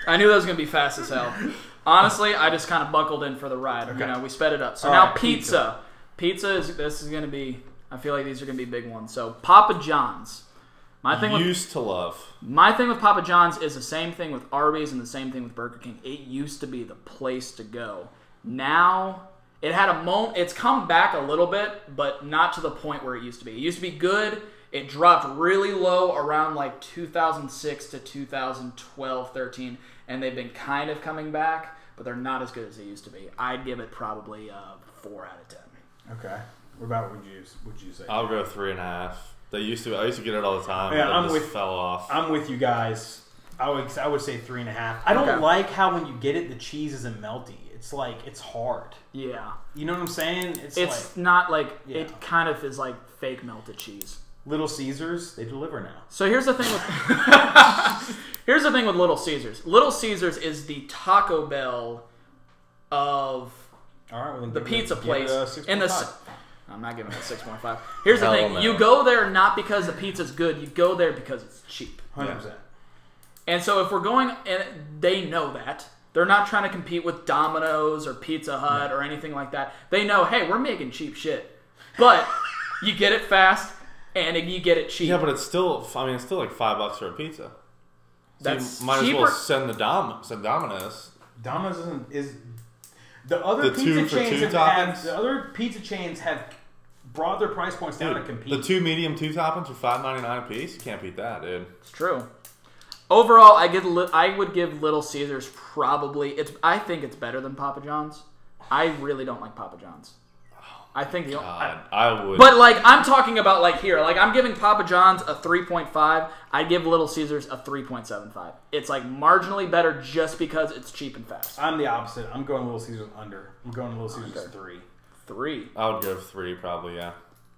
[SPEAKER 1] I knew that was gonna be fast as hell. Honestly, I just kind of buckled in for the ride. You
[SPEAKER 2] Okay.
[SPEAKER 1] know, we sped it up. So
[SPEAKER 2] All
[SPEAKER 1] now
[SPEAKER 2] right,
[SPEAKER 1] pizza.
[SPEAKER 2] pizza.
[SPEAKER 1] Pizza is this is gonna be. I feel like these are gonna be big ones. So Papa John's. My thing with
[SPEAKER 3] Used to love.
[SPEAKER 1] My thing with Papa John's is the same thing with Arby's and the same thing with Burger King. It used to be the place to go. Now it had a moment. It's come back a little bit, but not to the point where it used to be. It used to be good. It dropped really low around like 2006 to 2012, 13, and they've been kind of coming back, but they're not as good as they used to be. I'd give it probably a four out of ten.
[SPEAKER 2] Okay. What about what would you would you say?
[SPEAKER 3] I'll go three and a half. They used to. I used to get it all the time.
[SPEAKER 2] Yeah,
[SPEAKER 3] but it
[SPEAKER 2] I'm
[SPEAKER 3] just
[SPEAKER 2] with-
[SPEAKER 3] Fell off.
[SPEAKER 2] I'm with you guys. I would I would say three and a half. I don't
[SPEAKER 1] Okay.
[SPEAKER 2] like how when you get it, the cheese isn't melty. It's like it's hard.
[SPEAKER 1] Yeah,
[SPEAKER 2] You know what I'm saying? It's,
[SPEAKER 1] it's
[SPEAKER 2] like
[SPEAKER 1] not like
[SPEAKER 2] Yeah.
[SPEAKER 1] it kind of is like fake melted cheese.
[SPEAKER 2] Little Caesars. They deliver now.
[SPEAKER 1] So here's the thing
[SPEAKER 3] (laughs)
[SPEAKER 1] with here's the thing with Little Caesars. Little Caesars is the Taco Bell of
[SPEAKER 2] All right. Well, then
[SPEAKER 1] the
[SPEAKER 2] give it-
[SPEAKER 1] pizza
[SPEAKER 2] give
[SPEAKER 1] place
[SPEAKER 2] It a six
[SPEAKER 1] in the. s- I'm not giving it a six point five. Here's the
[SPEAKER 3] Hell
[SPEAKER 1] thing:
[SPEAKER 3] no.
[SPEAKER 1] you go there not because the pizza's good. You go there because it's cheap.
[SPEAKER 2] hundred percent.
[SPEAKER 1] And so if we're going, and they know that they're not trying to compete with Domino's or Pizza Hut or anything like that. They know, hey, we're making cheap shit, but you get it fast and you get it cheap.
[SPEAKER 3] yeah, but it's still. I mean, it's still like five bucks for a pizza. So
[SPEAKER 1] That's
[SPEAKER 3] you might
[SPEAKER 1] cheaper.
[SPEAKER 3] as well send the dom send Domino's.
[SPEAKER 2] Domino's isn't, is the other
[SPEAKER 3] The
[SPEAKER 2] pizza
[SPEAKER 3] two for
[SPEAKER 2] chains
[SPEAKER 3] two
[SPEAKER 2] have, had-
[SPEAKER 3] toppings?
[SPEAKER 2] the other pizza chains have brought their price points down to compete.
[SPEAKER 3] the two medium two toppings for five ninety nine a piece. You can't beat that, dude.
[SPEAKER 1] It's true. Overall, I give Li- I would give Little Caesars probably it's I think it's better than Papa John's. I really don't like Papa John's. I think the
[SPEAKER 3] God, I would.
[SPEAKER 1] But like I'm talking about like here, like I'm giving Papa John's a 3.5, I give Little Caesars a 3.75. It's like marginally better just because it's cheap and fast.
[SPEAKER 2] I'm the opposite. I'm going Little Caesars under. I'm going Little Caesars three.
[SPEAKER 1] 3.
[SPEAKER 3] I would go three probably. Yeah.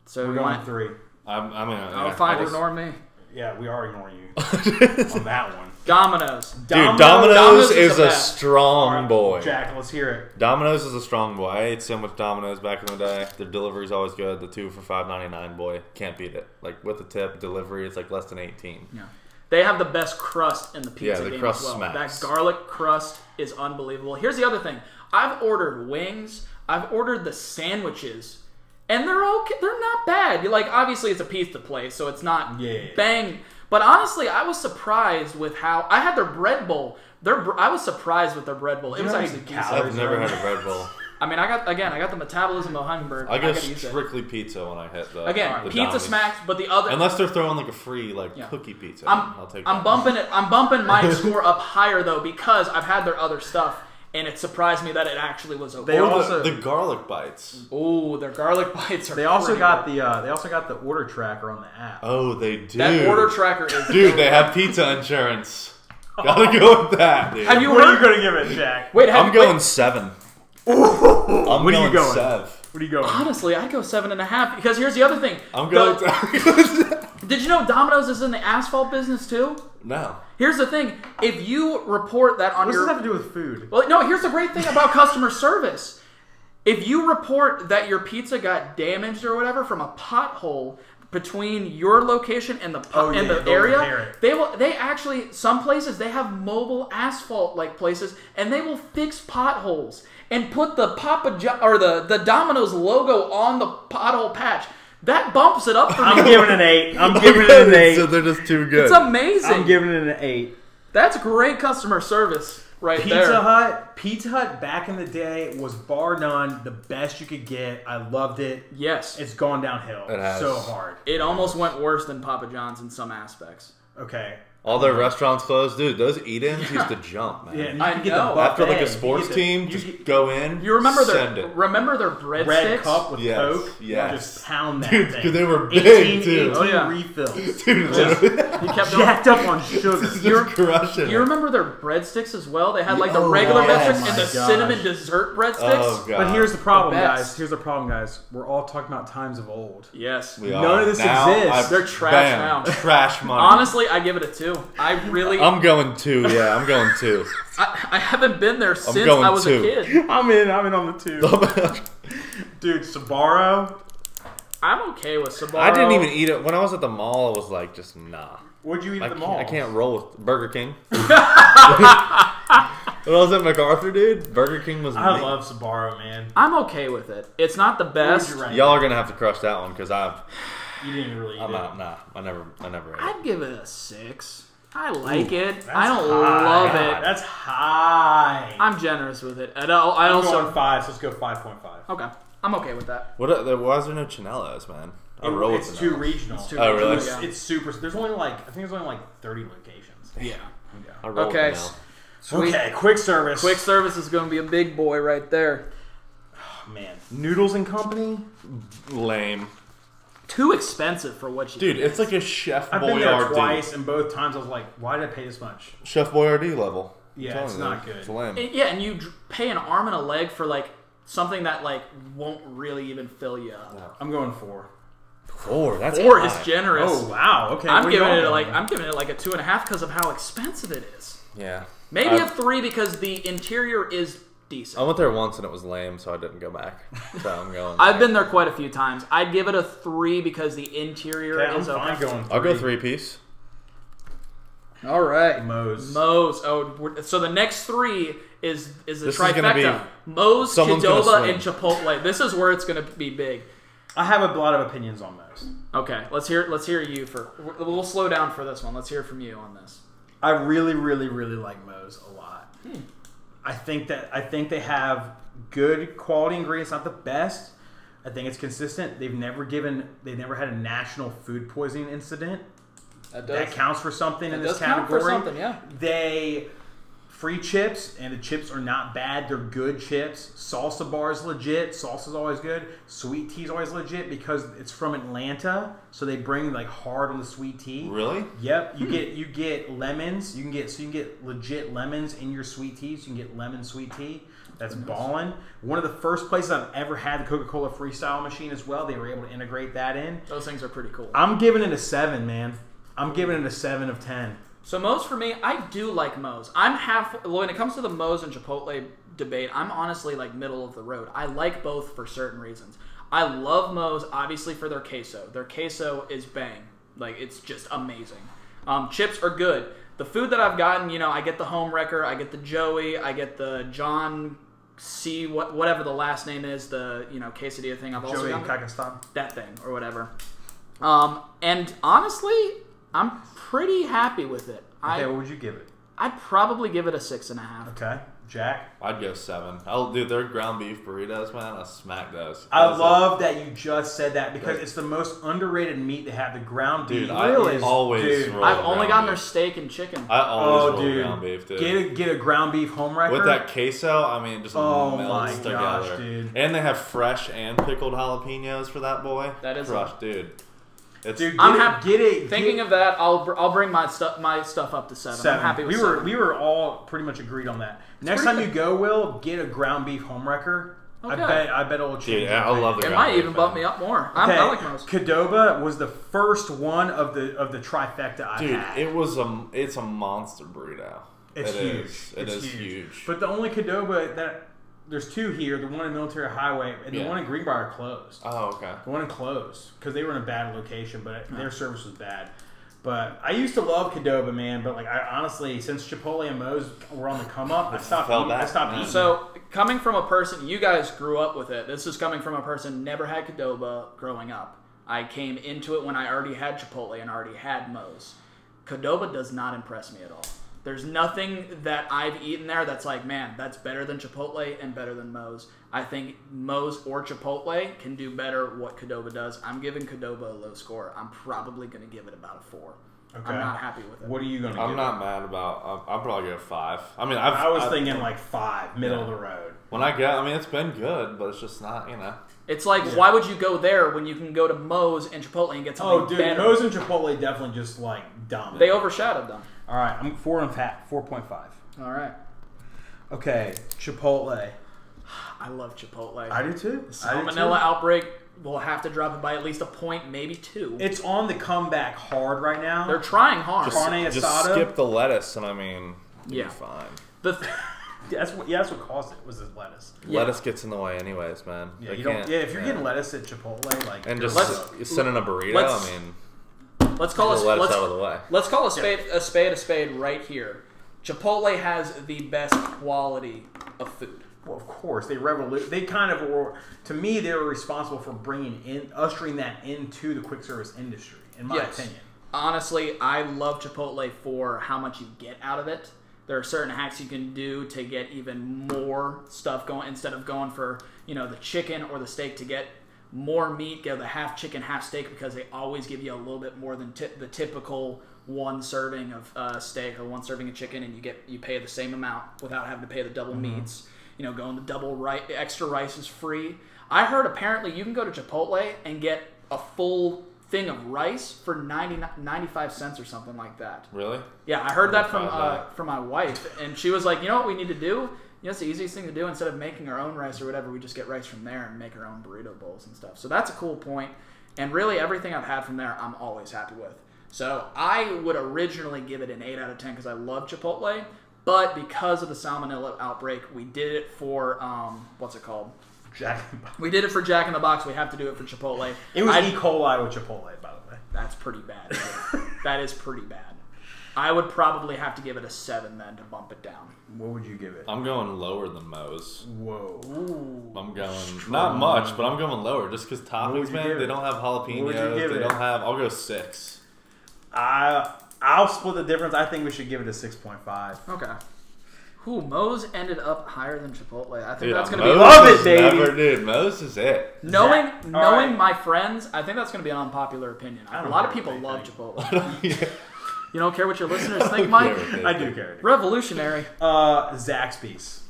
[SPEAKER 1] So
[SPEAKER 2] We're
[SPEAKER 1] you
[SPEAKER 2] going
[SPEAKER 1] want
[SPEAKER 2] three.
[SPEAKER 3] I'm. I mean,
[SPEAKER 1] Oh,
[SPEAKER 3] yeah,
[SPEAKER 1] fine,
[SPEAKER 3] I just-
[SPEAKER 1] ignore me.
[SPEAKER 2] Yeah, we are ignoring
[SPEAKER 3] (laughs)
[SPEAKER 2] you on that one.
[SPEAKER 1] Domino's.
[SPEAKER 3] Dude,
[SPEAKER 2] Domino's
[SPEAKER 3] Domino's,
[SPEAKER 1] Domino's is
[SPEAKER 3] is,
[SPEAKER 1] the
[SPEAKER 3] a
[SPEAKER 1] best.
[SPEAKER 3] strong boy.
[SPEAKER 2] Jack, let's hear it.
[SPEAKER 3] Domino's is a strong boy. I ate so much Domino's back in the day. The delivery's always good. The two for five ninety nine, boy, can't beat it. Like with the tip, delivery it's like less than eighteen.
[SPEAKER 1] Yeah. They have the best crust in the pizza
[SPEAKER 3] Yeah, the
[SPEAKER 1] game
[SPEAKER 3] crust
[SPEAKER 1] as well.
[SPEAKER 3] smacks.
[SPEAKER 1] That garlic crust is unbelievable. Here's the other thing. I've ordered wings, I've ordered the sandwiches, and they're okay they're not bad. Like obviously it's a pizza place, so it's not
[SPEAKER 2] Yeah, yeah, yeah.
[SPEAKER 1] bang. But honestly, I was surprised with how I had their bread bowl. Their br- I was surprised with their bread bowl. It was
[SPEAKER 2] know how
[SPEAKER 1] actually
[SPEAKER 2] many
[SPEAKER 1] decent.
[SPEAKER 2] calories-
[SPEAKER 3] I've never had a Red Bull.
[SPEAKER 1] I mean, I got again, I got the metabolism of Hungenberg.
[SPEAKER 3] I go
[SPEAKER 1] gotta use it.
[SPEAKER 3] strictly pizza when I hit the
[SPEAKER 1] Again,
[SPEAKER 3] the
[SPEAKER 1] pizza
[SPEAKER 3] Domino's.
[SPEAKER 1] smacks, but the other
[SPEAKER 3] Unless they're throwing like a free like
[SPEAKER 1] Yeah.
[SPEAKER 3] cookie pizza,
[SPEAKER 1] I'm,
[SPEAKER 3] will take.
[SPEAKER 1] I'm
[SPEAKER 3] that.
[SPEAKER 1] bumping it. I'm bumping my score up higher though because I've had their other stuff, and it surprised me that it actually was okay.
[SPEAKER 2] They
[SPEAKER 3] Or
[SPEAKER 2] also-
[SPEAKER 3] the, the garlic bites.
[SPEAKER 1] oh, their garlic (laughs) bites are.
[SPEAKER 2] They also
[SPEAKER 1] pretty
[SPEAKER 2] got
[SPEAKER 1] good.
[SPEAKER 2] the uh, they also got the order tracker on the app.
[SPEAKER 3] Oh, they do.
[SPEAKER 1] that order tracker is.
[SPEAKER 3] dude, they have
[SPEAKER 1] (laughs)
[SPEAKER 3] pizza insurance. Gotta go with that, dude.
[SPEAKER 1] Have you
[SPEAKER 2] what are you
[SPEAKER 1] heard?
[SPEAKER 2] going to give it, Jack?
[SPEAKER 1] Wait, have
[SPEAKER 3] I'm
[SPEAKER 1] you- wait,
[SPEAKER 3] going seven. I'm
[SPEAKER 2] What are
[SPEAKER 3] going,
[SPEAKER 2] you going?
[SPEAKER 3] Sev.
[SPEAKER 2] What are you going?
[SPEAKER 1] honestly, I'd go seven and a half because here's the other thing.
[SPEAKER 3] I'm
[SPEAKER 1] The-
[SPEAKER 3] going. (laughs) to-
[SPEAKER 1] did you know Domino's is in the asphalt business too?
[SPEAKER 3] (laughs) no.
[SPEAKER 1] Here's the thing: if you report that on
[SPEAKER 2] What does
[SPEAKER 1] your
[SPEAKER 2] this have to do with food?
[SPEAKER 1] Well, no, here's the great thing about customer service. If you report that your pizza got damaged or whatever from a pothole between your location and the po-
[SPEAKER 2] Oh,
[SPEAKER 1] and
[SPEAKER 2] yeah,
[SPEAKER 1] the
[SPEAKER 2] they'll repair
[SPEAKER 1] area,
[SPEAKER 2] it.
[SPEAKER 1] they will they actually some places they have mobile asphalt like places and they will fix potholes and put the Papa jo- or the the Domino's logo on the pothole patch. That bumps it up for me.
[SPEAKER 2] I'm giving it an eight.
[SPEAKER 3] (laughs)
[SPEAKER 2] I'm giving it an
[SPEAKER 3] So
[SPEAKER 2] eight.
[SPEAKER 3] they're just too good.
[SPEAKER 1] It's amazing.
[SPEAKER 2] I'm giving it an eight.
[SPEAKER 1] That's great customer service right
[SPEAKER 2] Pizza
[SPEAKER 1] there.
[SPEAKER 2] Hut, Pizza Hut back in the day was bar none the best you could get. I loved it.
[SPEAKER 1] Yes.
[SPEAKER 2] It's gone downhill
[SPEAKER 3] It has.
[SPEAKER 2] so hard.
[SPEAKER 1] It almost went worse than Papa John's in some aspects.
[SPEAKER 2] Okay,
[SPEAKER 3] All their restaurants closed, dude. Those
[SPEAKER 2] (laughs)
[SPEAKER 3] eat-ins used to jump, man.
[SPEAKER 2] Yeah, and you
[SPEAKER 1] I
[SPEAKER 2] can get
[SPEAKER 1] know.
[SPEAKER 2] the
[SPEAKER 3] After like
[SPEAKER 2] buffet.
[SPEAKER 3] a sports
[SPEAKER 2] You get the
[SPEAKER 3] team, just
[SPEAKER 2] get-
[SPEAKER 3] go in.
[SPEAKER 1] You remember
[SPEAKER 3] send
[SPEAKER 1] their
[SPEAKER 3] it.
[SPEAKER 1] remember their breadsticks?
[SPEAKER 2] red cup with
[SPEAKER 3] Yes,
[SPEAKER 2] Coke.
[SPEAKER 3] yes.
[SPEAKER 2] Just pound that
[SPEAKER 3] Dude,
[SPEAKER 2] thing.
[SPEAKER 3] they were big,
[SPEAKER 2] 18,
[SPEAKER 3] too.
[SPEAKER 2] 18
[SPEAKER 1] Oh, yeah.
[SPEAKER 3] (laughs)
[SPEAKER 2] refills. (laughs)
[SPEAKER 3] (laughs) Dude, literally,
[SPEAKER 1] You kept going.
[SPEAKER 2] Jacked up on sugar.
[SPEAKER 3] just crushing. it.
[SPEAKER 1] You remember their breadsticks as well? They had like the
[SPEAKER 2] Oh,
[SPEAKER 1] regular
[SPEAKER 2] oh
[SPEAKER 1] breadsticks
[SPEAKER 2] my
[SPEAKER 1] and the
[SPEAKER 2] gosh.
[SPEAKER 1] cinnamon dessert breadsticks.
[SPEAKER 3] oh god.
[SPEAKER 2] But here's the problem,
[SPEAKER 1] The best.
[SPEAKER 2] guys. Here's the problem, guys. We're all talking about times of old.
[SPEAKER 1] Yes.
[SPEAKER 3] We
[SPEAKER 2] none
[SPEAKER 3] are.
[SPEAKER 2] of this
[SPEAKER 3] Now,
[SPEAKER 2] exists.
[SPEAKER 3] I've-
[SPEAKER 1] They're trash
[SPEAKER 3] bam,
[SPEAKER 1] now.
[SPEAKER 3] (laughs) Trash money.
[SPEAKER 1] Honestly, I give it a two. I really, I,
[SPEAKER 3] I'm going two. Yeah, I'm going
[SPEAKER 2] (laughs)
[SPEAKER 3] two. (laughs)
[SPEAKER 1] I haven't been there since
[SPEAKER 3] going
[SPEAKER 1] I was
[SPEAKER 3] two.
[SPEAKER 1] a kid.
[SPEAKER 2] I'm in. I'm in on the two. Dude, Sabaro.
[SPEAKER 1] I'm okay with Sabaro.
[SPEAKER 3] I didn't even eat it when I was at the mall. I was like, just nah.
[SPEAKER 2] What'd you eat
[SPEAKER 3] I
[SPEAKER 2] at the
[SPEAKER 3] can't,
[SPEAKER 2] mall?
[SPEAKER 3] I can't roll with Burger
[SPEAKER 2] (laughs)
[SPEAKER 3] King. (laughs) when I was at MacArthur, dude, Burger King was.
[SPEAKER 2] I
[SPEAKER 3] mean.
[SPEAKER 2] love Sabaro, man.
[SPEAKER 1] I'm okay with it. It's not the best.
[SPEAKER 2] You're right.
[SPEAKER 3] Y'all are gonna have to crush that one because I've
[SPEAKER 2] You didn't really eat
[SPEAKER 3] I'm
[SPEAKER 2] it.
[SPEAKER 3] out. Nah, I never, I never. Ate. it.
[SPEAKER 1] I'd give it a six. I like it. I
[SPEAKER 2] That's
[SPEAKER 1] don't
[SPEAKER 2] high.
[SPEAKER 1] love it.
[SPEAKER 2] That's high.
[SPEAKER 1] I'm generous with it. And I, I
[SPEAKER 2] I'm
[SPEAKER 1] also
[SPEAKER 2] going five. So let's go five point five.
[SPEAKER 1] okay. I'm okay with that.
[SPEAKER 3] What? Are, there- why is there no Chanelas, man? I roll with
[SPEAKER 2] it's too
[SPEAKER 3] Chanelas.
[SPEAKER 2] regional.
[SPEAKER 1] It's too
[SPEAKER 3] Oh, really?
[SPEAKER 1] Yeah.
[SPEAKER 2] It's super. There's only like I think there's only like 30 locations.
[SPEAKER 1] yeah.
[SPEAKER 3] I roll
[SPEAKER 1] Okay.
[SPEAKER 3] With Chanel.
[SPEAKER 1] Sweet.
[SPEAKER 2] Okay, quick service.
[SPEAKER 1] Quick service is going to be a big boy right there.
[SPEAKER 2] man. Noodles and Company.
[SPEAKER 3] Lame,
[SPEAKER 1] Too expensive for what you
[SPEAKER 3] dude. It's like a Chef
[SPEAKER 2] I've been there
[SPEAKER 3] Boyardee.
[SPEAKER 2] twice, and both times I was like, "Why did I pay this much?"
[SPEAKER 3] Chef Boyardee level. I'm
[SPEAKER 2] Yeah,
[SPEAKER 3] telling
[SPEAKER 2] it's
[SPEAKER 3] you,
[SPEAKER 2] not good.
[SPEAKER 3] It's lame.
[SPEAKER 1] And- yeah, and you dr- pay an arm and a leg for like something that like won't really even fill you up.
[SPEAKER 2] I'm going four.
[SPEAKER 3] Four. That's
[SPEAKER 1] Or
[SPEAKER 3] high.
[SPEAKER 1] is generous.
[SPEAKER 2] Oh wow. Okay.
[SPEAKER 1] I'm
[SPEAKER 2] where you
[SPEAKER 1] giving
[SPEAKER 2] going
[SPEAKER 1] it
[SPEAKER 2] with
[SPEAKER 1] like
[SPEAKER 2] that?
[SPEAKER 1] I'm giving it like a two and a half because of how expensive it is.
[SPEAKER 3] Yeah.
[SPEAKER 1] Maybe
[SPEAKER 3] I,
[SPEAKER 1] a three because the interior is
[SPEAKER 3] I
[SPEAKER 2] Oh.
[SPEAKER 1] decent.
[SPEAKER 3] went there once and it was lame, so I didn't go
[SPEAKER 2] (laughs)
[SPEAKER 3] back. So I'm going.
[SPEAKER 1] I've been there quite a few times. I'd give it a three because the interior
[SPEAKER 2] Yeah, I'm
[SPEAKER 1] is okay.
[SPEAKER 2] fine going. Three.
[SPEAKER 3] I'll go three piece.
[SPEAKER 1] All right.
[SPEAKER 2] Moe's.
[SPEAKER 1] Moe's. Oh, we're- so the next three is is the
[SPEAKER 3] This is gonna
[SPEAKER 1] trifecta:
[SPEAKER 3] be-
[SPEAKER 1] Moe's,
[SPEAKER 3] someone's gonna
[SPEAKER 1] Qdoba,
[SPEAKER 3] swing.
[SPEAKER 1] and Chipotle. This is where it's going to be big.
[SPEAKER 2] I have a lot of opinions on Moe's.
[SPEAKER 1] Okay, let's hear. Let's hear you for. We'll slow down for this one. Let's hear from you on this.
[SPEAKER 2] I really, really, really like Moe's a lot.
[SPEAKER 1] Hmm.
[SPEAKER 2] I think that I think they have good quality ingredients, not the best. I think it's consistent. They've never given they've never had a national food poisoning incident.
[SPEAKER 1] That
[SPEAKER 2] That counts for something in
[SPEAKER 1] does
[SPEAKER 2] this
[SPEAKER 1] count for
[SPEAKER 2] category.
[SPEAKER 1] something, yeah.
[SPEAKER 2] They free chips and the chips are not bad. They're good chips. Salsa bar is legit. Salsa's always good. Sweet tea's always legit because it's from Atlanta, so they bring like hard on the sweet tea.
[SPEAKER 3] Really?
[SPEAKER 2] Yep, (laughs) you get you get lemons. You can get so you can get legit lemons in your sweet teas. You can get lemon sweet tea. That's ballin'. One of the first places I've ever had the Coca Cola Freestyle machine as well. They were able to integrate that in.
[SPEAKER 1] Those things are pretty cool.
[SPEAKER 2] I'm giving it a seven, man. I'm giving it a seven of ten.
[SPEAKER 1] So Moe's for me, I do like Moe's. I'm half when it comes to the Moe's and Chipotle debate. I'm honestly like middle of the road. I like both for certain reasons. I love Moe's obviously for their queso. Their queso is bang, like it's just amazing. Um, chips are good. The food that I've gotten, you know, I get the home wrecker, I get the Joey, I get the John C. What whatever the last name is, the you know quesadilla thing. I've also
[SPEAKER 2] Joey
[SPEAKER 1] gotten
[SPEAKER 2] Kakastan.
[SPEAKER 1] that thing or whatever. Um, and honestly, I'm pretty happy with it.
[SPEAKER 2] Okay,
[SPEAKER 1] I
[SPEAKER 2] what would you give it?
[SPEAKER 1] I'd probably give it a six and a half.
[SPEAKER 2] Okay, Jack.
[SPEAKER 3] I'd go seven. I'll do their ground beef burritos, man. I smack those.
[SPEAKER 2] I
[SPEAKER 3] Those are-
[SPEAKER 2] love that you just said that because it's the most underrated meat they have. The ground beef.
[SPEAKER 3] Dude, I
[SPEAKER 2] Really?
[SPEAKER 3] always
[SPEAKER 2] Dude,
[SPEAKER 3] roll
[SPEAKER 1] I've only
[SPEAKER 3] ground
[SPEAKER 1] gotten
[SPEAKER 3] beef.
[SPEAKER 1] their steak and chicken.
[SPEAKER 3] I always
[SPEAKER 2] Oh,
[SPEAKER 3] roll
[SPEAKER 2] dude,
[SPEAKER 3] ground beef, dude.
[SPEAKER 2] get a, get a ground beef home record.
[SPEAKER 3] With that queso, I mean, it just
[SPEAKER 2] Oh
[SPEAKER 3] melts
[SPEAKER 2] my
[SPEAKER 3] together.
[SPEAKER 2] gosh, dude.
[SPEAKER 3] And they have fresh and pickled jalapenos for that boy.
[SPEAKER 1] That is
[SPEAKER 3] crushed, dude. It's
[SPEAKER 2] Dude, get
[SPEAKER 1] I'm
[SPEAKER 2] it,
[SPEAKER 1] hap-
[SPEAKER 2] get it.
[SPEAKER 1] Thinking
[SPEAKER 2] get
[SPEAKER 1] of that, I'll br- I'll bring my stuff my stuff up to seven.
[SPEAKER 2] seven.
[SPEAKER 1] I'm happy with
[SPEAKER 2] we
[SPEAKER 1] seven.
[SPEAKER 2] were we were all pretty much agreed on that. Next time
[SPEAKER 1] pretty
[SPEAKER 2] you go, Will, get a ground beef home wrecker. I
[SPEAKER 1] Okay.
[SPEAKER 2] bet I bet it'll change.
[SPEAKER 3] dude,
[SPEAKER 2] your
[SPEAKER 3] I
[SPEAKER 2] opinion.
[SPEAKER 3] love the
[SPEAKER 1] it
[SPEAKER 3] ground
[SPEAKER 1] might
[SPEAKER 3] beef,
[SPEAKER 1] even bump
[SPEAKER 3] man.
[SPEAKER 1] me up more. I'm,
[SPEAKER 2] Okay,
[SPEAKER 1] I like most.
[SPEAKER 2] Cadoba was the first one of the of the trifecta I
[SPEAKER 3] Dude,
[SPEAKER 2] had.
[SPEAKER 3] it was a it's a monster burrito.
[SPEAKER 2] it's
[SPEAKER 3] It
[SPEAKER 2] huge.
[SPEAKER 3] is. It
[SPEAKER 2] it's
[SPEAKER 3] is
[SPEAKER 2] huge.
[SPEAKER 3] huge.
[SPEAKER 2] But the only Cadoba that there's two here, the one in Military Highway and the
[SPEAKER 3] Yeah.
[SPEAKER 2] one in Greenbrier closed.
[SPEAKER 3] oh, okay.
[SPEAKER 2] The one in closed because they were in a bad location, but their service was bad. But I used to love Cadoba, man. But like, I honestly, since Chipotle and Moe's were on the come up, I stopped.
[SPEAKER 3] fell
[SPEAKER 2] Eating, I
[SPEAKER 3] back,
[SPEAKER 2] stopped
[SPEAKER 3] man.
[SPEAKER 2] eating.
[SPEAKER 1] So coming from a person, you guys grew up with it. This is coming from a person never had Cadoba growing up. I came into it when I already had Chipotle and already had Moe's. Cadoba does not impress me at all. There's nothing that I've eaten there that's like, man, that's better than Chipotle and better than Moe's. I think Moe's or Chipotle can do better what Cadoba does. I'm giving Cadoba a low score. I'm probably going to give it about a four.
[SPEAKER 2] Okay.
[SPEAKER 1] I'm not happy with it.
[SPEAKER 2] What are you gonna?
[SPEAKER 3] I'm
[SPEAKER 2] give it?
[SPEAKER 3] not mad about. I'll, I'll probably go five. I mean, I've,
[SPEAKER 2] I was
[SPEAKER 3] I've-
[SPEAKER 2] thinking like five, middle
[SPEAKER 3] Yeah.
[SPEAKER 2] of the road.
[SPEAKER 3] when I get. I mean, it's been good, but it's just not. You know,
[SPEAKER 1] It's like, why would you go there when you can go to Moe's and Chipotle and get something
[SPEAKER 2] Oh, dude,
[SPEAKER 1] better?
[SPEAKER 2] Moe's and Chipotle definitely just like dominate.
[SPEAKER 1] they overshadowed them.
[SPEAKER 2] All right, I'm four and fat, four point five.
[SPEAKER 1] All right.
[SPEAKER 2] Okay, Chipotle.
[SPEAKER 1] I love Chipotle.
[SPEAKER 2] I do too.
[SPEAKER 1] Salmonella outbreak will have to drop it by at least a point, maybe two.
[SPEAKER 2] It's on the comeback hard right now.
[SPEAKER 1] They're trying hard.
[SPEAKER 2] Just- Carne
[SPEAKER 3] just
[SPEAKER 2] asada?
[SPEAKER 3] skip the lettuce, and I mean, you'll
[SPEAKER 1] Yeah.
[SPEAKER 3] be fine.
[SPEAKER 1] The th-
[SPEAKER 2] that's what, yeah, that's what caused it was the lettuce.
[SPEAKER 1] Yeah.
[SPEAKER 3] Lettuce gets in the way, anyways, man.
[SPEAKER 2] Yeah,
[SPEAKER 3] They
[SPEAKER 2] you don't,
[SPEAKER 3] can't-
[SPEAKER 2] yeah if you're getting lettuce at Chipotle, like
[SPEAKER 3] and
[SPEAKER 2] you're
[SPEAKER 3] just
[SPEAKER 1] Let's-
[SPEAKER 3] you send in a burrito.
[SPEAKER 1] let's-
[SPEAKER 3] I mean,
[SPEAKER 1] let's call
[SPEAKER 3] the
[SPEAKER 1] us.
[SPEAKER 3] lettuce
[SPEAKER 1] Let's,
[SPEAKER 3] out of the way.
[SPEAKER 1] let's call a spade a spade a spade right here. Chipotle has the best quality of food.
[SPEAKER 2] Well, of course, they revolu- They kind of were. To me, they were responsible for bringing in, ushering that into the quick service industry, in my
[SPEAKER 1] Yes.
[SPEAKER 2] opinion.
[SPEAKER 1] Honestly, I love Chipotle for how much you get out of it. There are certain hacks you can do to get even more stuff going instead of going for, you know, the chicken or the steak to get more meat, go the half chicken, half steak because they always give you a little bit more than tip the typical one serving of uh, steak or one serving of chicken and you get you pay the same amount without having to pay the double meats. You know, going the double rice extra rice is free. I heard apparently you can go to Chipotle and get a full thing of rice for 90, 95 cents or something like that.
[SPEAKER 3] Really?
[SPEAKER 1] Yeah, I heard that from
[SPEAKER 3] Find
[SPEAKER 1] uh,
[SPEAKER 3] out.
[SPEAKER 1] from my wife, and she was like, "You know what we need to do? You know, it's the easiest thing to do. Instead of making our own rice or whatever, we just get rice from there and make our own burrito bowls and stuff." So that's a cool point. And really, everything I've had from there, I'm always happy with. So I would originally give it an eight out of ten because I love Chipotle, but because of the salmonella outbreak, we did it for um, what's it called?
[SPEAKER 2] Jack.
[SPEAKER 1] We did it for Jack in the Box. We have to do it for Chipotle.
[SPEAKER 2] It was
[SPEAKER 1] I-
[SPEAKER 2] E. coli with Chipotle, by the way.
[SPEAKER 1] that's pretty bad. (laughs) that is pretty bad. I would probably have to give it a seven then to bump it down.
[SPEAKER 2] What would you give it?
[SPEAKER 3] I'm going lower than Moe's.
[SPEAKER 2] Whoa.
[SPEAKER 3] I'm going not much, but I'm going lower just because
[SPEAKER 2] would
[SPEAKER 3] toppings,
[SPEAKER 2] you
[SPEAKER 3] man.
[SPEAKER 2] give
[SPEAKER 3] They
[SPEAKER 2] it?
[SPEAKER 3] don't have
[SPEAKER 2] What would you
[SPEAKER 3] jalapenos.
[SPEAKER 2] give
[SPEAKER 3] They
[SPEAKER 2] it?
[SPEAKER 3] don't have. I'll go six.
[SPEAKER 2] I I'll split the difference. I think we should give it a six point five.
[SPEAKER 1] Okay. Who Moe's ended up higher than Chipotle. I think
[SPEAKER 3] Dude,
[SPEAKER 1] that's gonna
[SPEAKER 3] Moe's
[SPEAKER 1] be
[SPEAKER 2] Love it,
[SPEAKER 3] is
[SPEAKER 2] baby.
[SPEAKER 3] Never, dude, Moe's is it.
[SPEAKER 1] knowing
[SPEAKER 2] Zach, all
[SPEAKER 1] knowing
[SPEAKER 2] right.
[SPEAKER 1] my friends. I think that's gonna be an unpopular opinion. A
[SPEAKER 2] don't
[SPEAKER 1] lot of
[SPEAKER 2] care
[SPEAKER 1] people
[SPEAKER 2] what
[SPEAKER 1] love
[SPEAKER 2] they
[SPEAKER 3] (laughs)
[SPEAKER 1] Chipotle.
[SPEAKER 3] Yeah.
[SPEAKER 1] you don't care what your
[SPEAKER 3] (laughs)
[SPEAKER 1] listeners think, Mike.
[SPEAKER 2] I do care.
[SPEAKER 1] Revolutionary.
[SPEAKER 2] Uh, Zaxby's.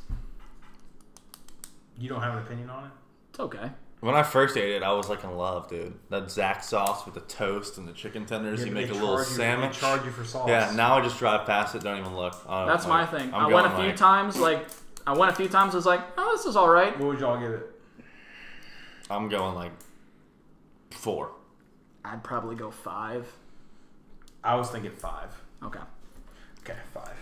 [SPEAKER 2] You don't have an opinion on it?
[SPEAKER 1] It's okay.
[SPEAKER 3] When I first ate it, I was like in love, dude. That Zach sauce with the toast and the chicken tenders. you
[SPEAKER 2] but
[SPEAKER 3] make a
[SPEAKER 2] they
[SPEAKER 3] little
[SPEAKER 2] charge you- they
[SPEAKER 3] sandwich.
[SPEAKER 2] charge you for sauce.
[SPEAKER 3] Yeah, now I just drive past it, don't even look. I don't
[SPEAKER 1] That's
[SPEAKER 3] know,
[SPEAKER 1] my
[SPEAKER 3] like,
[SPEAKER 1] thing.
[SPEAKER 3] I'm
[SPEAKER 1] i went a
[SPEAKER 3] going,
[SPEAKER 1] few
[SPEAKER 3] like,
[SPEAKER 1] times. Like I went a few times. I was like, oh, this is all right.
[SPEAKER 2] What would y'all give it?
[SPEAKER 3] I'm going like four.
[SPEAKER 1] I'd probably go five.
[SPEAKER 2] I was thinking five.
[SPEAKER 1] Okay.
[SPEAKER 2] Okay, five.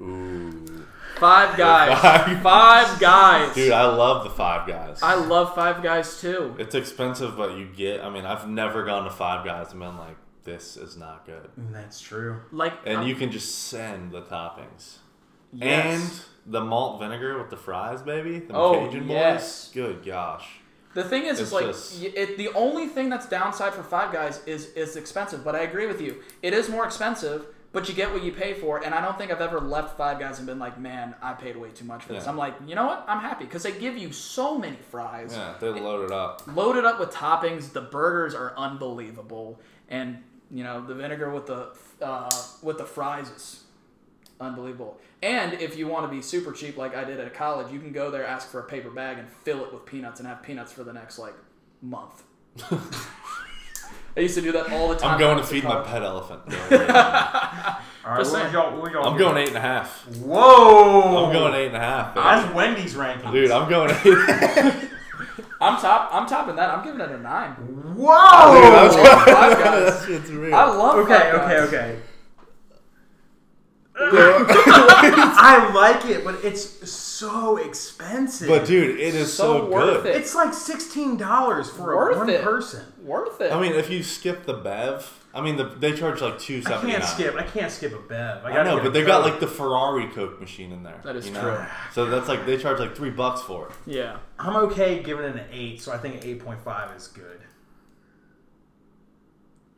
[SPEAKER 3] Ooh. (laughs)
[SPEAKER 1] Five guys. (laughs)
[SPEAKER 3] Five.
[SPEAKER 1] Five guys.
[SPEAKER 3] Dude, I love the Five Guys.
[SPEAKER 1] I love Five Guys too.
[SPEAKER 3] it's expensive, but you get. I mean, I've never gone to Five Guys and been like, this is not good.
[SPEAKER 2] Mm, That's true.
[SPEAKER 1] Like
[SPEAKER 3] And
[SPEAKER 1] um,
[SPEAKER 3] you can just send the toppings.
[SPEAKER 1] yes.
[SPEAKER 3] And the malt vinegar with the fries, baby. The
[SPEAKER 1] Oh,
[SPEAKER 3] Cajun
[SPEAKER 1] yes.
[SPEAKER 3] boys. Good gosh.
[SPEAKER 1] the thing is, is
[SPEAKER 3] it's
[SPEAKER 1] like
[SPEAKER 3] just-
[SPEAKER 1] y- it, the only thing that's downside for Five Guys is is expensive. But I agree with you. It is more expensive, but you get what you pay for. And I don't think I've ever left Five Guys and been like, man, I paid way too much for this.
[SPEAKER 3] Yeah.
[SPEAKER 1] I'm like, you know what? I'm happy because they give you so many fries,
[SPEAKER 3] Yeah, they loaded up.
[SPEAKER 1] loaded up with toppings. The burgers are unbelievable, and you know the vinegar with the uh, with the fries is Unbelievable. And if you want to be super cheap, like I did at college, you can go there, ask for a paper bag, and fill it with peanuts and have peanuts for the next like month. I used to do that all the time.
[SPEAKER 3] I'm going to
[SPEAKER 1] That's
[SPEAKER 3] feed
[SPEAKER 1] the
[SPEAKER 3] my
[SPEAKER 1] college-
[SPEAKER 3] pet elephant.
[SPEAKER 1] (laughs)
[SPEAKER 3] I'm
[SPEAKER 2] All
[SPEAKER 1] Just
[SPEAKER 2] right, what
[SPEAKER 1] saying.
[SPEAKER 2] would y'all? What would y'all give
[SPEAKER 3] going eight and a half.
[SPEAKER 2] it? Whoa!
[SPEAKER 3] I'm going eight and a half. Baby.
[SPEAKER 2] That's Wendy's ranking.
[SPEAKER 3] Dude, I'm going eight. Dude,
[SPEAKER 1] (laughs) I'm top. I'm topping that. I'm giving it a nine.
[SPEAKER 3] (laughs)
[SPEAKER 2] Whoa!
[SPEAKER 3] I'm going-
[SPEAKER 1] Five Guys.
[SPEAKER 3] (laughs) That shit's real.
[SPEAKER 1] I love.
[SPEAKER 2] okay,
[SPEAKER 1] Five
[SPEAKER 2] okay,
[SPEAKER 1] Guys.
[SPEAKER 3] (laughs)
[SPEAKER 2] okay. (laughs) I like it, but it's so expensive.
[SPEAKER 3] But dude, it is
[SPEAKER 1] So
[SPEAKER 3] so,
[SPEAKER 1] worth
[SPEAKER 3] good.
[SPEAKER 1] it.
[SPEAKER 2] it's like sixteen dollars for
[SPEAKER 1] Worth
[SPEAKER 2] a one
[SPEAKER 1] it.
[SPEAKER 2] person.
[SPEAKER 1] Worth it.
[SPEAKER 3] I mean, if you skip the bev, I mean, the, they charge like two
[SPEAKER 2] I
[SPEAKER 3] seventy nine.
[SPEAKER 2] can't skip. I can't skip a bev. I,
[SPEAKER 3] I
[SPEAKER 2] gotta
[SPEAKER 3] know,
[SPEAKER 2] get a
[SPEAKER 3] but they got
[SPEAKER 2] Coke.
[SPEAKER 3] like the Ferrari Coke machine in there.
[SPEAKER 1] That is
[SPEAKER 3] you
[SPEAKER 1] true.
[SPEAKER 3] know? So that's like they charge like three bucks for it.
[SPEAKER 1] yeah.
[SPEAKER 2] I'm okay giving it an eight, so I think eight point five is good.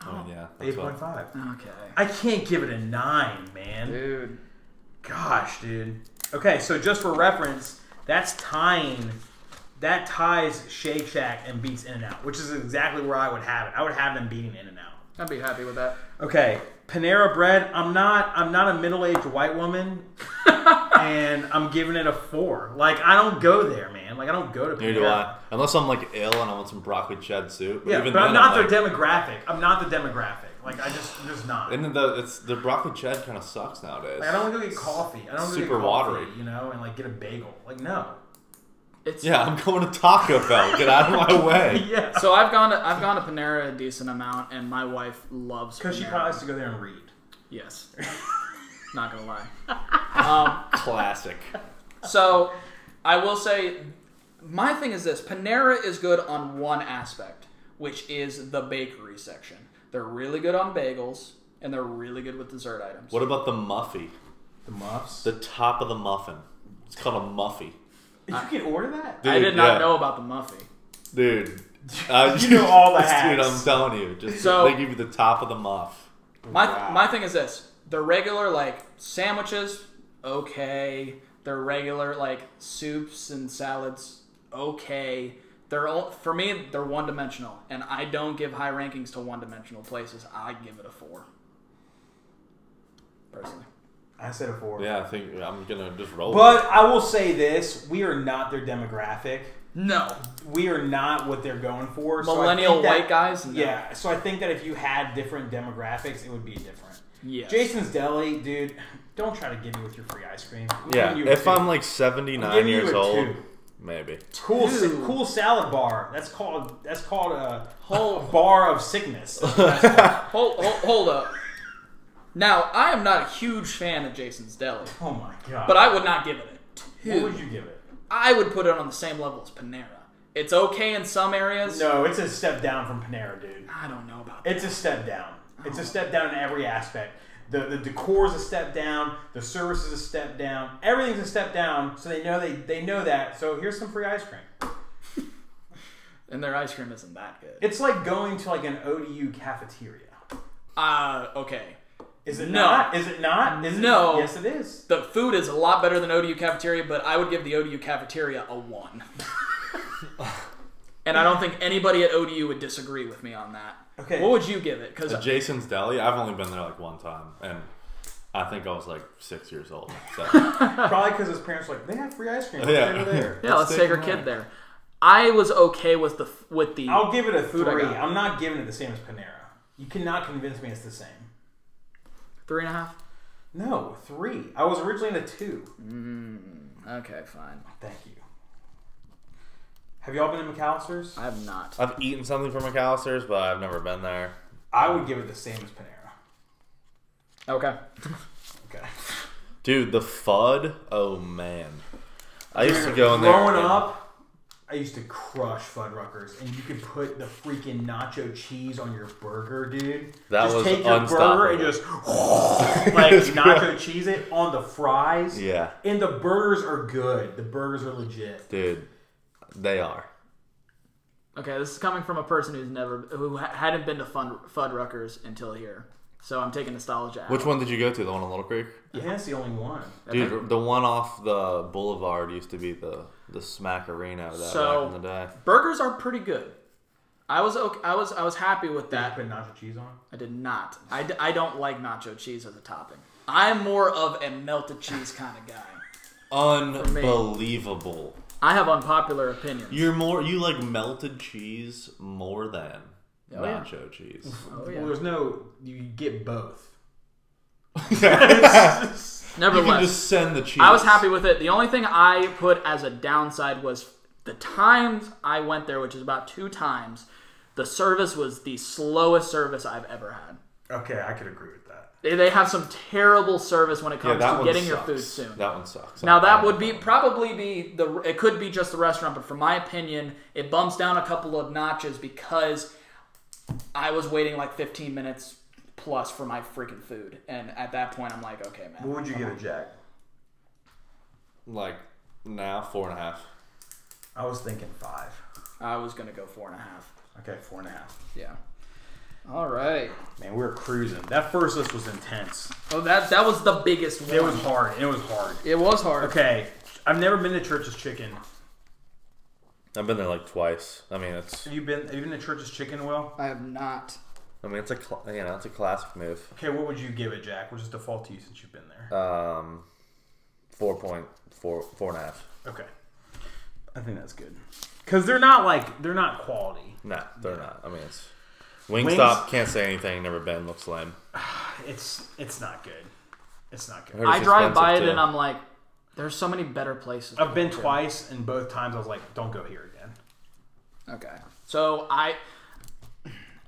[SPEAKER 3] I mean, yeah, that's
[SPEAKER 2] Eight
[SPEAKER 3] what-
[SPEAKER 2] point five.
[SPEAKER 1] Okay.
[SPEAKER 2] I can't give it a nine, man.
[SPEAKER 1] Dude.
[SPEAKER 2] Gosh, dude. Okay, so just for reference, that's tying That ties Shake Shack and beats In and Out, which is exactly where I would have it. I would have them beating In and Out.
[SPEAKER 1] I'd be happy with that.
[SPEAKER 2] Okay, Panera Bread. I'm not. I'm not a middle-aged white woman, and I'm giving it a four. Like I don't go there, man. Like I don't go to Panera.
[SPEAKER 3] Neither do I. Unless I'm like ill and I want some broccoli cheddar soup. But
[SPEAKER 2] Yeah,
[SPEAKER 3] even
[SPEAKER 2] but I'm
[SPEAKER 3] then,
[SPEAKER 2] not
[SPEAKER 3] I'm like,
[SPEAKER 2] their demographic. I'm not the demographic. Like I just, I'm just not.
[SPEAKER 3] And then the it's the broccoli cheddar kind of sucks nowadays.
[SPEAKER 2] Like, I don't want to go get coffee. I don't want to
[SPEAKER 3] Super
[SPEAKER 2] get coffee,
[SPEAKER 3] watery.
[SPEAKER 2] you know, and like get a bagel. Like no. (laughs)
[SPEAKER 1] It's
[SPEAKER 3] Yeah, I'm going to Taco Bell. Get out of
[SPEAKER 2] (laughs)
[SPEAKER 3] my way.
[SPEAKER 2] Yeah.
[SPEAKER 1] So I've gone to I've gone to Panera a decent amount, and my wife loves
[SPEAKER 2] Because she
[SPEAKER 1] Panera.
[SPEAKER 2] promised to go there and read.
[SPEAKER 1] Yes. Not gonna lie.
[SPEAKER 3] Classic.
[SPEAKER 1] Um, so I will say my thing is this Panera is good on one aspect, which is the bakery section. They're really good on bagels and they're really good with dessert items.
[SPEAKER 3] What about the muffy?
[SPEAKER 2] The muffs.
[SPEAKER 3] The top of the muffin. It's called a muffy.
[SPEAKER 2] you can order that.
[SPEAKER 3] Dude,
[SPEAKER 1] I did not
[SPEAKER 3] yeah.
[SPEAKER 1] know about the Muffy.
[SPEAKER 3] Dude. I-
[SPEAKER 2] (laughs) You
[SPEAKER 3] (laughs)
[SPEAKER 2] know all the
[SPEAKER 3] Dude, I'm
[SPEAKER 2] hacks.
[SPEAKER 3] telling you. Just
[SPEAKER 1] So-
[SPEAKER 3] they give you the top of the muff.
[SPEAKER 1] My
[SPEAKER 2] Wow.
[SPEAKER 1] my thing is this: the regular like sandwiches, okay. Their regular like soups and salads, okay. They're all for me. They're one dimensional, and I don't give high rankings to one dimensional places. I give it a four. Personally,
[SPEAKER 2] I said a four.
[SPEAKER 3] Yeah, I think I'm gonna just roll. with
[SPEAKER 2] But I will say this: we are not their demographic.
[SPEAKER 1] no
[SPEAKER 2] We are not what they're going for. So I
[SPEAKER 1] millennial
[SPEAKER 2] think that-
[SPEAKER 1] white guys. No.
[SPEAKER 2] Yeah. So I think that if you had different demographics, it would be different.
[SPEAKER 1] Yes.
[SPEAKER 2] Jason's Deli, dude. Don't try to get me with your free ice cream. I'm
[SPEAKER 3] it. yeah.
[SPEAKER 2] giving you a
[SPEAKER 3] If
[SPEAKER 2] two.
[SPEAKER 3] I'm like 79
[SPEAKER 2] I'm giving you
[SPEAKER 3] years
[SPEAKER 2] a
[SPEAKER 3] old,
[SPEAKER 2] two.
[SPEAKER 3] maybe.
[SPEAKER 2] cool,
[SPEAKER 1] (laughs)
[SPEAKER 2] sa-
[SPEAKER 1] Two.
[SPEAKER 2] cool salad bar. That's called that's called a
[SPEAKER 1] Whole-
[SPEAKER 2] bar of
[SPEAKER 1] (laughs)
[SPEAKER 2] sickness. Oh (laughs)
[SPEAKER 1] Hold, hold hold up. Now I am not a huge fan of Jason's Deli,
[SPEAKER 2] Oh my god!
[SPEAKER 1] but I would not give it a two.
[SPEAKER 2] what would you give it?
[SPEAKER 1] I would put it on the same level as Panera. It's okay in some areas.
[SPEAKER 2] No, it's a step down from Panera, dude.
[SPEAKER 1] I don't know about that.
[SPEAKER 2] It's a step down. It's a step down in every aspect. The the decor is a step down. The service is a step down. Everything's a step down. So they know they they know that. So here's some free ice cream.
[SPEAKER 1] And their ice cream isn't that good.
[SPEAKER 2] It's like going to like an ODU cafeteria.
[SPEAKER 1] Uh, okay.
[SPEAKER 2] Is it
[SPEAKER 1] No.
[SPEAKER 2] not? Is it not? Is it,
[SPEAKER 1] No.
[SPEAKER 2] Yes, it is.
[SPEAKER 1] (laughs) The food is a lot better than ODU cafeteria, but I would give the ODU cafeteria a
[SPEAKER 2] (laughs)
[SPEAKER 1] one. and I don't think anybody at ODU would disagree with me on that.
[SPEAKER 2] Okay.
[SPEAKER 1] What would you give it? Because
[SPEAKER 3] Jason's Deli. I've only been there like one time, and I think I was like six years old.
[SPEAKER 2] (laughs)
[SPEAKER 3] So. (laughs)
[SPEAKER 2] Probably because his parents were like they have free ice cream. Let's
[SPEAKER 3] Yeah.
[SPEAKER 2] take her there.
[SPEAKER 1] yeah, let's take our
[SPEAKER 3] them
[SPEAKER 1] kid
[SPEAKER 3] out.
[SPEAKER 1] there. I was okay with the with the.
[SPEAKER 2] I'll give it a
[SPEAKER 1] I
[SPEAKER 2] three.
[SPEAKER 1] got.
[SPEAKER 2] I'm not giving it the same as Panera. You cannot convince me it's the same.
[SPEAKER 1] Three and a half?
[SPEAKER 2] No, three. I was originally in a two.
[SPEAKER 1] Okay, fine.
[SPEAKER 2] Thank you. Have y'all been to McAllister's?
[SPEAKER 1] I have not.
[SPEAKER 3] I've eaten something from McAllister's, but I've never been there.
[SPEAKER 2] I would give it the same as Panera.
[SPEAKER 1] Okay.
[SPEAKER 2] Okay.
[SPEAKER 3] Dude, the FUD. Oh man, I used to go in there.
[SPEAKER 2] Growing
[SPEAKER 3] and-
[SPEAKER 2] up, I used to crush Fuddruckers, and you could put the freaking nacho cheese on your burger, dude.
[SPEAKER 3] That
[SPEAKER 2] just
[SPEAKER 3] was
[SPEAKER 2] take your burger and
[SPEAKER 3] unstoppable.
[SPEAKER 2] just
[SPEAKER 3] (laughs)
[SPEAKER 2] like nacho cheese it on the fries.
[SPEAKER 3] Yeah,
[SPEAKER 2] And the burgers are good. The burgers are legit.
[SPEAKER 3] dude, they are.
[SPEAKER 1] Okay, this is coming from a person who's never, who ha- hadn't been to Fun, Fuddruckers until here. So I'm taking nostalgia. Out.
[SPEAKER 3] Which one did you go to? The one in Little Creek?
[SPEAKER 2] I think that's the only one.
[SPEAKER 3] Dude, the one off the boulevard used to be the the Smack Arena that
[SPEAKER 1] So-
[SPEAKER 3] back in the day.
[SPEAKER 1] burgers are pretty good. I was okay, I was I was happy with
[SPEAKER 2] I
[SPEAKER 1] that.
[SPEAKER 2] put nacho cheese on.
[SPEAKER 1] I did not. I, d- I don't like nacho cheese as a topping. I'm more of a melted cheese kind of guy.
[SPEAKER 3] Unbelievable.
[SPEAKER 1] I have unpopular opinions.
[SPEAKER 3] You're more you like melted cheese more than
[SPEAKER 1] Oh, yeah. (laughs)
[SPEAKER 3] nacho cheese. (laughs)
[SPEAKER 1] oh yeah.
[SPEAKER 2] Well, there's no. You get both.
[SPEAKER 3] you can
[SPEAKER 1] Nevertheless,
[SPEAKER 3] just send the cheese.
[SPEAKER 1] I was happy with it. The only thing I put as a downside was the times I went there, which is about two times. The service was the slowest service I've ever had.
[SPEAKER 2] Okay, I could agree with that.
[SPEAKER 1] They, they have some terrible service when it
[SPEAKER 3] Yeah,
[SPEAKER 1] comes
[SPEAKER 3] that
[SPEAKER 1] to
[SPEAKER 3] one
[SPEAKER 1] getting
[SPEAKER 3] sucks.
[SPEAKER 1] your food soon.
[SPEAKER 3] That one sucks.
[SPEAKER 1] Now that
[SPEAKER 3] I'm-
[SPEAKER 1] would be probably be the it could be just the restaurant, but from my opinion, it bumps down a couple of notches because I was waiting like 15 minutes plus for my freaking food, and at that point, I'm like, okay, man.
[SPEAKER 2] What would you give it, Jack?
[SPEAKER 3] like now four and a half.
[SPEAKER 2] I was thinking five.
[SPEAKER 1] I was gonna go four and a half.
[SPEAKER 2] Okay, four and a half.
[SPEAKER 1] Yeah. All right.
[SPEAKER 2] Man, we were cruising. That first list was intense.
[SPEAKER 1] Oh, that that was the biggest one.
[SPEAKER 2] It was hard. It was hard.
[SPEAKER 1] It was hard.
[SPEAKER 2] Okay, I've never been to Church's Chicken.
[SPEAKER 3] I've been there like twice. I mean, it's
[SPEAKER 2] Have you been? Have you been to Church's Chicken Will?
[SPEAKER 1] I have not.
[SPEAKER 3] I mean, it's a cl- you know, it's a classic move.
[SPEAKER 2] Okay, what would you give it, Jack? We'll just default to you since you've been there.
[SPEAKER 3] Um, four point four four and a half.
[SPEAKER 2] Okay, I think that's good. Cause they're not like they're not quality.
[SPEAKER 3] Nah, they're not. I mean, it's
[SPEAKER 2] Wings-
[SPEAKER 3] Wingstop can't say anything. Never been. Looks lame.
[SPEAKER 2] It's it's not good. It's not good.
[SPEAKER 3] heard
[SPEAKER 1] I
[SPEAKER 3] it's
[SPEAKER 1] drive by it
[SPEAKER 3] expensive,
[SPEAKER 1] and
[SPEAKER 3] too.
[SPEAKER 1] I'm like, there's so many better places.
[SPEAKER 2] I've been twice, and both times I was like, "Don't go here again."
[SPEAKER 1] Okay. So I,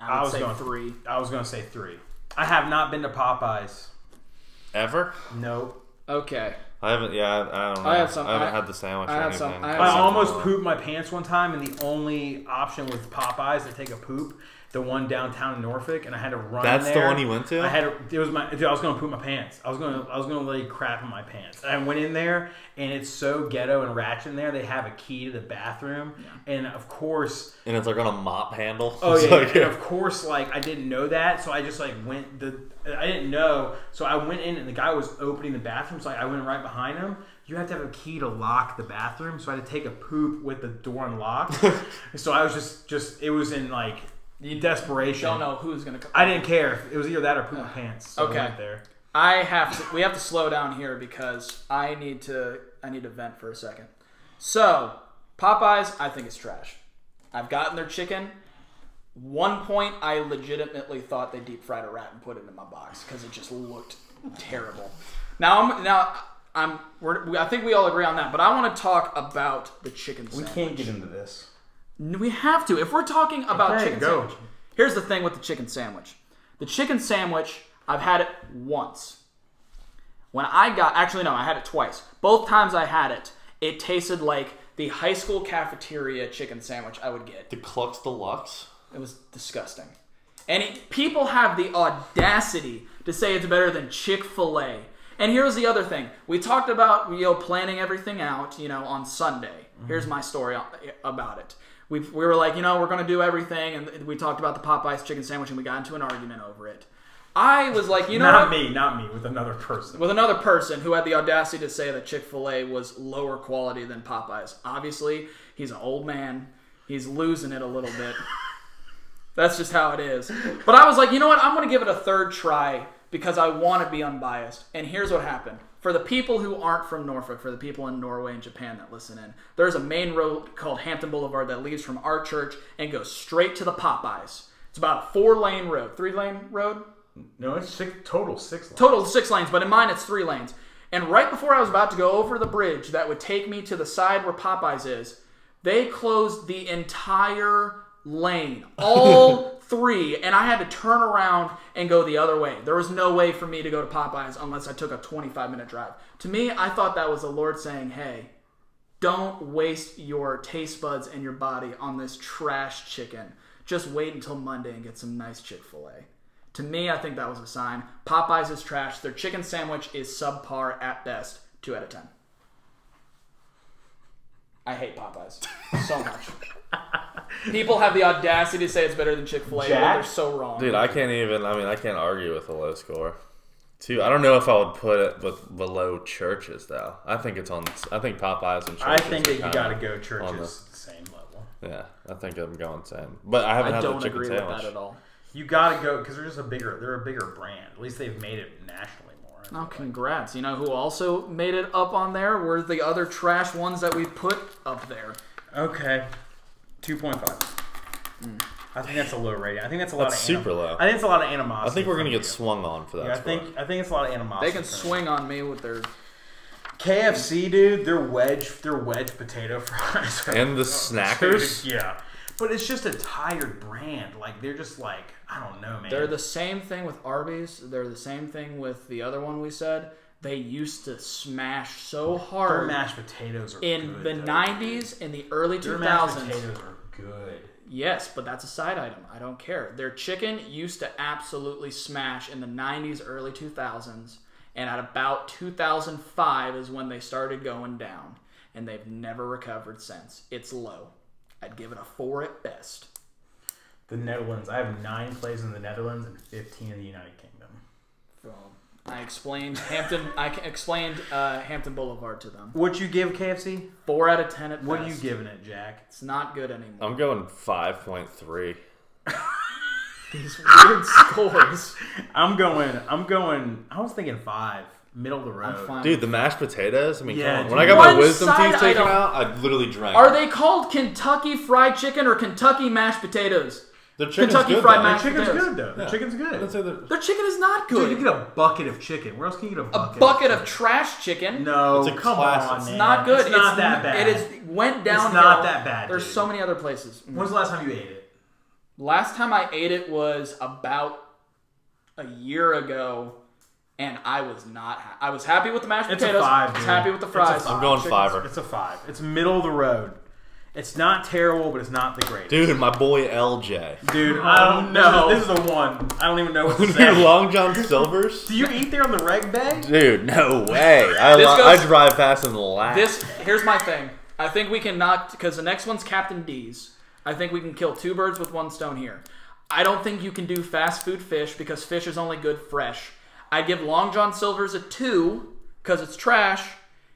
[SPEAKER 1] I would
[SPEAKER 2] was
[SPEAKER 1] say
[SPEAKER 2] going-
[SPEAKER 1] three.
[SPEAKER 2] I was gonna say three. I have not been to Popeyes.
[SPEAKER 3] ever.
[SPEAKER 2] Nope.
[SPEAKER 1] Okay.
[SPEAKER 3] I haven't. Yeah, I, I don't know.
[SPEAKER 1] I had some-
[SPEAKER 3] haven't
[SPEAKER 1] I-
[SPEAKER 3] had the sandwich.
[SPEAKER 1] I
[SPEAKER 3] or
[SPEAKER 1] had some-
[SPEAKER 3] anything.
[SPEAKER 1] I had
[SPEAKER 2] I
[SPEAKER 1] some-
[SPEAKER 2] almost pooped my pants one time, and the only option was Popeyes to take a poop. The one downtown in Norfolk, and I had to run.
[SPEAKER 3] That's the
[SPEAKER 2] there.
[SPEAKER 3] one you went to?
[SPEAKER 2] I had to, it was my. Dude, I was gonna poop my pants. I was gonna. I was gonna lay crap in my pants. I went in there, and it's so ghetto and ratchet in there. They have a key to the bathroom, and of course,
[SPEAKER 3] And it's like on a mop handle.
[SPEAKER 2] Oh
[SPEAKER 3] It's
[SPEAKER 2] yeah,
[SPEAKER 3] like-
[SPEAKER 2] and of course, like I didn't know that, so I just like went the I didn't know, so I went in and the guy was opening the bathroom, so I went right behind him. You have to have a key to lock the bathroom, so I had to take a poop with the door unlocked. so I was just just it was in like desperation.
[SPEAKER 1] Don't know who's gonna come.
[SPEAKER 2] I didn't care. It was either that or poop my pants. So
[SPEAKER 1] Okay.
[SPEAKER 2] I went there.
[SPEAKER 1] I have to. We have to slow down here because I need to. I need to vent for a second. So Popeyes, I think it's trash. I've gotten their chicken. One point, I legitimately thought they deep fried a rat and put it in my box because it just looked terrible. Now I'm now I'm. We're, we, I think we all agree on that, but I want to talk about the chicken sandwich.
[SPEAKER 2] Can't get into this.
[SPEAKER 1] We have to. If we're talking about
[SPEAKER 2] Okay,
[SPEAKER 1] chicken
[SPEAKER 2] go.
[SPEAKER 1] sandwich, here's the thing with the chicken sandwich. The chicken sandwich, I've had it once. When I got, actually no, I had it twice. Both times I had it, it tasted like the high school cafeteria chicken sandwich I would get.
[SPEAKER 3] (laughs) the Clux Deluxe.
[SPEAKER 1] It was disgusting. And it, people have the audacity to say it's better than Chick fil A. And here's the other thing. We talked about, you know, planning everything out, you know, on Sunday.
[SPEAKER 2] Mm-hmm.
[SPEAKER 1] Here's my story on- about it. We, we were like, you know, we're going to do everything. And we talked about the Popeyes chicken sandwich and we got into an argument over it. I was like, you know
[SPEAKER 2] Not
[SPEAKER 1] what?
[SPEAKER 2] me, not me, with another person.
[SPEAKER 1] with another person who had the audacity to say that Chick fil A was lower quality than Popeyes. Obviously, he's an old man. He's losing it a little bit. That's just how it is. But I was like, you know what? I'm going to give it a third try because I want to be unbiased. And here's what happened. For the people who aren't from Norfolk, for the people in Norway and Japan that listen in, there's a main road called Hampton Boulevard that leaves from our church and goes straight to the Popeyes. It's about a four lane road, three lane road,
[SPEAKER 2] No, it's six, total six. Lines.
[SPEAKER 1] total six lanes, but in mine it's three lanes. And right before I was about to go over the bridge that would take me to the side where Popeyes is, they closed the entire lane, all three, and I had to turn around and go the other way. There was no way for me to go to Popeyes unless I took a 25 minute drive. To me, I thought that was the Lord saying, hey, don't waste your taste buds and your body on this trash chicken. Just wait until Monday and get some nice Chick fil A. To me, I think that was a sign. Popeyes is trash. Their chicken sandwich is subpar at best. Two out of ten. I hate Popeyes so much. People have the audacity to say it's better than Chick Fil A, but
[SPEAKER 2] Jack?
[SPEAKER 1] they're so wrong.
[SPEAKER 3] Dude, I can't even. I mean, I can't argue with a low score. Two. I don't know if I would put it with below churches though. I think it's on. I think Popeyes and churches.
[SPEAKER 2] I think
[SPEAKER 3] are
[SPEAKER 2] that you
[SPEAKER 3] kinda-
[SPEAKER 2] gotta go churches
[SPEAKER 3] the-
[SPEAKER 2] the same level.
[SPEAKER 3] Yeah, I think I'm going same. But I haven't
[SPEAKER 1] I
[SPEAKER 3] had
[SPEAKER 1] don't
[SPEAKER 3] the chicken
[SPEAKER 1] agree
[SPEAKER 3] sandwich.
[SPEAKER 1] with that at all.
[SPEAKER 2] You gotta go because they're just a bigger. They're a bigger brand. At least they've made it nationally more.
[SPEAKER 1] Oh, congrats. You know who also made it up on there were the other trash ones that we put up there.
[SPEAKER 2] Okay. 2.5. Mm. I think that's a low rating. I think that's a lot
[SPEAKER 3] That's
[SPEAKER 2] of anim-
[SPEAKER 3] super low.
[SPEAKER 2] I think it's a lot of animosity.
[SPEAKER 3] I think we're gonna
[SPEAKER 2] from
[SPEAKER 3] get
[SPEAKER 2] you.
[SPEAKER 3] swung on for that.
[SPEAKER 2] Yeah, I
[SPEAKER 3] score.
[SPEAKER 2] think I think it's a lot of animosity.
[SPEAKER 1] They can
[SPEAKER 2] from
[SPEAKER 1] swing on me with their
[SPEAKER 2] you. KFC, dude. They're wedge. They're wedge potato (laughs) fries. are-
[SPEAKER 3] And the
[SPEAKER 2] Dude,
[SPEAKER 3] Snackers?
[SPEAKER 2] yeah, but it's just a tired brand. Like they're just like I don't know, man.
[SPEAKER 1] They're the same thing with Arby's. They're the same thing with the other one we said. They used to smash so
[SPEAKER 2] Their
[SPEAKER 1] hard
[SPEAKER 2] mashed potatoes are
[SPEAKER 1] in
[SPEAKER 2] good,
[SPEAKER 1] the
[SPEAKER 2] though.
[SPEAKER 1] 90s, in the early
[SPEAKER 2] Their mashed
[SPEAKER 1] 2000s.
[SPEAKER 2] potatoes are good.
[SPEAKER 1] Yes, but that's a side item. I don't care. Their chicken used to absolutely smash in the 90s, early 2000s. And at about 2005 is when they started going down. And they've never recovered since. It's low. I'd give it a four at best.
[SPEAKER 2] The Netherlands. I have nine plays in the Netherlands and fifteen in the United Kingdom.
[SPEAKER 1] Well, I explained Hampton. I explained uh, Hampton Boulevard to them.
[SPEAKER 2] What you give KFC?
[SPEAKER 1] Four out of ten at
[SPEAKER 2] What are you
[SPEAKER 1] best.
[SPEAKER 2] giving it, Jack?
[SPEAKER 1] It's not good anymore. (laughs)
[SPEAKER 3] I'm going 5.3.
[SPEAKER 1] These weird (laughs) scores.
[SPEAKER 2] I'm going. I'm going. I was thinking five, middle of the road.
[SPEAKER 1] I'm fine.
[SPEAKER 3] Dude, the mashed potatoes. I mean,
[SPEAKER 2] Yeah,
[SPEAKER 3] come on. when
[SPEAKER 2] dude.
[SPEAKER 3] I got my
[SPEAKER 1] One
[SPEAKER 3] wisdom
[SPEAKER 1] side
[SPEAKER 3] teeth taken
[SPEAKER 1] item.
[SPEAKER 3] out, I literally drank.
[SPEAKER 1] Are they called Kentucky Fried Chicken or Kentucky Mashed Potatoes?
[SPEAKER 3] the chicken's
[SPEAKER 1] Kentucky
[SPEAKER 3] good,
[SPEAKER 1] Fried
[SPEAKER 3] though.
[SPEAKER 2] The
[SPEAKER 1] Mashed
[SPEAKER 2] chicken's
[SPEAKER 1] potatoes.
[SPEAKER 2] good though. The
[SPEAKER 3] Yeah.
[SPEAKER 2] chicken's good.
[SPEAKER 3] I'd say they're-
[SPEAKER 1] Their chicken is not
[SPEAKER 2] Dude, you
[SPEAKER 1] good.
[SPEAKER 2] get a bucket of chicken. Where else can you get a bucket?
[SPEAKER 1] a
[SPEAKER 2] of
[SPEAKER 1] bucket of
[SPEAKER 2] chicken?
[SPEAKER 1] trash chicken.
[SPEAKER 2] no,
[SPEAKER 3] It's a
[SPEAKER 2] come
[SPEAKER 3] classic.
[SPEAKER 2] on,
[SPEAKER 3] It's
[SPEAKER 2] man.
[SPEAKER 1] Not good.
[SPEAKER 2] It's not that bad.
[SPEAKER 1] It is went down.
[SPEAKER 2] not that bad,
[SPEAKER 1] There's
[SPEAKER 2] dude.
[SPEAKER 1] so many other places. Mm.
[SPEAKER 2] When's the last time you ate it?
[SPEAKER 1] Last time I ate it was about a year ago, and I was not. Ha- I was happy with the mashed
[SPEAKER 2] It's a
[SPEAKER 1] potatoes.
[SPEAKER 2] five,
[SPEAKER 1] I was
[SPEAKER 2] dude.
[SPEAKER 1] happy with the
[SPEAKER 2] It's a
[SPEAKER 1] fries.
[SPEAKER 2] five.
[SPEAKER 3] I'm going
[SPEAKER 1] Chicken's-
[SPEAKER 3] fiver.
[SPEAKER 2] It's a five. It's middle of the road. It's not terrible, but it's not the greatest.
[SPEAKER 3] Dude, my boy LJ.
[SPEAKER 2] Dude, I don't know.
[SPEAKER 1] no.
[SPEAKER 2] This is a one. I don't even know (laughs) what to
[SPEAKER 3] (laughs) Dude,
[SPEAKER 2] say.
[SPEAKER 3] (laughs) Long John Silver's?
[SPEAKER 2] Do you eat there on the reg bag?
[SPEAKER 3] Dude, no way. I,
[SPEAKER 1] This
[SPEAKER 3] li-
[SPEAKER 1] goes-
[SPEAKER 3] I drive past and laugh.
[SPEAKER 1] This here's my thing. I think we can knock because the next one's Captain D's. I think we can kill two birds with one stone here. I don't think you can do fast food fish because fish is only good fresh. I give Long John Silver's a two because it's trash,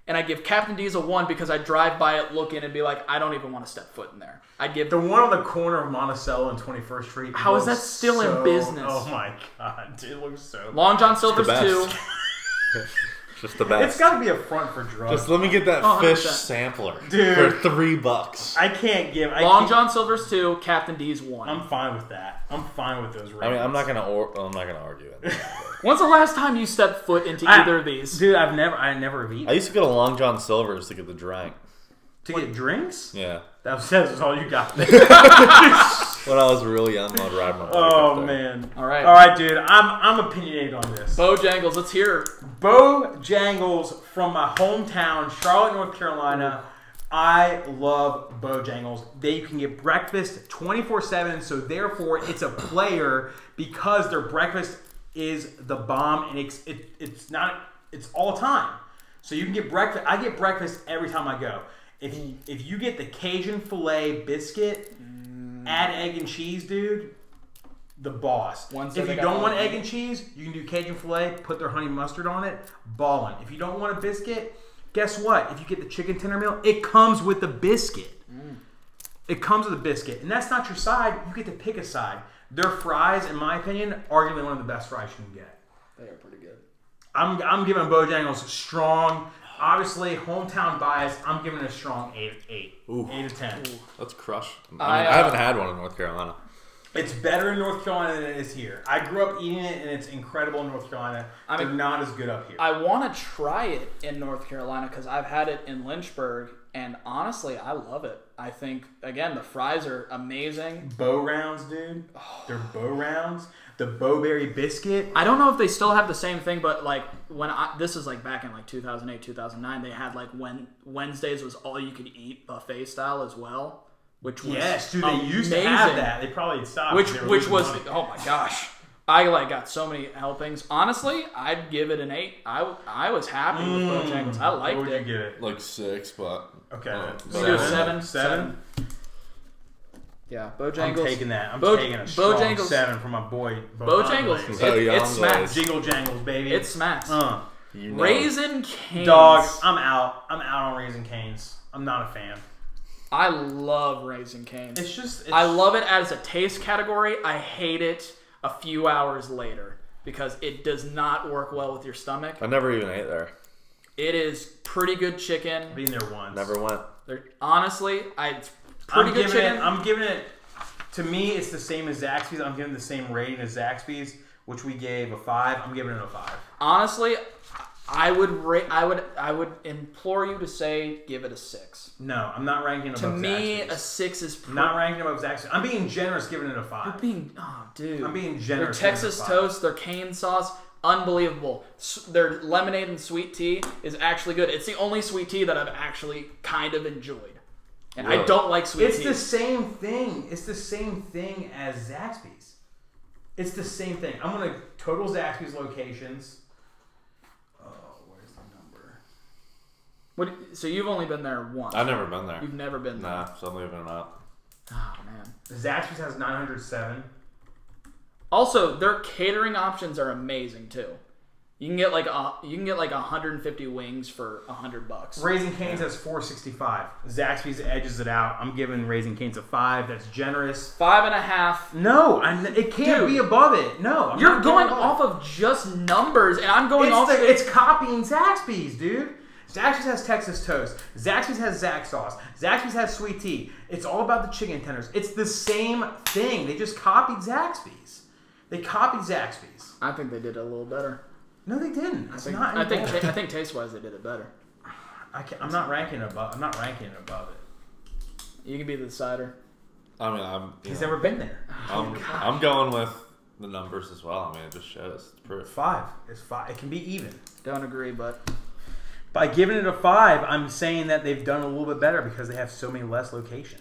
[SPEAKER 1] and I give Captain D's a one because I drive by it looking and be like, I don't even want to step foot in there. I'd give
[SPEAKER 2] The one on the corner of Monticello and 21st Street.
[SPEAKER 1] How is
[SPEAKER 2] looks
[SPEAKER 1] that still in
[SPEAKER 2] so-
[SPEAKER 1] business?
[SPEAKER 2] Oh my god, (laughs) dude, it looks so.
[SPEAKER 1] Long John Silver's
[SPEAKER 3] best.
[SPEAKER 1] two.
[SPEAKER 3] Just the best.
[SPEAKER 2] It's got to be a front for drugs.
[SPEAKER 3] Just let me get that
[SPEAKER 1] Oh,
[SPEAKER 3] fish
[SPEAKER 1] 100%.
[SPEAKER 3] sampler
[SPEAKER 2] Dude.
[SPEAKER 3] for three bucks.
[SPEAKER 2] I can't give. I
[SPEAKER 1] Long
[SPEAKER 2] can't-
[SPEAKER 1] John Silver's two. Captain D's one.
[SPEAKER 2] I'm fine with that. I'm fine with those.
[SPEAKER 3] I mean, I'm not
[SPEAKER 2] ratings.
[SPEAKER 3] gonna. Or- I'm not gonna argue it.
[SPEAKER 1] When's the last time you stepped foot into
[SPEAKER 2] I-
[SPEAKER 1] either of these?
[SPEAKER 2] Dude, I've never, I never have eaten
[SPEAKER 3] I used to go to Long John Silver's to get the drink.
[SPEAKER 2] to get (laughs) drinks.
[SPEAKER 3] Yeah,
[SPEAKER 2] That says it's all you (laughs) got.
[SPEAKER 3] when I was real young, I'd ride my. bike up
[SPEAKER 2] oh
[SPEAKER 3] there.
[SPEAKER 2] man.
[SPEAKER 1] All right.
[SPEAKER 2] All right, dude. I'm I'm opinionated on this.
[SPEAKER 1] Bojangles, let's hear.
[SPEAKER 2] Bo Jangles from my hometown, Charlotte, North Carolina. I love Bojangles. They can get breakfast 24 7, so therefore it's a player because their breakfast is the bomb and it's, it, it's not, it's all time. So you can get breakfast. I get breakfast every time I go. If you, if you get the Cajun filet biscuit, add egg and cheese, dude, the boss.
[SPEAKER 1] Ones
[SPEAKER 2] if
[SPEAKER 1] that
[SPEAKER 2] you
[SPEAKER 1] they
[SPEAKER 2] don't
[SPEAKER 1] got
[SPEAKER 2] want
[SPEAKER 1] on
[SPEAKER 2] egg and cheese, you can do Cajun filet, put their honey mustard on it, ballin'. If you don't want a biscuit, guess what? If you get the chicken tender meal, it comes with the biscuit.
[SPEAKER 1] Mm.
[SPEAKER 2] It comes with a biscuit. And that's not your side, you get to pick a side. Their fries, in my opinion, arguably one of the best fries you can get.
[SPEAKER 1] They are pretty good.
[SPEAKER 2] I'm, I'm giving Bojangles strong. Obviously, hometown bias, I'm giving it a strong 8 8. 8 of 10.
[SPEAKER 3] That's crushed. I, mean,
[SPEAKER 1] I,
[SPEAKER 3] I,
[SPEAKER 1] uh,
[SPEAKER 3] haven't had one in North Carolina.
[SPEAKER 2] It's better in North Carolina than it is here. I grew up eating it, and it's incredible in North Carolina.
[SPEAKER 1] I mean-
[SPEAKER 2] They're not as good up here.
[SPEAKER 1] I want to try it in North Carolina because I've had it in Lynchburg, and honestly, I love it. I think again the fries are amazing.
[SPEAKER 2] bow rounds, dude. They're bow rounds. The bowberry biscuit.
[SPEAKER 1] I don't know if they still have the same thing, but like when I this is like back in like 2008, 2009, they had like when Wednesdays was all you could eat buffet style as well, which was
[SPEAKER 2] Yes, dude. They used to have
[SPEAKER 1] amazing.
[SPEAKER 2] that. They probably stopped.
[SPEAKER 1] which
[SPEAKER 2] they were
[SPEAKER 1] which
[SPEAKER 2] losing
[SPEAKER 1] was
[SPEAKER 2] money.
[SPEAKER 1] oh my gosh i like got so many helpings honestly i'd give it an eight i i was happy with bojangles Mm, i
[SPEAKER 2] Mm. What
[SPEAKER 1] liked
[SPEAKER 2] would you
[SPEAKER 1] it
[SPEAKER 2] give it?
[SPEAKER 3] Like six, but
[SPEAKER 2] Okay.
[SPEAKER 3] Uh,
[SPEAKER 2] So
[SPEAKER 1] We'll do a seven,
[SPEAKER 3] seven.
[SPEAKER 2] Seven?
[SPEAKER 1] yeah
[SPEAKER 2] I'm
[SPEAKER 1] bojangles
[SPEAKER 2] taking that. I'm
[SPEAKER 1] Bo-
[SPEAKER 2] taking a strong
[SPEAKER 1] Bojangles-
[SPEAKER 2] seven for my boy.
[SPEAKER 1] bojangles
[SPEAKER 2] Bojangles.
[SPEAKER 1] it, it
[SPEAKER 3] Bojangles.
[SPEAKER 1] smacks
[SPEAKER 2] Jingle jangles, baby.
[SPEAKER 1] it smacks
[SPEAKER 2] uh,
[SPEAKER 3] You know.
[SPEAKER 1] raisin canes
[SPEAKER 2] dog. I'm out. I'm out on raisin canes. I'm not a fan.
[SPEAKER 1] i love raisin canes
[SPEAKER 2] It's just. It's,
[SPEAKER 1] i love it as a taste category i hate it a few hours later because it does not work well with your stomach
[SPEAKER 3] I never even ate there.
[SPEAKER 1] it is pretty good chicken
[SPEAKER 2] being there once.
[SPEAKER 3] Never went.
[SPEAKER 1] They're, honestly, I it's pretty
[SPEAKER 2] I'm
[SPEAKER 1] good
[SPEAKER 2] giving
[SPEAKER 1] chicken.
[SPEAKER 2] It, I'm giving it. To me, it's the same as Zaxby's. I'm giving the same rating as Zaxby's, which we gave a five. I'm giving it a five.
[SPEAKER 1] honestly, I would ra- I would I would implore you to say give it a six.
[SPEAKER 2] No, I'm not ranking above
[SPEAKER 1] To me,
[SPEAKER 2] Zaxby's.
[SPEAKER 1] a six is pretty.
[SPEAKER 2] not ranking above Zaxby's. I'm being generous, giving it a five.
[SPEAKER 1] being oh dude.
[SPEAKER 2] I'm being
[SPEAKER 1] their
[SPEAKER 2] generous. giving it a
[SPEAKER 1] Texas
[SPEAKER 2] five.
[SPEAKER 1] toast, their cane sauce, unbelievable. S- their lemonade and sweet tea is actually good. It's the only sweet tea that I've actually kind of enjoyed, and I
[SPEAKER 3] Really?
[SPEAKER 1] don't like sweet
[SPEAKER 2] It's
[SPEAKER 1] tea.
[SPEAKER 2] the same thing. It's the same thing as Zaxby's. It's the same thing. I'm gonna total Zaxby's locations. Oh, where's the number?
[SPEAKER 1] What, so you've only been there once.
[SPEAKER 3] I've never been there.
[SPEAKER 1] You've never been there.
[SPEAKER 3] Nah, so I'm leaving it out.
[SPEAKER 1] Oh man.
[SPEAKER 2] Zaxby's has 907.
[SPEAKER 1] Also, their catering options are amazing too. You can get like a you can get like 150 wings for 100 bucks.
[SPEAKER 2] Raising Cane's has 465. Zaxby's edges it out. I'm giving Raising Cane's a five. That's generous.
[SPEAKER 1] Five and a half.
[SPEAKER 2] No, I'm, it can't
[SPEAKER 1] Dude.
[SPEAKER 2] be above it. No, I'm
[SPEAKER 1] You're
[SPEAKER 2] not
[SPEAKER 1] going
[SPEAKER 2] above it.
[SPEAKER 1] off of just numbers, and I'm going off.
[SPEAKER 2] It's, the, it's copying Zaxby's, dude. Zaxby's has Texas toast. Zaxby's has Zax sauce. Zaxby's has sweet tea. It's all about the chicken tenders. It's the same thing. They just copied Zaxby's. They copied Zaxby's.
[SPEAKER 1] I think they did it a little better.
[SPEAKER 2] No, they didn't. It's
[SPEAKER 1] I think-
[SPEAKER 2] not.
[SPEAKER 1] I think
[SPEAKER 2] involved.
[SPEAKER 1] ta- I think taste wise they did it better.
[SPEAKER 2] I can't, I'm not ranking it above. I'm not ranking it above it.
[SPEAKER 1] You can be the decider.
[SPEAKER 3] I mean, I'm. you
[SPEAKER 2] He's
[SPEAKER 3] know,
[SPEAKER 2] never been there.
[SPEAKER 1] Oh
[SPEAKER 3] I'm, I'm going with the numbers as well. I mean, it just shows it's proof.
[SPEAKER 2] Five. It's five. It can be even.
[SPEAKER 1] Don't agree, but
[SPEAKER 2] By giving it a five, I'm saying that they've done a little bit better because they have so many less locations.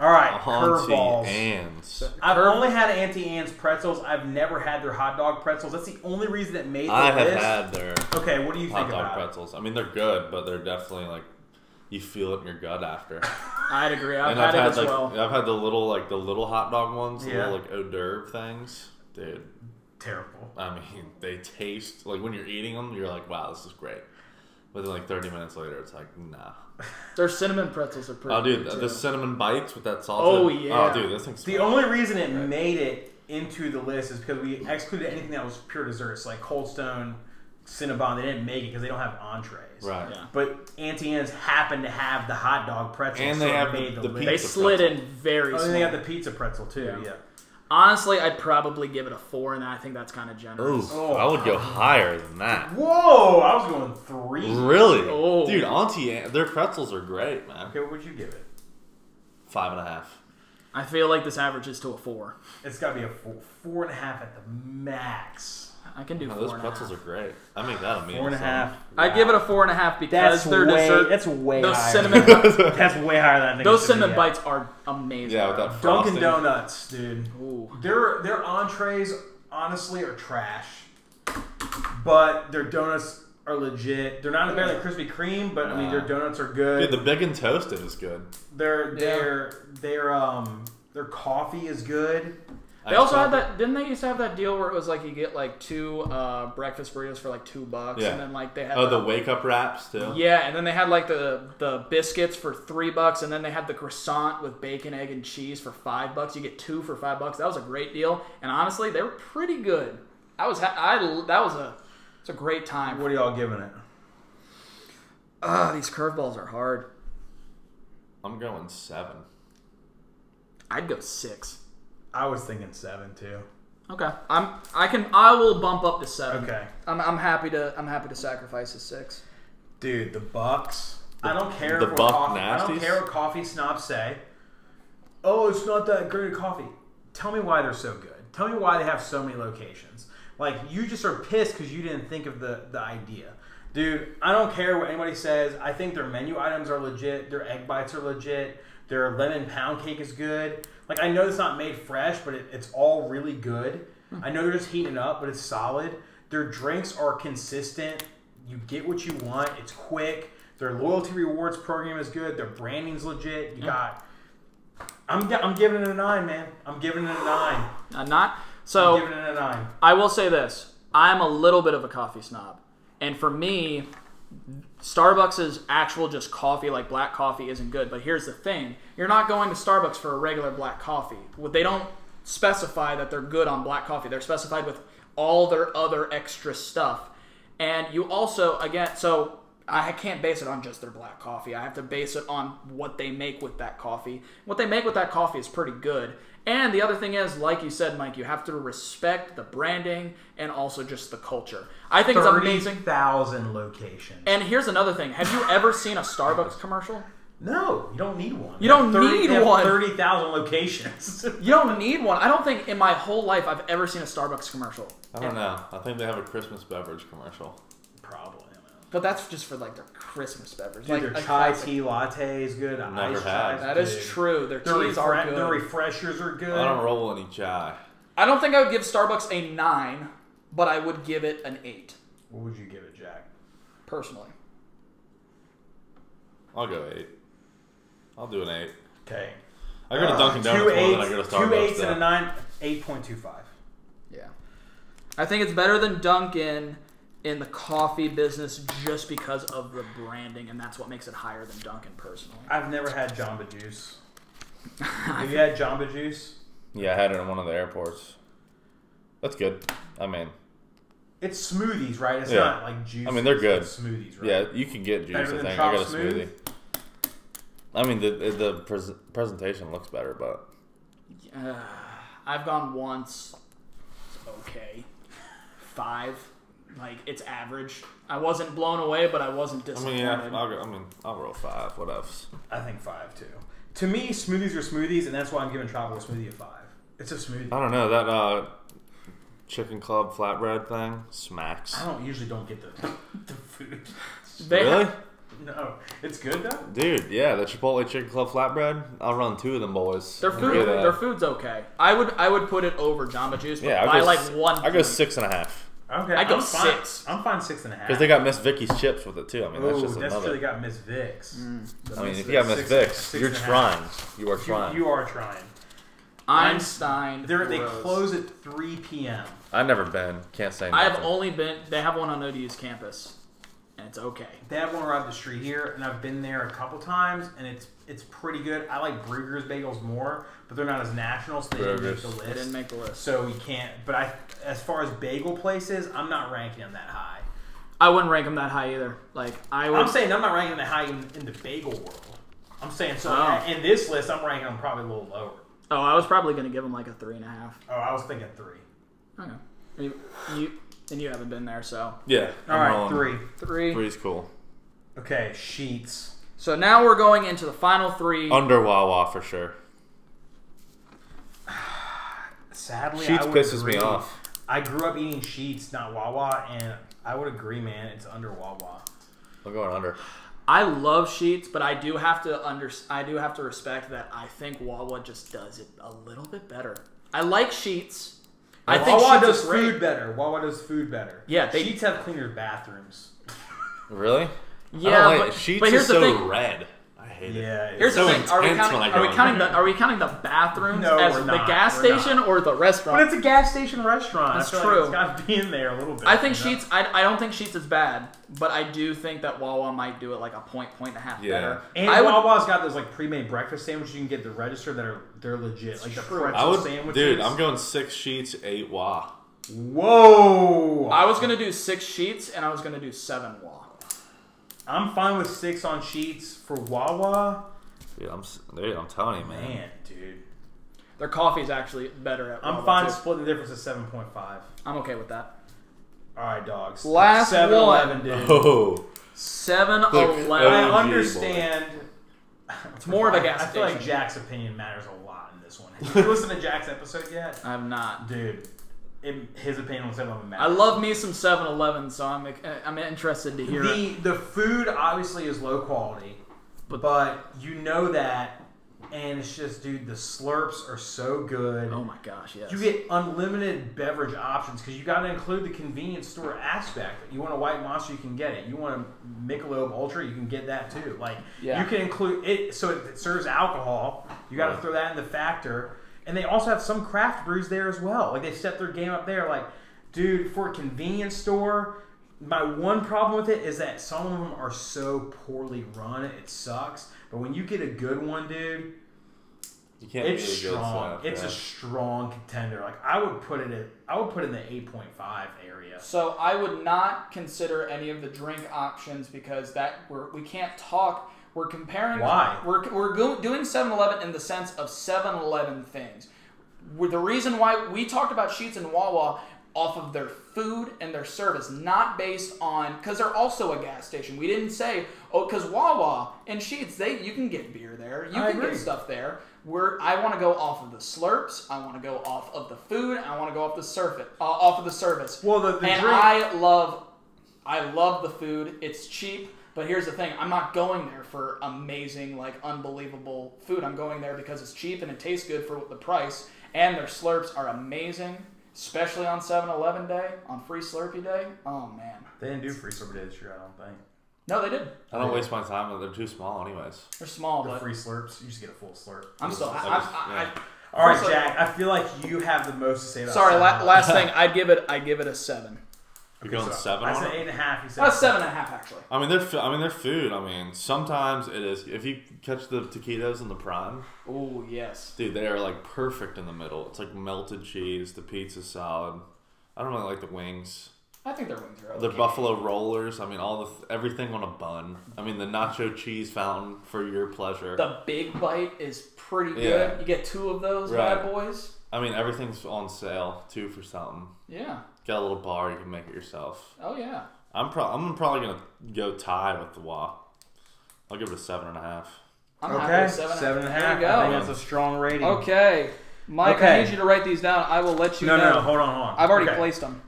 [SPEAKER 2] All right, curveballs.
[SPEAKER 3] Auntie Anne's.
[SPEAKER 2] I've only had Auntie Anne's pretzels. I've never had their hot dog pretzels. That's the only reason that made the
[SPEAKER 3] I have
[SPEAKER 2] list.
[SPEAKER 3] had their
[SPEAKER 2] Okay, what do you think
[SPEAKER 3] hot
[SPEAKER 2] about
[SPEAKER 3] dog
[SPEAKER 2] pretzels.
[SPEAKER 3] pretzels. I mean, they're good, but they're definitely like you feel it in your gut after.
[SPEAKER 1] I'd agree. (laughs) I've
[SPEAKER 3] And
[SPEAKER 1] had
[SPEAKER 3] I've
[SPEAKER 1] it
[SPEAKER 3] had
[SPEAKER 1] as
[SPEAKER 3] like
[SPEAKER 1] well.
[SPEAKER 3] I've had the little like the little hot dog ones, the
[SPEAKER 2] Yeah.
[SPEAKER 3] little like hors d'oeuvre things, dude.
[SPEAKER 2] Terrible.
[SPEAKER 3] I mean, (laughs) they taste like when you're eating them, you're like, wow, this is great. But then like 30 minutes later, it's like, nah.
[SPEAKER 1] Their cinnamon pretzels are pretty.
[SPEAKER 3] Oh, dude,
[SPEAKER 1] good,
[SPEAKER 3] the,
[SPEAKER 1] too.
[SPEAKER 3] the cinnamon bites with that salt.
[SPEAKER 1] Oh,
[SPEAKER 3] Oh,
[SPEAKER 1] yeah.
[SPEAKER 3] dude, this thing's
[SPEAKER 2] The only reason it made it into the list is because we excluded anything that was pure desserts, like Cold Stone, Cinnabon. They didn't make it because they don't have entrees.
[SPEAKER 3] right.
[SPEAKER 1] Yeah.
[SPEAKER 2] But Auntie Anne's happened to have the hot dog pretzels,
[SPEAKER 3] And they
[SPEAKER 2] so it
[SPEAKER 3] have the-
[SPEAKER 2] made the,
[SPEAKER 3] the
[SPEAKER 2] list.
[SPEAKER 1] they
[SPEAKER 3] pizza
[SPEAKER 1] slid
[SPEAKER 3] pretzel.
[SPEAKER 1] in very.
[SPEAKER 2] Oh,
[SPEAKER 1] small.
[SPEAKER 2] and they got the pizza pretzel too. Yeah.
[SPEAKER 1] Yeah. Honestly, I'd probably give it a four, and I think that's kind of generous.
[SPEAKER 3] Ooh, I would go higher than that.
[SPEAKER 2] Whoa! I was going three.
[SPEAKER 3] Really?
[SPEAKER 1] Oh.
[SPEAKER 3] Dude, Auntie Anne, their pretzels are great, man.
[SPEAKER 2] Okay, what would you give it?
[SPEAKER 3] Five and a half.
[SPEAKER 1] I feel like this averages to a four.
[SPEAKER 2] It's got to be a four, four and a half at the max.
[SPEAKER 1] I can do
[SPEAKER 3] No,
[SPEAKER 1] four.
[SPEAKER 3] Oh, those
[SPEAKER 1] and a
[SPEAKER 3] pretzels are
[SPEAKER 1] half.
[SPEAKER 3] great. I make that a meal.
[SPEAKER 2] Four and a
[SPEAKER 3] so.
[SPEAKER 2] half.
[SPEAKER 1] I'd give it a four and a half because
[SPEAKER 2] That's
[SPEAKER 1] their
[SPEAKER 2] way.
[SPEAKER 1] dessert,
[SPEAKER 2] That's way.
[SPEAKER 1] those
[SPEAKER 2] higher. (laughs)
[SPEAKER 1] cinnamon,
[SPEAKER 2] that's way higher than I think. it
[SPEAKER 1] those
[SPEAKER 2] should
[SPEAKER 1] cinnamon
[SPEAKER 2] be, yeah.
[SPEAKER 1] bites are amazing.
[SPEAKER 3] Yeah, with
[SPEAKER 1] bro.
[SPEAKER 3] that
[SPEAKER 2] Dunkin'
[SPEAKER 3] frosting.
[SPEAKER 2] Donuts, dude.
[SPEAKER 1] Ooh.
[SPEAKER 2] Their their entrees honestly are trash, but their donuts are legit. They're not as bad as Krispy Kreme, but I mean their
[SPEAKER 3] Nah.
[SPEAKER 2] donuts are good.
[SPEAKER 3] Dude, the big and toasted is good.
[SPEAKER 2] their
[SPEAKER 1] Yeah.
[SPEAKER 2] their their um their coffee is good.
[SPEAKER 1] They also had that. Didn't they used to have that deal where it was like you get like two uh, breakfast burritos for like two bucks,
[SPEAKER 3] Yeah.
[SPEAKER 1] and then like they had
[SPEAKER 3] Oh, the wake up wraps too.
[SPEAKER 1] yeah, and then they had like the the biscuits for three bucks, and then they had the croissant with bacon, egg, and cheese for five bucks. You get two for five bucks. That was a great deal, and honestly, they were pretty good. I was ha- I that was a it's a great time.
[SPEAKER 2] What are y'all giving it?
[SPEAKER 1] Ah, these curveballs are hard.
[SPEAKER 3] I'm going seven.
[SPEAKER 1] I'd go six.
[SPEAKER 2] I was thinking seven too.
[SPEAKER 1] Okay, I'm I can I will bump up to seven.
[SPEAKER 2] Okay.
[SPEAKER 1] I'm, I'm happy to I'm happy to sacrifice a six.
[SPEAKER 2] Dude, the Bucks. I don't care
[SPEAKER 3] the
[SPEAKER 2] if we're
[SPEAKER 3] Buck
[SPEAKER 2] coffee. I don't
[SPEAKER 3] Nasties?
[SPEAKER 2] care what coffee snobs say. Oh, it's not that great of coffee. Tell me why they're so good. Tell me why they have so many locations. Like you just are pissed because you didn't think of the the idea. Dude, I don't care what anybody says. I think their menu items are legit. Their egg bites are legit. Their lemon pound cake is good. Like I know it's not made fresh, but it, it's all really good. I know they're just heating it up, but it's solid. Their drinks are consistent. You get what you want. It's quick. Their loyalty rewards program is good. Their branding's legit. You got. I'm, gi- I'm giving it a nine, man. I'm giving it a nine.
[SPEAKER 1] I'm not
[SPEAKER 2] I'm
[SPEAKER 1] so.
[SPEAKER 2] giving it a nine.
[SPEAKER 1] I will say this: I'm a little bit of a coffee snob, and for me, Starbucks' actual just coffee, like black coffee, isn't good. But here's the thing: you're not going to Starbucks for a regular black coffee. What They don't specify that they're good on black coffee. They're specified with all their other extra stuff, and you also again so. I can't base it on just their black coffee. I have to base it on what they make with that coffee. What they make with that coffee is pretty good. And the other thing is, like you said, Mike, you have to respect the branding and also just the culture. I think it's amazing.
[SPEAKER 2] 30,000 locations.
[SPEAKER 1] And here's another thing: Have you ever seen a Starbucks commercial?
[SPEAKER 2] No, you don't need one.
[SPEAKER 1] You don't need
[SPEAKER 2] they have
[SPEAKER 1] one.
[SPEAKER 2] 30,000 locations. (laughs)
[SPEAKER 1] You don't need one. I don't think in my whole life I've ever seen a Starbucks commercial.
[SPEAKER 3] I don't know. I think they have a Christmas beverage commercial.
[SPEAKER 2] Probably. I don't know.
[SPEAKER 1] But that's just for like their Christmas beverage, like
[SPEAKER 2] Dude, their
[SPEAKER 1] a
[SPEAKER 2] chai
[SPEAKER 1] classic-
[SPEAKER 2] tea latte is good.
[SPEAKER 3] Never
[SPEAKER 2] Iced chai
[SPEAKER 3] had.
[SPEAKER 1] That is
[SPEAKER 2] good.
[SPEAKER 1] true. Their
[SPEAKER 2] Their,
[SPEAKER 1] teas are
[SPEAKER 2] refre-
[SPEAKER 1] good.
[SPEAKER 2] their refreshers are good.
[SPEAKER 3] I don't roll any chai.
[SPEAKER 1] I don't think I would give Starbucks a nine, but I would give it an eight
[SPEAKER 2] what would you give it, Jack?
[SPEAKER 1] personally.
[SPEAKER 3] I'll go eight. I'll do an eight.
[SPEAKER 2] Okay.
[SPEAKER 3] I go to Dunkin' Donuts
[SPEAKER 2] Uh, Two
[SPEAKER 3] more than
[SPEAKER 2] eights,
[SPEAKER 3] I go to Starbucks.
[SPEAKER 2] two eights and
[SPEAKER 3] though.
[SPEAKER 2] a nine, eight point two five.
[SPEAKER 1] Yeah, I think it's better than Dunkin'. in the coffee business just because of the branding, and that's what makes it higher than Dunkin' personally.
[SPEAKER 2] I've never had Jamba Juice.
[SPEAKER 1] (laughs)
[SPEAKER 2] Have you had Jamba Juice?
[SPEAKER 3] Yeah, I had it in one of the airports. That's good. I mean,
[SPEAKER 2] It's smoothies, right? It's
[SPEAKER 3] Yeah.
[SPEAKER 2] not like juice.
[SPEAKER 3] I mean, they're good.
[SPEAKER 2] It's smoothies, right?
[SPEAKER 3] yeah, you can get juice.
[SPEAKER 2] Better
[SPEAKER 3] I
[SPEAKER 2] than
[SPEAKER 3] think I got a
[SPEAKER 2] Chop Smooth?
[SPEAKER 3] smoothie. I mean, the the pres presentation looks better, but
[SPEAKER 1] Uh, I've gone once. It's okay. Five. Like, it's average. I wasn't blown away, but I wasn't
[SPEAKER 3] I
[SPEAKER 1] disappointed.
[SPEAKER 3] mean, yeah, I'll go, I mean, I'll roll five. What else?
[SPEAKER 2] I think five too. To me, smoothies are smoothies, and that's why I'm giving tropical smoothie a five. It's a smoothie.
[SPEAKER 3] I don't know that uh, chicken club flatbread thing smacks.
[SPEAKER 2] I don't usually don't get the (laughs) the food.
[SPEAKER 1] They
[SPEAKER 3] Really,
[SPEAKER 2] No, it's good though.
[SPEAKER 3] dude? Yeah, the Chipotle chicken club flatbread. I'll run two of them boys.
[SPEAKER 1] Their
[SPEAKER 3] I'll
[SPEAKER 1] food,
[SPEAKER 3] give that-
[SPEAKER 1] their food's okay. I would, I would put it over Jamba Juice, but
[SPEAKER 3] yeah, I
[SPEAKER 1] by
[SPEAKER 3] go,
[SPEAKER 1] like
[SPEAKER 3] s-
[SPEAKER 1] one.
[SPEAKER 3] I go
[SPEAKER 1] point.
[SPEAKER 3] six and a half
[SPEAKER 2] Okay,
[SPEAKER 1] I go
[SPEAKER 2] I'm fine.
[SPEAKER 1] six.
[SPEAKER 2] I'm fine six and a half.
[SPEAKER 3] because they got Miss Vicky's chips with it too. I mean, that's
[SPEAKER 2] Ooh,
[SPEAKER 3] just
[SPEAKER 2] that's
[SPEAKER 3] another.
[SPEAKER 2] really got Miss Vicks.
[SPEAKER 3] I mean, if
[SPEAKER 2] That's
[SPEAKER 3] you got Miss
[SPEAKER 2] six-
[SPEAKER 3] Vicks,
[SPEAKER 2] six
[SPEAKER 3] you're
[SPEAKER 2] and a half.
[SPEAKER 3] trying. You are trying.
[SPEAKER 2] You, you are trying.
[SPEAKER 1] Einstein.
[SPEAKER 2] They're, they
[SPEAKER 1] Rose.
[SPEAKER 2] close at 3 p.m.
[SPEAKER 3] I've never been. Can't say.
[SPEAKER 1] I have
[SPEAKER 3] nothing.
[SPEAKER 1] only been. They have one on ODU's campus, and it's okay.
[SPEAKER 2] They have one right up the street here, and I've been there a couple times, and it's it's pretty good. I like Brugger's bagels more, but they're not as national, so they didn't make
[SPEAKER 3] Brugger's.
[SPEAKER 2] the
[SPEAKER 1] They didn't
[SPEAKER 2] list.
[SPEAKER 1] make the list.
[SPEAKER 2] so we can't. But I, as far as bagel places, I'm not ranking them that high.
[SPEAKER 1] I wouldn't rank them that high either. Like I would.
[SPEAKER 2] I'm saying I'm not ranking them that high in, in the bagel world. I'm saying so
[SPEAKER 1] Oh.
[SPEAKER 2] in this list, I'm ranking them probably a little lower.
[SPEAKER 1] oh, I was probably gonna give them like a three and a half.
[SPEAKER 2] Oh, I was thinking three.
[SPEAKER 1] I don't know. You, you and you haven't been there, so
[SPEAKER 3] Yeah.
[SPEAKER 2] All
[SPEAKER 3] I'm
[SPEAKER 2] right,
[SPEAKER 3] rolling.
[SPEAKER 2] three.
[SPEAKER 1] three.
[SPEAKER 3] Three's cool.
[SPEAKER 2] Okay, sheets.
[SPEAKER 1] So now we're going into the final three.
[SPEAKER 3] Under Wawa for sure.
[SPEAKER 2] Sadly,
[SPEAKER 3] Sheets
[SPEAKER 2] I would
[SPEAKER 3] pisses me
[SPEAKER 2] agree.
[SPEAKER 3] off.
[SPEAKER 2] I grew up eating sheets, not Wawa, and I would agree, man. It's under Wawa.
[SPEAKER 3] I'm going under.
[SPEAKER 1] I love sheets, but I do have to under I do have to respect that I think Wawa just does it a little bit better. I like sheets. I think
[SPEAKER 2] Wawa
[SPEAKER 1] sheets
[SPEAKER 2] does
[SPEAKER 1] is great.
[SPEAKER 2] food better. Wawa does food better.
[SPEAKER 1] Yeah, they-
[SPEAKER 2] sheets have cleaner bathrooms.
[SPEAKER 3] Really?
[SPEAKER 1] Yeah,
[SPEAKER 3] I don't like
[SPEAKER 1] but,
[SPEAKER 3] sheets
[SPEAKER 1] but here's
[SPEAKER 3] is
[SPEAKER 1] the
[SPEAKER 3] so
[SPEAKER 1] thing.
[SPEAKER 3] red. I hate it.
[SPEAKER 2] Yeah,
[SPEAKER 1] Here's
[SPEAKER 3] So
[SPEAKER 1] the thing: Are we
[SPEAKER 3] intense
[SPEAKER 1] counting?
[SPEAKER 3] when I
[SPEAKER 1] Are we
[SPEAKER 3] go in
[SPEAKER 1] counting
[SPEAKER 3] there.
[SPEAKER 1] the? Are we counting the bathrooms
[SPEAKER 2] No,
[SPEAKER 1] as
[SPEAKER 2] we're
[SPEAKER 1] the
[SPEAKER 2] not.
[SPEAKER 1] gas
[SPEAKER 2] We're not.
[SPEAKER 1] station or the
[SPEAKER 2] but
[SPEAKER 1] restaurant?
[SPEAKER 2] it's a gas station restaurant.
[SPEAKER 1] That's
[SPEAKER 2] I feel
[SPEAKER 1] true.
[SPEAKER 2] Like it's got to be in there a little bit.
[SPEAKER 1] I think
[SPEAKER 2] you know?
[SPEAKER 1] Sheets. I, I don't think Sheets is bad, but I do think that Wawa might do it like a point, point and a half
[SPEAKER 3] Yeah.
[SPEAKER 1] better.
[SPEAKER 2] And
[SPEAKER 1] I would.
[SPEAKER 2] Wawa's got those like pre-made breakfast sandwiches you can get at the register that are they're legit, like the
[SPEAKER 1] true.
[SPEAKER 2] pretzel
[SPEAKER 3] I would,
[SPEAKER 2] sandwiches.
[SPEAKER 3] dude. I'm going six sheets, eight wa.
[SPEAKER 2] Whoa!
[SPEAKER 1] I was gonna do six Sheets, and I was gonna do seven Wawa.
[SPEAKER 2] I'm fine with six on sheets for Wawa.
[SPEAKER 3] Dude, I'm s- dude. I'm telling you, man. (laughs)
[SPEAKER 2] Man, dude,
[SPEAKER 1] Their coffee is actually better at.
[SPEAKER 2] I'm
[SPEAKER 1] Wawa,
[SPEAKER 2] fine
[SPEAKER 1] too.
[SPEAKER 2] splitting the difference at seven point five.
[SPEAKER 1] I'm okay with that.
[SPEAKER 2] All right, dogs.
[SPEAKER 1] Last
[SPEAKER 2] 7-Eleven,
[SPEAKER 1] one.
[SPEAKER 3] (laughs)
[SPEAKER 2] dude.
[SPEAKER 3] Oh,
[SPEAKER 1] Seven
[SPEAKER 2] I
[SPEAKER 1] Eleven.
[SPEAKER 3] uh,
[SPEAKER 2] understand. It's
[SPEAKER 1] more of a gas
[SPEAKER 2] I feel like
[SPEAKER 1] station.
[SPEAKER 2] Jack's opinion matters a lot in this one. (laughs) Have you listened to Jack's episode yet,
[SPEAKER 1] I'm not.
[SPEAKER 2] dude? It, his opinion on Seven Eleven matters.
[SPEAKER 1] I love me some 7-Eleven, so I'm I'm interested to hear. it.
[SPEAKER 2] the the food. Obviously, is low quality, but, you know that, and it's just, dude, the slurps are so good.
[SPEAKER 1] Oh my gosh, yes.
[SPEAKER 2] You get unlimited beverage options because you got to include the convenience store aspect. You want a white monster, you can get it. You want a Michelob Ultra, you can get that too. Like
[SPEAKER 1] Yeah.
[SPEAKER 2] you can include it, so it, it serves alcohol. You got to
[SPEAKER 3] Right.
[SPEAKER 2] throw that in the factor, and they also have some craft brews there as well. Like they set their game up there. Like, dude, for a convenience store. My one problem with it is that some of them are so poorly run, it sucks. But when you get a good one, dude,
[SPEAKER 3] you can't
[SPEAKER 2] it's
[SPEAKER 3] be a good
[SPEAKER 2] strong.
[SPEAKER 3] stuff,
[SPEAKER 2] It's
[SPEAKER 3] yeah.
[SPEAKER 2] a strong contender. Like I would put it at, I would put it in the eight point five area.
[SPEAKER 1] So I would not consider any of the drink options because that we're, we can't talk. We're comparing.
[SPEAKER 2] Why?
[SPEAKER 1] We're, we're go- doing 7-Eleven in the sense of 7-Eleven things. We're- the reason why we talked about Sheets and Wawa off of their food and their service, not based on because they're also a gas station. We didn't say oh because Wawa and Sheets they you can get beer there, you
[SPEAKER 2] I
[SPEAKER 1] can
[SPEAKER 2] agree.
[SPEAKER 1] get stuff there. We're, I want to go off of the slurps. I want to go off of the food. I want to go off the surface, uh, off of the service
[SPEAKER 2] Well, the, the
[SPEAKER 1] and
[SPEAKER 2] drink.
[SPEAKER 1] I love, I love the food. It's cheap, but here's the thing: I'm not going there for amazing, like unbelievable food. I'm going there because it's cheap and it tastes good for the price. And their slurps are amazing, especially on 7-Eleven day, on Free Slurpee day. Oh man,
[SPEAKER 2] they didn't do free slurp day this year. I don't think
[SPEAKER 1] no, they did.
[SPEAKER 3] I don't waste my time. with- They're too small, anyways.
[SPEAKER 1] They're small,
[SPEAKER 2] the
[SPEAKER 1] but
[SPEAKER 2] free slurps. You just get a full slurp.
[SPEAKER 1] I'm still. I,
[SPEAKER 3] I
[SPEAKER 1] I,
[SPEAKER 3] was-
[SPEAKER 1] I,
[SPEAKER 3] yeah.
[SPEAKER 2] All right,
[SPEAKER 1] Also-
[SPEAKER 2] Jack. I feel like you have the most to say.
[SPEAKER 1] I,
[SPEAKER 2] About (laughs)
[SPEAKER 1] sorry, la-
[SPEAKER 2] 7-Eleven.
[SPEAKER 1] last thing, I'd give it. I give it a seven.
[SPEAKER 3] You're going seven
[SPEAKER 2] I
[SPEAKER 3] on
[SPEAKER 2] said
[SPEAKER 3] it?
[SPEAKER 2] eight and a half. You said
[SPEAKER 1] That's seven and a half, actually.
[SPEAKER 3] I mean, they're fu- I mean they're food. I mean, sometimes it is if you catch the taquitos in the prime,
[SPEAKER 1] Oh yes.
[SPEAKER 3] dude, they are like perfect in the middle. It's like melted cheese. The pizza's solid. I don't really like the wings.
[SPEAKER 1] I think their wings are okay.
[SPEAKER 3] The buffalo rollers. I mean, all the everything on a bun. I mean, the nacho cheese fountain for your pleasure.
[SPEAKER 1] The big bite is pretty good.
[SPEAKER 3] Yeah.
[SPEAKER 1] You get two of those
[SPEAKER 3] Right.
[SPEAKER 1] bad boys.
[SPEAKER 3] I mean, everything's on sale too for something.
[SPEAKER 1] Yeah.
[SPEAKER 3] Got a little bar. You can make it yourself.
[SPEAKER 1] Oh yeah.
[SPEAKER 3] I'm pro- I'm probably gonna go tie with the wok. I'll give it a seven and a half.
[SPEAKER 1] I'm happy
[SPEAKER 2] Okay,
[SPEAKER 1] with seven,
[SPEAKER 2] seven and a half.
[SPEAKER 1] There
[SPEAKER 2] I
[SPEAKER 1] you
[SPEAKER 2] think that's a strong rating.
[SPEAKER 1] go. Okay, Mike, I
[SPEAKER 2] Okay.
[SPEAKER 1] need you to write these down. I will let you
[SPEAKER 2] No,
[SPEAKER 1] know.
[SPEAKER 2] no, no, hold on, hold on.
[SPEAKER 1] I've already
[SPEAKER 2] Okay.
[SPEAKER 1] placed them.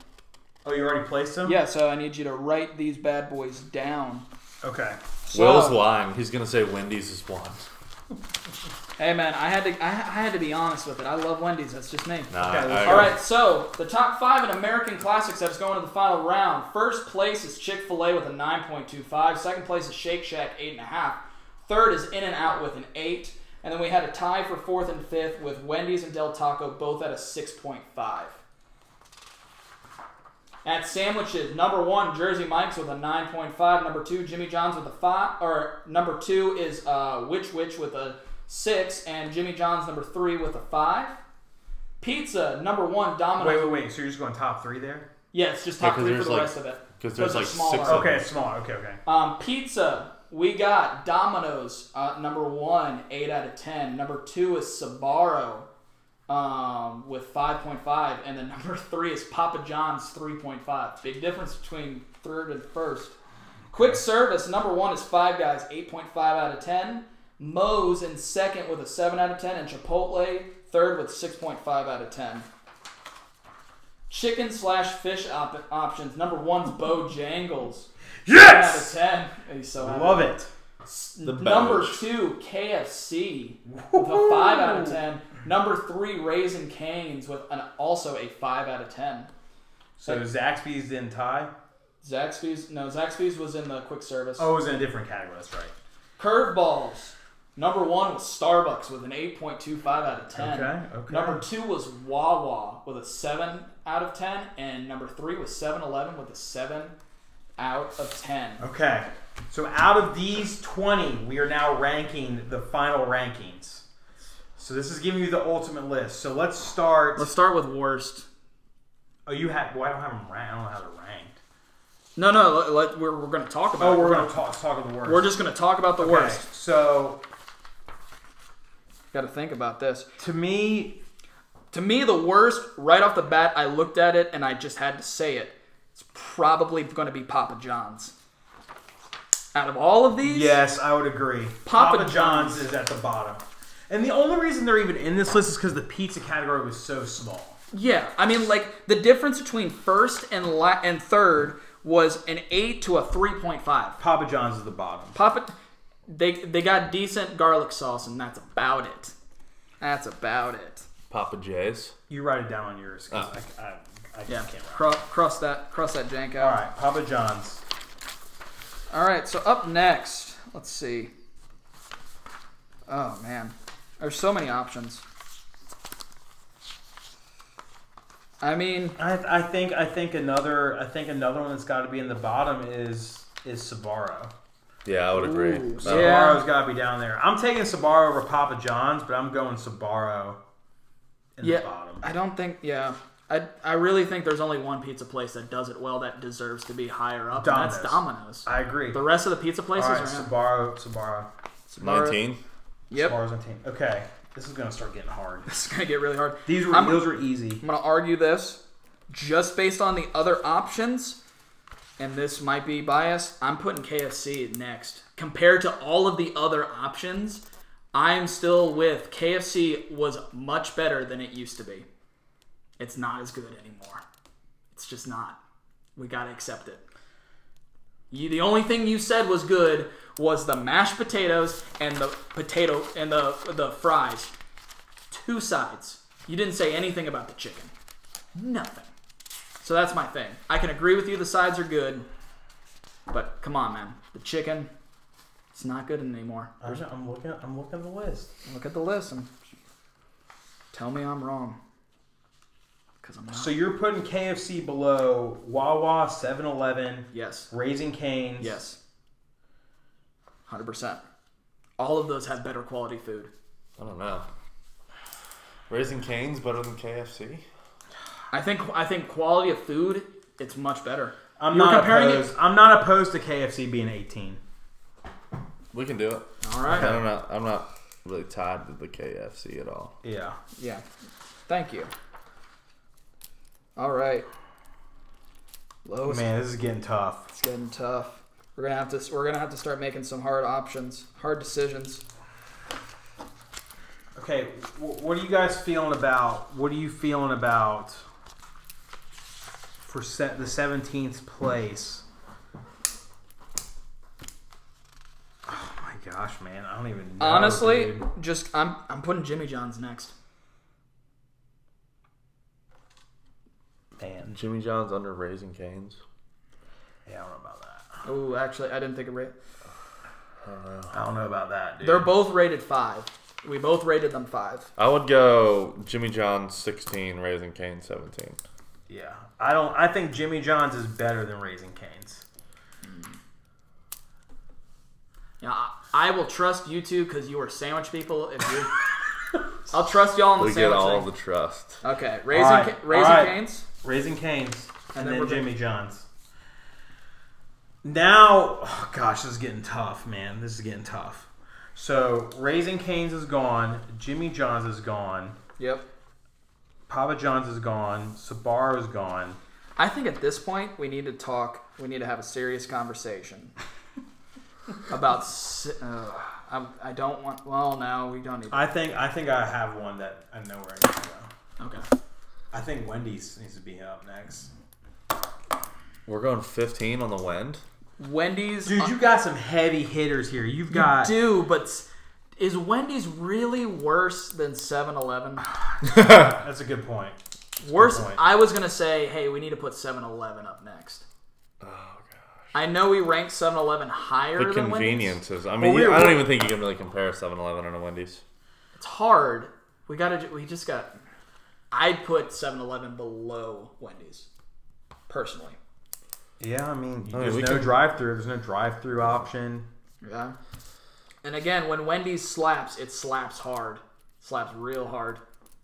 [SPEAKER 2] Oh, you already placed them?
[SPEAKER 1] Yeah, so I need you to write these bad boys down.
[SPEAKER 2] Okay.
[SPEAKER 1] So,
[SPEAKER 3] Will's lying. He's gonna say Wendy's is one.
[SPEAKER 1] Hey man, I had to I, I had to be honest with it. I love Wendy's. That's just me.
[SPEAKER 3] Nah,
[SPEAKER 2] Okay,
[SPEAKER 3] I-
[SPEAKER 2] let's-
[SPEAKER 1] All right, so the top five in American classics that is going to the final round. First place is Chick Fil A with a 9.25. Second place is Shake Shack eight and a half. Third is In and Out with an eight, and then we had a tie for fourth and fifth with Wendy's and Del Taco both at a 6.5. At sandwiches, number one Jersey Mike's with a 9.5. Number two Jimmy John's with a five, or number two is uh, Witch Witch with a six, and Jimmy John's number three with a five. Pizza number one Domino's.
[SPEAKER 2] Wait, wait, wait. So you're just going top three there?
[SPEAKER 1] Yeah, it's just top
[SPEAKER 3] Because
[SPEAKER 1] three for
[SPEAKER 3] there's
[SPEAKER 1] the
[SPEAKER 3] like-
[SPEAKER 1] rest of it.
[SPEAKER 3] Because
[SPEAKER 1] Those
[SPEAKER 3] there's
[SPEAKER 1] are
[SPEAKER 3] like
[SPEAKER 1] smaller.
[SPEAKER 3] six. Of
[SPEAKER 2] Okay,
[SPEAKER 3] them.
[SPEAKER 2] it's small. Okay, okay.
[SPEAKER 1] Um, pizza, we got Domino's, uh, number one, 8 out of 10. Number two is Sabaro um, with 5.5. And then (laughs) number three is Papa John's 3.5. Big difference between third and first. Quick service, number one is Five Guys, 8.5 out of 10. Moe's in second with a 7 out of 10. And Chipotle, third with 6.5 out of 10. Chicken slash fish op- options. Number one's Bojangles.
[SPEAKER 2] Yes!
[SPEAKER 1] 10 out of 10. He's so happy.
[SPEAKER 2] Love it.
[SPEAKER 1] S-
[SPEAKER 3] The
[SPEAKER 1] Number
[SPEAKER 3] badge.
[SPEAKER 1] two, KFC. With a 5 out of 10. Number three, Raisin Canes with an also a 5 out of 10.
[SPEAKER 2] So Zaxby's didn't tie?
[SPEAKER 1] Zaxby's, no, Zaxby's was in the quick service.
[SPEAKER 2] Oh, it was in a different category. That's right.
[SPEAKER 1] Curveballs. Number one was Starbucks with an 8.25 out of 10.
[SPEAKER 2] Okay, okay.
[SPEAKER 1] Number two was Wawa with a 7 out of 10. And number three was 7 Eleven with a 7 out of 10.
[SPEAKER 2] Okay. So out of these 20, we are now ranking the final rankings. So this is giving you the ultimate list. So let's start.
[SPEAKER 1] start with worst.
[SPEAKER 2] oh, you have. Well, I don't have them ranked. I don't know how they're ranked.
[SPEAKER 1] No, no, let, let- we're, we're going to talk about
[SPEAKER 2] Oh,
[SPEAKER 1] it.
[SPEAKER 2] we're going to talk, talk of the worst.
[SPEAKER 1] We're just going to talk about the
[SPEAKER 2] Okay,
[SPEAKER 1] worst.
[SPEAKER 2] So
[SPEAKER 1] Got to think about this.
[SPEAKER 2] to me,
[SPEAKER 1] To me, the worst, right off the bat, I looked at it and I just had to say it. It's probably going to be Papa John's. Out of all of these,
[SPEAKER 2] yes, I would agree.
[SPEAKER 1] Papa
[SPEAKER 2] John's is at the bottom. And the only reason they're even in this list is because the pizza category was so small.
[SPEAKER 1] yeah. I mean, like the difference between first and la- and third was an eight to a three point five.
[SPEAKER 2] Papa John's is the bottom.
[SPEAKER 1] Papa, they they got decent garlic sauce and that's about it. That's about it.
[SPEAKER 3] Papa J's.
[SPEAKER 2] You write it down on yours. 'cause I,
[SPEAKER 3] Oh.
[SPEAKER 2] I, I
[SPEAKER 1] Yeah,
[SPEAKER 2] just can't remember.
[SPEAKER 1] Cro- cross that cross that jank out.
[SPEAKER 2] All right, Papa John's.
[SPEAKER 1] All right, so up next, let's see. Oh man, there's so many options. I mean,
[SPEAKER 2] I, I think I think another I think another one that's got to be in the bottom is is Sabaro.
[SPEAKER 3] Yeah, I would agree.
[SPEAKER 1] Ooh,
[SPEAKER 3] No.
[SPEAKER 1] yeah.
[SPEAKER 2] Sabaro's got to be down there. I'm taking Sabaro over Papa John's, but I'm going Sabaro in
[SPEAKER 1] yeah,
[SPEAKER 2] the bottom.
[SPEAKER 1] I don't think, yeah, I, I really think there's only one pizza place that does it well that deserves to be higher up, and that's
[SPEAKER 2] Domino's.
[SPEAKER 1] Domino's.
[SPEAKER 2] I agree.
[SPEAKER 1] the rest of the pizza places
[SPEAKER 2] All right,
[SPEAKER 1] are
[SPEAKER 2] Sabaro, Sabaro,
[SPEAKER 1] Sabaro.
[SPEAKER 3] Nineteen.
[SPEAKER 1] Yep,
[SPEAKER 2] Sabaro's on team. Okay, this is gonna start getting hard.
[SPEAKER 1] it's gonna get really hard.
[SPEAKER 2] These were
[SPEAKER 1] I'm-
[SPEAKER 2] those were easy.
[SPEAKER 1] I'm going to argue this just based on the other options, and this might be biased. I'm putting KFC next. Compared to all of the other options, I'm still with KFC was much better than it used to be. It's not as good anymore. It's just not. We got to accept it. You, the only thing you said was good was the mashed potatoes and the potato and the the fries two sides. You didn't say anything about the chicken. Nothing. So that's my thing. I can agree with you the sides are good, but come on, man. The chicken, it's not good anymore.
[SPEAKER 2] I'm just- I'm looking. I'm looking at the list.
[SPEAKER 1] Look at the list and tell me I'm wrong. because I'm not.
[SPEAKER 2] So you're putting KFC below Wawa, 7 Eleven,
[SPEAKER 1] yes.
[SPEAKER 2] Raising Cane's.
[SPEAKER 1] Yes. 100%. All of those have better quality food.
[SPEAKER 3] I don't know. Raising Cane's better than KFC.
[SPEAKER 1] I think I think quality of food it's much better.
[SPEAKER 2] I'm
[SPEAKER 1] You're
[SPEAKER 2] not
[SPEAKER 1] comparing it-
[SPEAKER 2] opposed. I'm not opposed to KFC being 18.
[SPEAKER 3] We can do it.
[SPEAKER 1] All right.
[SPEAKER 3] I don't know. I'm not really tied to the KFC at all.
[SPEAKER 2] Yeah.
[SPEAKER 1] Yeah. Thank you. All right. Lowe's
[SPEAKER 2] Man, this is getting tough.
[SPEAKER 1] it's getting tough. We're gonna have to we're gonna have to start making some hard options, hard decisions.
[SPEAKER 2] Okay, wh- what are you guys feeling about? What are you feeling about for se- the 17th place? Oh my gosh, man. I don't even know.
[SPEAKER 1] Honestly,
[SPEAKER 2] dude.
[SPEAKER 1] just I'm I'm putting Jimmy John's next.
[SPEAKER 2] man.
[SPEAKER 3] Jimmy John's under Raising Cane's.
[SPEAKER 2] Yeah, I don't know about that.
[SPEAKER 1] Oh, actually, I didn't think of rate.
[SPEAKER 2] I don't know about that, dude.
[SPEAKER 1] They're both rated five. We both rated them five.
[SPEAKER 3] I would go Jimmy John's 16, Raising Cane's 17.
[SPEAKER 2] Yeah, I don't. I think Jimmy John's is better than Raising Cane's.
[SPEAKER 1] Yeah, I, I will trust you two because you are sandwich people. If you,
[SPEAKER 2] (laughs)
[SPEAKER 1] I'll trust y'all on the
[SPEAKER 3] We get
[SPEAKER 1] sandwich
[SPEAKER 3] all
[SPEAKER 1] thing.
[SPEAKER 3] the trust.
[SPEAKER 1] Okay, raising
[SPEAKER 2] All right,
[SPEAKER 1] Ca-
[SPEAKER 2] all
[SPEAKER 1] raising
[SPEAKER 2] right.
[SPEAKER 1] canes.
[SPEAKER 2] Raising Cane's and,
[SPEAKER 1] And then
[SPEAKER 2] then,
[SPEAKER 1] we're gonna-
[SPEAKER 2] Jimmy John's. Now, oh gosh, this is getting tough, man. This is getting tough. So Raising Cane's is gone. Jimmy John's is gone.
[SPEAKER 1] Yep.
[SPEAKER 2] Papa John's is gone. Sabaro is gone.
[SPEAKER 1] I think at this point we need to talk. We need to have a serious (laughs) conversation about. s- Uh, I'm, I don't want. Well, no, we don't need.
[SPEAKER 2] I think. I think I have one that I know where I need to go.
[SPEAKER 1] Okay.
[SPEAKER 2] I think Wendy's needs to be up next.
[SPEAKER 3] We're going 15 on the wind.
[SPEAKER 1] Wendy's.
[SPEAKER 2] Dude, you got some heavy hitters here. You've got.
[SPEAKER 1] do, but s- is Wendy's really worse than (sighs) 7-Eleven?
[SPEAKER 2] That's a good point.
[SPEAKER 1] Worse.
[SPEAKER 2] point.
[SPEAKER 1] I was gonna say, hey, we need to put 7-Eleven up next. Oh, I know we ranked 7-Eleven higher
[SPEAKER 3] The
[SPEAKER 1] than Wendy's.
[SPEAKER 3] conveniences. I mean,
[SPEAKER 2] Well, we-
[SPEAKER 3] I don't even think you can really compare 7 Eleven and a Wendy's.
[SPEAKER 1] It's hard. We gotta. ju- We just got. I'd put 7-Eleven below Wendy's, personally.
[SPEAKER 2] Yeah, I mean,
[SPEAKER 3] mean,
[SPEAKER 2] there's
[SPEAKER 3] we
[SPEAKER 2] no
[SPEAKER 3] can-
[SPEAKER 2] drive-through. There's no drive-through option.
[SPEAKER 1] Yeah. And again, when Wendy's slaps, it slaps hard. Slaps real hard.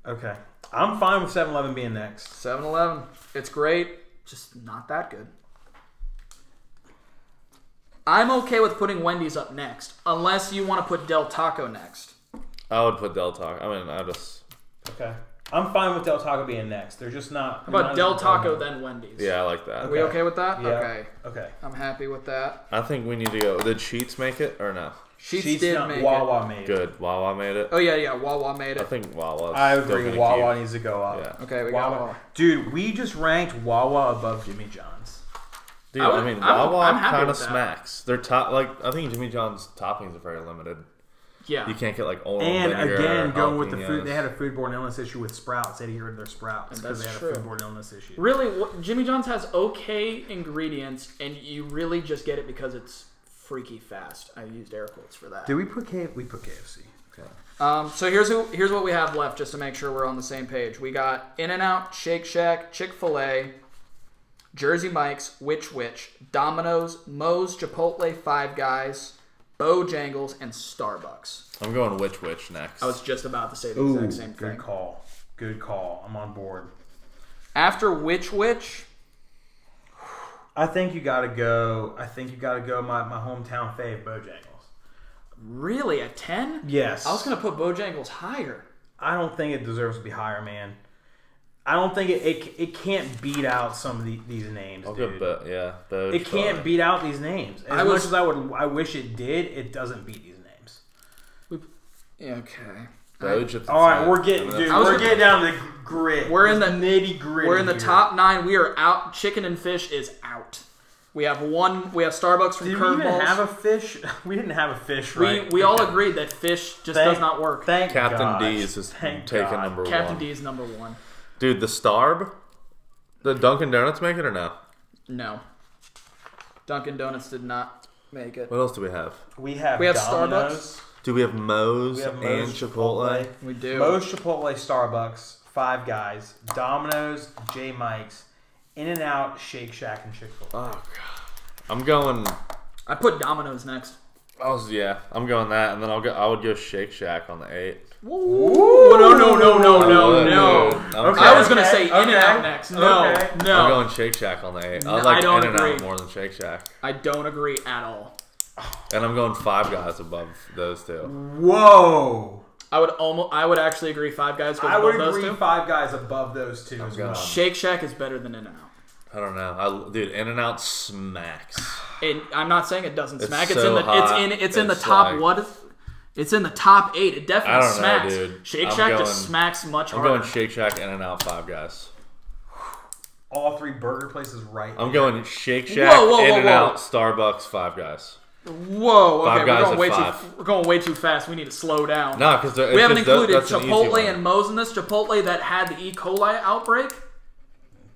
[SPEAKER 2] Okay, I'm fine with 7-Eleven being next.
[SPEAKER 1] 7 Eleven. It's great, just not that good. I'm okay with putting Wendy's up next, unless you want to put Del Taco next.
[SPEAKER 3] I would put Del Taco. I mean, I just.
[SPEAKER 2] Okay, I'm fine with Del Taco being next. They're just not.
[SPEAKER 1] How about Del Taco, then Wendy's?
[SPEAKER 3] Yeah, I like that.
[SPEAKER 1] We okay with that?
[SPEAKER 2] Yeah.
[SPEAKER 1] Okay.
[SPEAKER 2] Okay.
[SPEAKER 1] I'm happy with that.
[SPEAKER 3] I think we need to go. Did Sheets make it or no?
[SPEAKER 1] Sheets,
[SPEAKER 2] She's
[SPEAKER 1] did
[SPEAKER 2] not-
[SPEAKER 1] make it.
[SPEAKER 2] Wawa made it.
[SPEAKER 3] Good. Wawa made it.
[SPEAKER 1] Oh, yeah, yeah. Wawa made
[SPEAKER 3] I
[SPEAKER 1] it.
[SPEAKER 3] think Wawa.
[SPEAKER 2] I agree. Wawa needs to go up.
[SPEAKER 3] Yeah.
[SPEAKER 1] Okay, we got
[SPEAKER 2] Wawa.
[SPEAKER 1] Wawa.
[SPEAKER 2] Dude, we just ranked Wawa above Jimmy John's.
[SPEAKER 3] Dude,
[SPEAKER 1] I
[SPEAKER 3] I,
[SPEAKER 1] would-
[SPEAKER 3] mean,
[SPEAKER 1] I'm- I'm
[SPEAKER 3] Wawa
[SPEAKER 1] happy
[SPEAKER 3] kind of
[SPEAKER 1] with that.
[SPEAKER 3] smacks. They're top. Like, I think Jimmy John's toppings are very limited.
[SPEAKER 1] Yeah.
[SPEAKER 3] You can't get like oil
[SPEAKER 2] And
[SPEAKER 3] vinegar,
[SPEAKER 2] again, going with the
[SPEAKER 3] jalapenos.
[SPEAKER 2] food, they had a foodborne illness issue with Sprouts. They had to get rid of their Sprouts because
[SPEAKER 1] That's
[SPEAKER 2] they had
[SPEAKER 1] true.
[SPEAKER 2] a foodborne illness issue.
[SPEAKER 1] Really, what, Jimmy John's has okay ingredients, and you really just get it because it's freaky fast. I used air quotes for that.
[SPEAKER 2] Did we put K? We put KFC.
[SPEAKER 1] Um, so here's who, here's what we have left, just to make sure we're on the same page. We got In and Out, Shake Shack, Chick Fil A, Jersey Mike's, Witch Witch, Domino's, Moe's, Chipotle, Five Guys, Bojangles, and Starbucks.
[SPEAKER 3] I'm going Witch Witch next.
[SPEAKER 1] I was just about to say the
[SPEAKER 2] Ooh,
[SPEAKER 1] exact same
[SPEAKER 2] good
[SPEAKER 1] thing.
[SPEAKER 2] call. Good call. I'm on board.
[SPEAKER 1] After Witch Witch,
[SPEAKER 2] I think you gotta go. I think you gotta go. My, my hometown fave, Bojangles.
[SPEAKER 1] really a ten?
[SPEAKER 2] Yes.
[SPEAKER 1] I was gonna put Bojangles higher.
[SPEAKER 2] I don't think it deserves to be higher, man. I don't think it it, it can't beat out some of the, these names,
[SPEAKER 3] I'll go
[SPEAKER 2] dude.
[SPEAKER 3] Bo- yeah, Bo-
[SPEAKER 2] It can't beat out these names. As
[SPEAKER 1] I was-
[SPEAKER 2] much as I would, I wish it did. It doesn't beat these names.
[SPEAKER 1] Yeah, okay.
[SPEAKER 3] Boge at the
[SPEAKER 2] All right,
[SPEAKER 3] top.
[SPEAKER 2] we're getting,
[SPEAKER 3] I mean,
[SPEAKER 2] dude.
[SPEAKER 1] I was
[SPEAKER 2] We're
[SPEAKER 1] gonna-
[SPEAKER 2] getting down to the grit.
[SPEAKER 1] We're in the-
[SPEAKER 2] nitty gritty.
[SPEAKER 1] We're in the top nine. We are out. Chicken and fish is out. We have one. We have Starbucks from
[SPEAKER 2] Did we even
[SPEAKER 1] Curveballs.
[SPEAKER 2] have a fish? (laughs) We didn't have a fish,
[SPEAKER 1] we,
[SPEAKER 2] right?
[SPEAKER 1] we all agreed that fish just does not work.
[SPEAKER 2] Thank
[SPEAKER 3] Captain
[SPEAKER 2] gosh.
[SPEAKER 3] D is just
[SPEAKER 2] Thank
[SPEAKER 3] taking
[SPEAKER 2] God.
[SPEAKER 3] number
[SPEAKER 1] Captain
[SPEAKER 3] one.
[SPEAKER 1] D is number one.
[SPEAKER 3] Dude, the Starb, the Dunkin' Donuts make it or no?
[SPEAKER 1] No. Dunkin' Donuts did not make it.
[SPEAKER 3] What else do we have?
[SPEAKER 2] We have
[SPEAKER 1] We have
[SPEAKER 2] Domino's.
[SPEAKER 1] Starbucks.
[SPEAKER 3] Do we have Moe's
[SPEAKER 2] We have
[SPEAKER 3] and
[SPEAKER 2] Moe's,
[SPEAKER 3] Chipotle?
[SPEAKER 1] We do.
[SPEAKER 2] Moe's Chipotle, Starbucks, Five Guys, Domino's, J. Mike's, In and Out, Shake Shack, and Chick Fil A.
[SPEAKER 3] Oh god. I'm going.
[SPEAKER 1] I put Domino's next.
[SPEAKER 3] I was yeah. I'm going that, and then I'll go. I would go Shake Shack on the eight.
[SPEAKER 1] Ooh, no, no, no, no,
[SPEAKER 2] Oh,
[SPEAKER 1] no,
[SPEAKER 3] Dude,
[SPEAKER 1] no.
[SPEAKER 3] I'm
[SPEAKER 2] Okay.
[SPEAKER 1] I was
[SPEAKER 3] sorry.
[SPEAKER 1] gonna say In and Out
[SPEAKER 2] okay,
[SPEAKER 1] next. No,
[SPEAKER 2] okay.
[SPEAKER 3] I'm
[SPEAKER 1] no,
[SPEAKER 3] going Shake Shack on the eight.
[SPEAKER 1] No,
[SPEAKER 3] I like
[SPEAKER 1] I don't
[SPEAKER 3] In and
[SPEAKER 1] agree.
[SPEAKER 3] Out more than Shake Shack,
[SPEAKER 1] I don't agree at all.
[SPEAKER 3] and I'm going Five Guys above those two.
[SPEAKER 2] Whoa!
[SPEAKER 1] I would almost, I would actually agree. Five Guys goes
[SPEAKER 2] I would
[SPEAKER 1] above those
[SPEAKER 2] agree
[SPEAKER 1] two.
[SPEAKER 2] Five Guys above those two as
[SPEAKER 3] God.
[SPEAKER 2] well.
[SPEAKER 1] Shake Shack is better than In and Out,
[SPEAKER 3] I don't know. I dude, In and Out smacks.
[SPEAKER 1] and I'm not saying it doesn't smack. It's
[SPEAKER 3] so
[SPEAKER 1] in the,
[SPEAKER 3] hot.
[SPEAKER 1] it's in, it's in the
[SPEAKER 3] It's
[SPEAKER 1] top
[SPEAKER 3] like-
[SPEAKER 1] what? is- It's in the top eight. It
[SPEAKER 3] I
[SPEAKER 1] definitely
[SPEAKER 3] don't know,
[SPEAKER 1] smacks.
[SPEAKER 3] dude.
[SPEAKER 1] Shake
[SPEAKER 3] I'm
[SPEAKER 1] Shack
[SPEAKER 3] going-
[SPEAKER 1] just smacks much
[SPEAKER 3] I'm
[SPEAKER 1] harder.
[SPEAKER 3] going Shake Shack, In and Out, Five Guys.
[SPEAKER 2] All three burger places right
[SPEAKER 3] I'm
[SPEAKER 2] there.
[SPEAKER 3] going Shake Shack,
[SPEAKER 1] Whoa, whoa, whoa,
[SPEAKER 3] In and
[SPEAKER 1] whoa.
[SPEAKER 3] Out, Starbucks, Five Guys.
[SPEAKER 1] Whoa, okay,
[SPEAKER 3] Five
[SPEAKER 1] we're
[SPEAKER 3] Guys
[SPEAKER 1] going
[SPEAKER 3] at
[SPEAKER 1] way too,
[SPEAKER 3] five.
[SPEAKER 1] we're going way too fast. We need to slow down.
[SPEAKER 3] No, because
[SPEAKER 1] we haven't included Chipotle and Moe's in this. Chipotle that had the E. coli outbreak.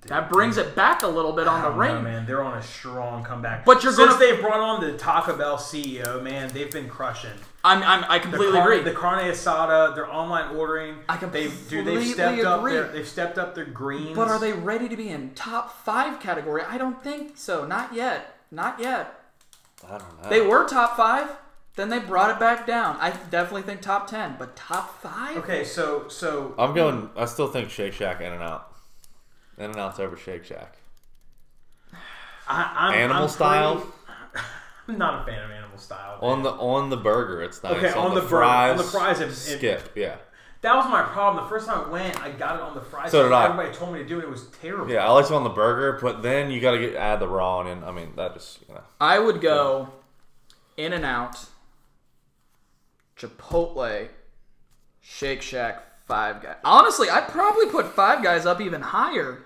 [SPEAKER 1] That brings it back a little bit on
[SPEAKER 2] I
[SPEAKER 1] the
[SPEAKER 2] don't know,
[SPEAKER 1] ring.
[SPEAKER 2] man. They're on a strong comeback.
[SPEAKER 1] But you're
[SPEAKER 2] Since
[SPEAKER 1] gonna-
[SPEAKER 2] they've brought on the Taco Bell CEO, man, they've been crushing.
[SPEAKER 1] I'm, I'm, I
[SPEAKER 2] The
[SPEAKER 1] completely
[SPEAKER 2] carne-
[SPEAKER 1] agree.
[SPEAKER 2] The carne asada, their online ordering.
[SPEAKER 1] I
[SPEAKER 2] they've, dude,
[SPEAKER 1] completely
[SPEAKER 2] they've stepped up.
[SPEAKER 1] agree.
[SPEAKER 2] Their, they've stepped up their greens.
[SPEAKER 1] But are they ready to be in top five category? I don't think so. Not yet. Not yet.
[SPEAKER 3] I don't know.
[SPEAKER 1] They were top five. Then they brought it back down. I definitely think top ten, but top five.
[SPEAKER 2] Okay, so so
[SPEAKER 3] I'm going. I still think Shake Shack, In and Out. In and Out's over Shake Shack.
[SPEAKER 2] I, I'm
[SPEAKER 3] Animal
[SPEAKER 2] I'm
[SPEAKER 3] style
[SPEAKER 2] pretty- I'm not a fan of animal style.
[SPEAKER 3] on the on the burger. It's nice.
[SPEAKER 2] Okay, on the burger-
[SPEAKER 3] fries.
[SPEAKER 2] on the fries, it- it-
[SPEAKER 3] skip. Yeah,
[SPEAKER 2] that was my problem. The first time I went, I got it on the fries.
[SPEAKER 3] So did I.
[SPEAKER 2] Everybody told me to do it. It was terrible.
[SPEAKER 3] yeah. I like it on the burger, but then you got to get add the raw on in. I mean, that just you know.
[SPEAKER 1] I would go In and Out, Chipotle, Shake Shack, Five Guys. Honestly, I'd probably put Five Guys up even higher.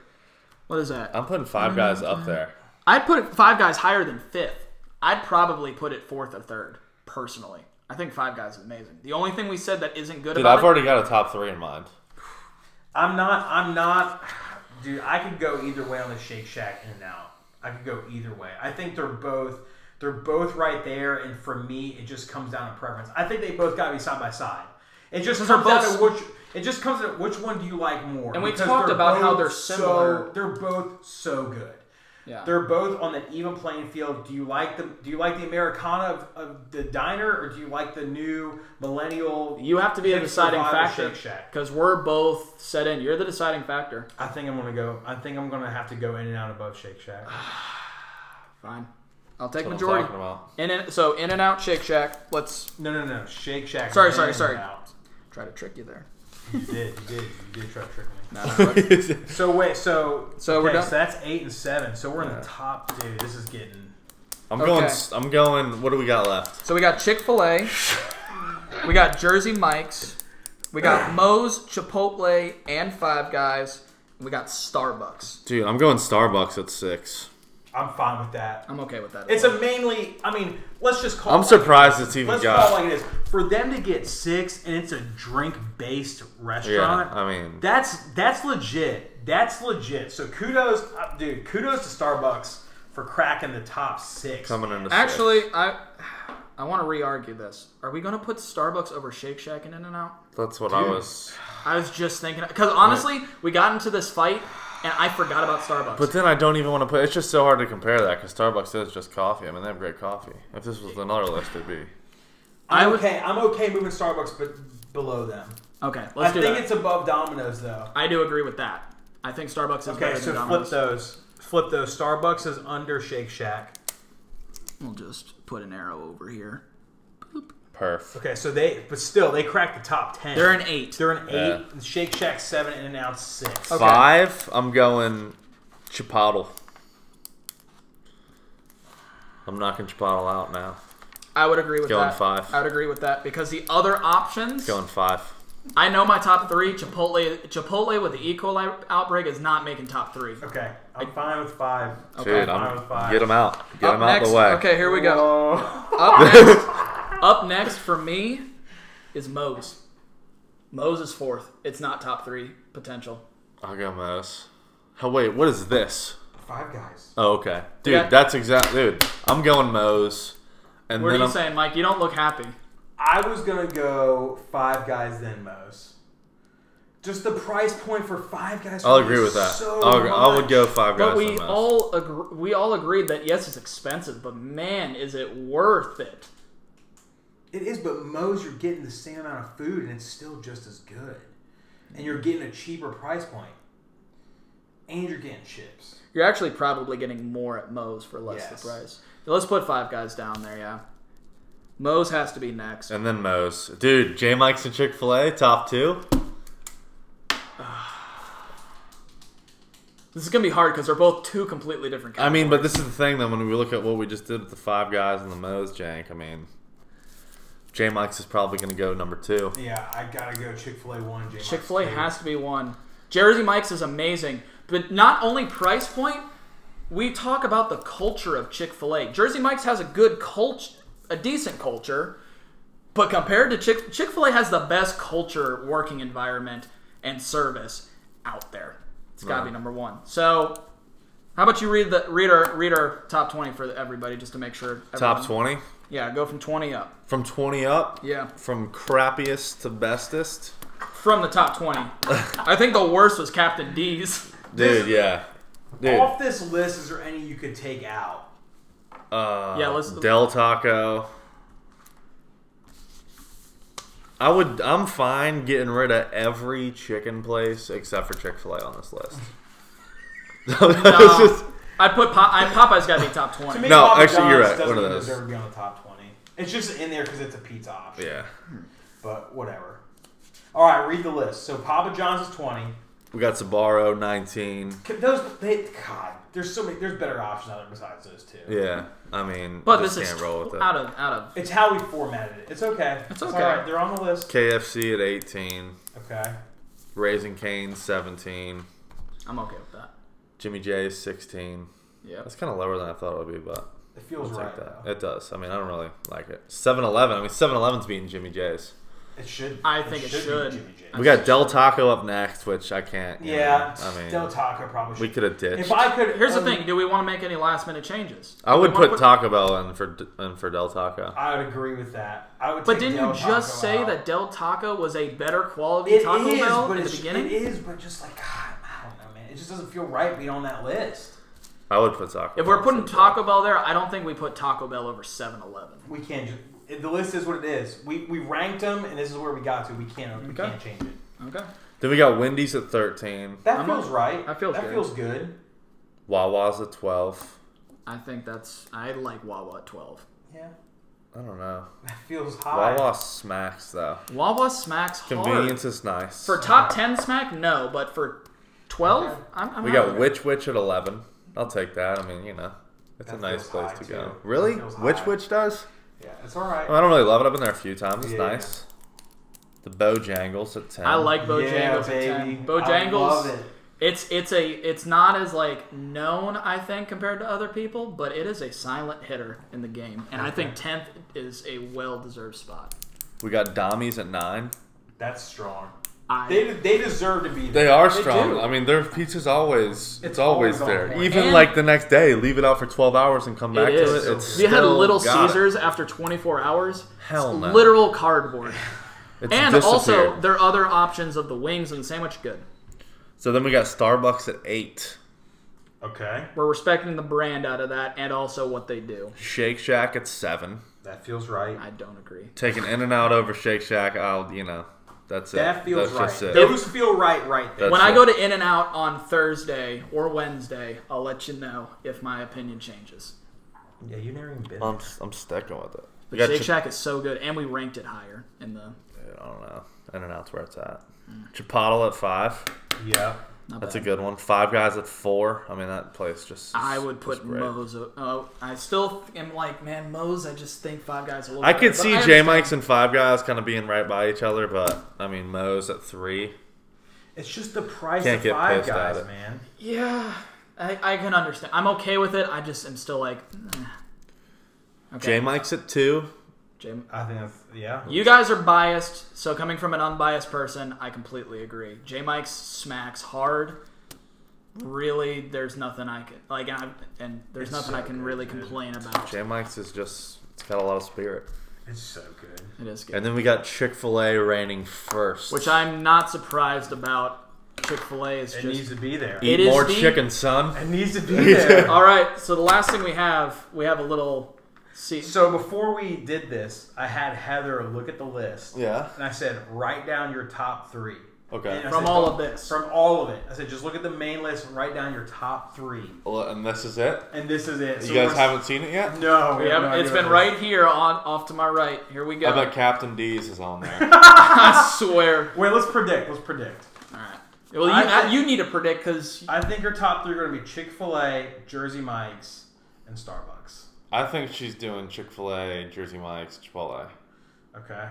[SPEAKER 1] What is that?
[SPEAKER 3] I'm putting Five
[SPEAKER 1] Mm-hmm.
[SPEAKER 3] Guys up there.
[SPEAKER 1] I'd put Five Guys higher than fifth. I'd probably put it fourth or third, personally. I think Five Guys is amazing. The only thing we said that isn't good
[SPEAKER 3] Dude,
[SPEAKER 1] about
[SPEAKER 3] I've
[SPEAKER 1] it,
[SPEAKER 3] already got a top three in mind.
[SPEAKER 2] I'm not. I'm not. Dude, I could go either way on the Shake Shack in and out. I could go either way. I think they're both. They're both right there, and for me, it just comes down to preference. I think they both got to be side by side. It just
[SPEAKER 1] are
[SPEAKER 2] comes down
[SPEAKER 1] both-
[SPEAKER 2] to which. It just comes down to which one do you like more?
[SPEAKER 1] And we
[SPEAKER 2] Because
[SPEAKER 1] talked about how
[SPEAKER 2] both
[SPEAKER 1] they're similar.
[SPEAKER 2] So, they're both so good.
[SPEAKER 1] Yeah.
[SPEAKER 2] They're both on an even playing field. Do you like the Do you like the Americana of, of the diner, or do you like the new millennial?
[SPEAKER 1] you have to be the
[SPEAKER 2] hipster
[SPEAKER 1] deciding
[SPEAKER 2] vibe of
[SPEAKER 1] factor
[SPEAKER 2] Shake Shack?
[SPEAKER 1] because we're both set in. You're the deciding factor.
[SPEAKER 2] I think I'm gonna go. I think I'm gonna have to go in and out above
[SPEAKER 1] (sighs)
[SPEAKER 2] Shake Shack.
[SPEAKER 1] Fine, I'll take
[SPEAKER 3] That's what I'm
[SPEAKER 1] majority.
[SPEAKER 3] talking about. (laughs)
[SPEAKER 1] In and, so In and Out, Shake Shack. Let's
[SPEAKER 2] No, no, no. Shake Shack.
[SPEAKER 1] Sorry,
[SPEAKER 2] in
[SPEAKER 1] sorry,
[SPEAKER 2] and
[SPEAKER 1] sorry.
[SPEAKER 2] out.
[SPEAKER 1] try to trick you there.
[SPEAKER 2] You did, you did, you did try to trick me.
[SPEAKER 1] No, no, (laughs) but-
[SPEAKER 2] So wait, so
[SPEAKER 1] So we're
[SPEAKER 2] okay,
[SPEAKER 1] done?
[SPEAKER 2] So that's eight and seven. So we're in the top, dude. This is getting.
[SPEAKER 3] I'm going.
[SPEAKER 1] Okay.
[SPEAKER 3] I'm going. What do we got left?
[SPEAKER 1] so we got Chick Fil A, we got Jersey Mike's, we got Moe's, Chipotle, and Five Guys. and We got Starbucks.
[SPEAKER 3] Dude, I'm going Starbucks at six.
[SPEAKER 2] I'm fine with that.
[SPEAKER 1] I'm okay with that.
[SPEAKER 2] It's a mainly. I mean, let's just call.
[SPEAKER 3] I'm
[SPEAKER 2] it like-
[SPEAKER 3] surprised it's even
[SPEAKER 2] Let's
[SPEAKER 3] got.
[SPEAKER 2] call it like it is. For them to get six, and it's a drink-based
[SPEAKER 3] yeah,
[SPEAKER 2] restaurant.
[SPEAKER 3] I mean,
[SPEAKER 2] That's that's legit. That's legit. So kudos, uh, dude. Kudos to Starbucks for cracking the top six.
[SPEAKER 3] coming into
[SPEAKER 1] actually I. I want to re-argue this. Are we going to put Starbucks over Shake Shack and In-N-Out?
[SPEAKER 3] six. That's what I was.
[SPEAKER 1] I was just thinking because honestly, we got into this fight and I forgot about Starbucks.
[SPEAKER 3] But then I don't even want to put. It's just so hard to compare that because Starbucks is just coffee. I mean, they have great coffee. If this was another list, it'd be.
[SPEAKER 1] I
[SPEAKER 2] I'm
[SPEAKER 1] would-
[SPEAKER 2] okay. I'm okay moving Starbucks, but below them.
[SPEAKER 1] okay, let's
[SPEAKER 2] I
[SPEAKER 1] do
[SPEAKER 2] think
[SPEAKER 1] that.
[SPEAKER 2] it's above Domino's though.
[SPEAKER 1] I do agree with that. I think Starbucks is
[SPEAKER 2] Okay,
[SPEAKER 1] better
[SPEAKER 2] so
[SPEAKER 1] than
[SPEAKER 2] flip
[SPEAKER 1] Domino's.
[SPEAKER 2] those. Flip those. Starbucks is under Shake Shack.
[SPEAKER 1] We'll just put an arrow over here.
[SPEAKER 3] Perf.
[SPEAKER 2] Okay, so they, but still, they cracked the top ten.
[SPEAKER 1] They're an eight.
[SPEAKER 2] They're an eight.
[SPEAKER 3] Yeah.
[SPEAKER 2] and Shake Shack seven, and now six.
[SPEAKER 1] Okay.
[SPEAKER 3] Five. I'm going Chipotle. I'm knocking Chipotle out now.
[SPEAKER 1] I would agree with
[SPEAKER 3] Going
[SPEAKER 1] that.
[SPEAKER 3] five.
[SPEAKER 1] I would agree with that because the other options.
[SPEAKER 3] Going five.
[SPEAKER 1] I know my top three. Chipotle, Chipotle with the E. coli outbreak is not making top three.
[SPEAKER 2] Okay, I'm fine with five.
[SPEAKER 1] Okay,
[SPEAKER 3] Dude, I'm,
[SPEAKER 2] I'm five.
[SPEAKER 3] get them out. Get
[SPEAKER 1] Up
[SPEAKER 3] them out
[SPEAKER 1] next,
[SPEAKER 3] the way.
[SPEAKER 1] Okay, Oh, here we go.
[SPEAKER 2] Whoa.
[SPEAKER 1] Up next, up next for me is Moe's. Moe's is fourth. It's not top three potential.
[SPEAKER 3] I'll go Moe's. Oh wait, what is this?
[SPEAKER 2] Five guys.
[SPEAKER 3] Oh okay, dude,
[SPEAKER 1] Yeah.
[SPEAKER 3] that's exactly. Dude, I'm going Moe's. And
[SPEAKER 1] What are
[SPEAKER 3] then
[SPEAKER 1] you
[SPEAKER 3] I'm,
[SPEAKER 1] saying, Mike? You don't look happy.
[SPEAKER 2] I was gonna go Five Guys then Moe's. Just the price point for Five Guys.
[SPEAKER 3] I'll agree with that.
[SPEAKER 2] So
[SPEAKER 3] I'll, agree- I would
[SPEAKER 2] much.
[SPEAKER 3] go five guys.
[SPEAKER 1] But we
[SPEAKER 3] on that.
[SPEAKER 1] all agree, we all agreed that yes, it's expensive, but man, is it worth it?
[SPEAKER 2] It is, but Moe's, you're getting the same amount of food and it's still just as good. And you're getting a cheaper price point. And you're getting chips.
[SPEAKER 1] You're actually probably getting more at Moe's for less
[SPEAKER 2] Yes.
[SPEAKER 1] the price. Let's put Five Guys down there. Yeah, Moe's has to be next.
[SPEAKER 3] and then Moe's, dude. J Mike's and Chick Fil A top two.
[SPEAKER 1] This is gonna be hard because they're both two completely different.
[SPEAKER 3] I mean, but this is the thing. Then when we look at what we just did with the five guys and the Moe's, Jank. I mean, J Mike's is probably going to go number two.
[SPEAKER 2] Yeah, I gotta go Chick fil A 1, J.
[SPEAKER 1] Chick Fil A has to be one. Jersey Mike's is amazing, but not only price point. We talk about the culture of Chick Fil A. Jersey Mike's has a good culture, a decent culture, but compared to Chick Chick Fil A has the best culture, working environment, and service out there. It's got to be
[SPEAKER 3] Right.
[SPEAKER 1] number one. So, how about you read the read our read our top twenty for everybody just to make sure
[SPEAKER 3] Top
[SPEAKER 1] everyone-
[SPEAKER 3] twenty
[SPEAKER 1] Yeah, go from twenty up.
[SPEAKER 3] from twenty up.
[SPEAKER 1] Yeah.
[SPEAKER 3] From crappiest to bestest.
[SPEAKER 1] From the top
[SPEAKER 3] (laughs)
[SPEAKER 1] twenty, I think the worst was Captain D's.
[SPEAKER 3] Dude, yeah. Dude,
[SPEAKER 2] Off this list, is there any you could take out?
[SPEAKER 3] uh,
[SPEAKER 1] Yeah, let's-
[SPEAKER 3] Del Taco. I would. I'm fine getting rid of every chicken place except for Chick Fil A on this list. (laughs) It's just-
[SPEAKER 1] I put Pop- I, Popeye's got to be top twenty.
[SPEAKER 2] me,
[SPEAKER 3] No,
[SPEAKER 2] Papa
[SPEAKER 3] actually, you're
[SPEAKER 2] John's
[SPEAKER 3] right.
[SPEAKER 2] doesn't
[SPEAKER 3] One of
[SPEAKER 2] even
[SPEAKER 3] those.
[SPEAKER 2] deserve to be on the top 20. It's just in there because it's a pizza option.
[SPEAKER 3] (laughs) yeah,
[SPEAKER 2] But whatever. All right, read the list. So Papa John's is 20.
[SPEAKER 3] we got Sabaro 19.
[SPEAKER 2] Can those they God, there's so many there's better options out there besides those two.
[SPEAKER 3] Yeah, I mean,
[SPEAKER 1] but
[SPEAKER 3] just
[SPEAKER 1] this is
[SPEAKER 3] can't roll with it.
[SPEAKER 1] out of out of.
[SPEAKER 2] It's how we formatted it. It's okay. It's
[SPEAKER 1] okay.
[SPEAKER 2] all right. They're on the list.
[SPEAKER 3] KFC at 18,
[SPEAKER 2] Okay.
[SPEAKER 3] Raising Cane's 17,
[SPEAKER 1] I'm okay with that.
[SPEAKER 3] Jimmy J's 16.
[SPEAKER 1] Yeah.
[SPEAKER 3] That's kind of lower than I thought it would be, but
[SPEAKER 2] It feels
[SPEAKER 3] I'll
[SPEAKER 2] right
[SPEAKER 3] take that.
[SPEAKER 2] though.
[SPEAKER 3] It does. I mean, I don't really like it. 7 Eleven. I mean, 7 Eleven's beating Jimmy J's.
[SPEAKER 2] It should.
[SPEAKER 1] I think it should.
[SPEAKER 2] Be Jimmy J's.
[SPEAKER 3] We got Del Taco up next, which I can't. you
[SPEAKER 2] yeah.
[SPEAKER 3] know, I mean,
[SPEAKER 2] Del Taco probably should.
[SPEAKER 3] we could have ditched.
[SPEAKER 2] If I could,
[SPEAKER 1] Here's the
[SPEAKER 2] only-
[SPEAKER 1] thing: Do we want to make any last minute changes?
[SPEAKER 3] I would
[SPEAKER 1] We wanna
[SPEAKER 3] put Taco Bell in for in for Del Taco.
[SPEAKER 2] I would agree with that. I would.
[SPEAKER 1] But
[SPEAKER 2] take
[SPEAKER 1] didn't
[SPEAKER 2] Del
[SPEAKER 1] you just
[SPEAKER 2] Taco
[SPEAKER 1] say
[SPEAKER 2] out.
[SPEAKER 1] that Del Taco was a better quality
[SPEAKER 2] It
[SPEAKER 1] Taco
[SPEAKER 2] is,
[SPEAKER 1] Bell
[SPEAKER 2] but
[SPEAKER 1] in the
[SPEAKER 2] it's-
[SPEAKER 1] beginning?
[SPEAKER 2] It is, but just like God, I don't know, man. It just doesn't feel right being on that list.
[SPEAKER 3] I would put Taco.
[SPEAKER 1] if
[SPEAKER 3] Bell
[SPEAKER 1] we're
[SPEAKER 3] in
[SPEAKER 1] putting
[SPEAKER 3] for Del
[SPEAKER 1] Taco Bell there, I don't think we put Taco Bell over 7-Eleven.
[SPEAKER 2] We can't. ju- it- The list is what it is. We we ranked them, and this is where we got to. We can't. We
[SPEAKER 1] Okay.
[SPEAKER 2] can't change it.
[SPEAKER 1] Okay.
[SPEAKER 3] Then we got Wendy's at 13,
[SPEAKER 2] That
[SPEAKER 1] I'm
[SPEAKER 2] feels
[SPEAKER 1] up.
[SPEAKER 2] right.
[SPEAKER 1] That feels
[SPEAKER 2] that
[SPEAKER 1] good.
[SPEAKER 2] feels good.
[SPEAKER 3] Wawa's at 12.
[SPEAKER 1] I think that's I like Wawa at 12.
[SPEAKER 2] Yeah,
[SPEAKER 3] I don't know.
[SPEAKER 2] that feels high.
[SPEAKER 3] Wawa smacks though.
[SPEAKER 1] Wawa smacks hard.
[SPEAKER 3] Convenience is nice.
[SPEAKER 1] For top 10 smack, no, but for 12, I'm, I'm
[SPEAKER 3] we
[SPEAKER 1] out
[SPEAKER 3] got
[SPEAKER 1] there.
[SPEAKER 3] Witch Witch at 11. I'll take that. I mean, you know, it's a
[SPEAKER 2] That
[SPEAKER 3] nice
[SPEAKER 2] feels
[SPEAKER 3] place
[SPEAKER 2] high,
[SPEAKER 3] to
[SPEAKER 2] too.
[SPEAKER 3] go.
[SPEAKER 2] That
[SPEAKER 3] Really?
[SPEAKER 2] feels
[SPEAKER 3] Witch
[SPEAKER 2] high.
[SPEAKER 3] Witch does?
[SPEAKER 2] Yeah, it's all right.
[SPEAKER 3] I, mean, I don't really love it. I've been there a few times. It's
[SPEAKER 2] Yeah.
[SPEAKER 3] nice. The Bojangles at 10.
[SPEAKER 1] I like Bojangles
[SPEAKER 2] yeah,
[SPEAKER 1] at
[SPEAKER 2] baby.
[SPEAKER 1] 10.
[SPEAKER 2] I love
[SPEAKER 1] Bojangles
[SPEAKER 2] it.
[SPEAKER 1] It's it's a it's not as like known I think compared to other people, but it is a silent hitter in the game, and I think tenth is a well deserved spot.
[SPEAKER 3] We got Dommies at 9.
[SPEAKER 2] That's strong.
[SPEAKER 1] I
[SPEAKER 2] They they deserve to be. There.
[SPEAKER 3] They are strong.
[SPEAKER 1] do.
[SPEAKER 3] I mean, their pizza's always it's,
[SPEAKER 2] It's
[SPEAKER 3] always,
[SPEAKER 2] always on
[SPEAKER 3] there.
[SPEAKER 2] point.
[SPEAKER 3] Even
[SPEAKER 1] And-
[SPEAKER 3] like the next day, leave it out for 12 hours and come back
[SPEAKER 1] it
[SPEAKER 3] to
[SPEAKER 1] is.
[SPEAKER 3] it. It's
[SPEAKER 1] we had
[SPEAKER 3] still
[SPEAKER 1] Little
[SPEAKER 3] got it.
[SPEAKER 1] Caesars after 24 hours.
[SPEAKER 3] Hell
[SPEAKER 1] It's
[SPEAKER 3] no.
[SPEAKER 1] Literal cardboard.
[SPEAKER 3] It's
[SPEAKER 1] and also
[SPEAKER 3] disappeared.
[SPEAKER 1] their other options of the wings and sandwich good.
[SPEAKER 3] so then we got Starbucks at 8.
[SPEAKER 2] Okay,
[SPEAKER 1] We're respecting the brand out of that and also what they do.
[SPEAKER 3] Shake Shack at 7.
[SPEAKER 2] that feels right.
[SPEAKER 1] I don't agree.
[SPEAKER 3] taking In and Out over Shake Shack, I'll you know, that's it.
[SPEAKER 2] That feels
[SPEAKER 3] that's just
[SPEAKER 2] right.
[SPEAKER 3] it.
[SPEAKER 2] Those feel right right there.
[SPEAKER 3] That's
[SPEAKER 1] When I
[SPEAKER 3] it.
[SPEAKER 1] go to In and Out on Thursday or Wednesday, I'll let you know if my opinion changes.
[SPEAKER 2] Yeah, you've never even been.
[SPEAKER 3] I'm I'm sticking with it.
[SPEAKER 1] But
[SPEAKER 3] We got
[SPEAKER 1] Shake
[SPEAKER 3] Chi-
[SPEAKER 1] Shack is so good, and we ranked it higher in the.
[SPEAKER 3] I don't know. In and Out's where it's at. Chipotle at five.
[SPEAKER 2] yeah,
[SPEAKER 1] Not
[SPEAKER 3] That's a
[SPEAKER 1] bad.
[SPEAKER 3] good one. Five Guys at four. I mean, that place just.
[SPEAKER 1] I
[SPEAKER 3] is-
[SPEAKER 1] would
[SPEAKER 3] is
[SPEAKER 1] put
[SPEAKER 3] great.
[SPEAKER 1] Moe's. o- Oh, I still am like, man, Moe's. I just think Five Guys. A little
[SPEAKER 3] I
[SPEAKER 1] better,
[SPEAKER 3] could
[SPEAKER 1] but
[SPEAKER 3] see J
[SPEAKER 1] understand.
[SPEAKER 3] Mike's and Five Guys kind of being right by each other, but I mean Moe's at three.
[SPEAKER 2] it's just the price
[SPEAKER 3] Can't
[SPEAKER 2] of
[SPEAKER 3] get
[SPEAKER 2] Five
[SPEAKER 3] pissed at
[SPEAKER 2] Guys,
[SPEAKER 3] it.
[SPEAKER 2] man.
[SPEAKER 1] Yeah, I, I can understand. I'm okay with it. I just am still like. eh.
[SPEAKER 3] J Mike's at two.
[SPEAKER 1] J-
[SPEAKER 2] I think that's yeah.
[SPEAKER 1] you guys are biased, so coming from an unbiased person, I completely agree. J Mike's smacks hard. Really, there's nothing I can like, and, I, and there's
[SPEAKER 2] It's
[SPEAKER 1] nothing
[SPEAKER 2] so
[SPEAKER 1] I can
[SPEAKER 2] good,
[SPEAKER 1] really
[SPEAKER 2] dude.
[SPEAKER 1] complain about.
[SPEAKER 3] J Mike's is just. It's got a lot of spirit.
[SPEAKER 2] It's so good.
[SPEAKER 1] It is good.
[SPEAKER 3] And then we got Chick Fil A reigning first.
[SPEAKER 1] Which I'm not surprised about. Chick Fil A is
[SPEAKER 2] It
[SPEAKER 1] just
[SPEAKER 2] needs to be there.
[SPEAKER 1] It
[SPEAKER 3] eat
[SPEAKER 1] is
[SPEAKER 3] more
[SPEAKER 1] the-
[SPEAKER 3] chicken, son.
[SPEAKER 2] It needs to
[SPEAKER 3] (laughs)
[SPEAKER 2] be there.
[SPEAKER 1] All right, so the last thing we have, we have a little. See,
[SPEAKER 2] So before we did this, I had Heather look at the list.
[SPEAKER 3] Yeah.
[SPEAKER 2] And I said, write down your top three.
[SPEAKER 3] Okay.
[SPEAKER 2] And I
[SPEAKER 1] From
[SPEAKER 2] said,
[SPEAKER 1] all
[SPEAKER 2] don't-
[SPEAKER 1] of this.
[SPEAKER 2] From all of it. I said, just look at the main list and write down your top three.
[SPEAKER 3] Well, and this is it.
[SPEAKER 2] And this is it.
[SPEAKER 3] You
[SPEAKER 2] So
[SPEAKER 3] guys
[SPEAKER 2] we're-
[SPEAKER 3] haven't seen it yet.
[SPEAKER 2] No.
[SPEAKER 1] we have,
[SPEAKER 2] no
[SPEAKER 1] it's
[SPEAKER 2] idea
[SPEAKER 1] been
[SPEAKER 2] what it
[SPEAKER 1] right here on off to my right. Here we go.
[SPEAKER 3] I
[SPEAKER 1] (laughs)
[SPEAKER 3] bet Captain D's is on there.
[SPEAKER 1] I swear.
[SPEAKER 2] is. Wait, let's predict. Let's predict.
[SPEAKER 1] All right. Well, you,
[SPEAKER 2] I
[SPEAKER 1] I- you need to predict because
[SPEAKER 2] I think your top three are going to be Chick fil A, Jersey Mike's, and Starbucks.
[SPEAKER 3] I think she's doing Chick Fil A, Jersey Mike's, Chipotle.
[SPEAKER 2] Okay.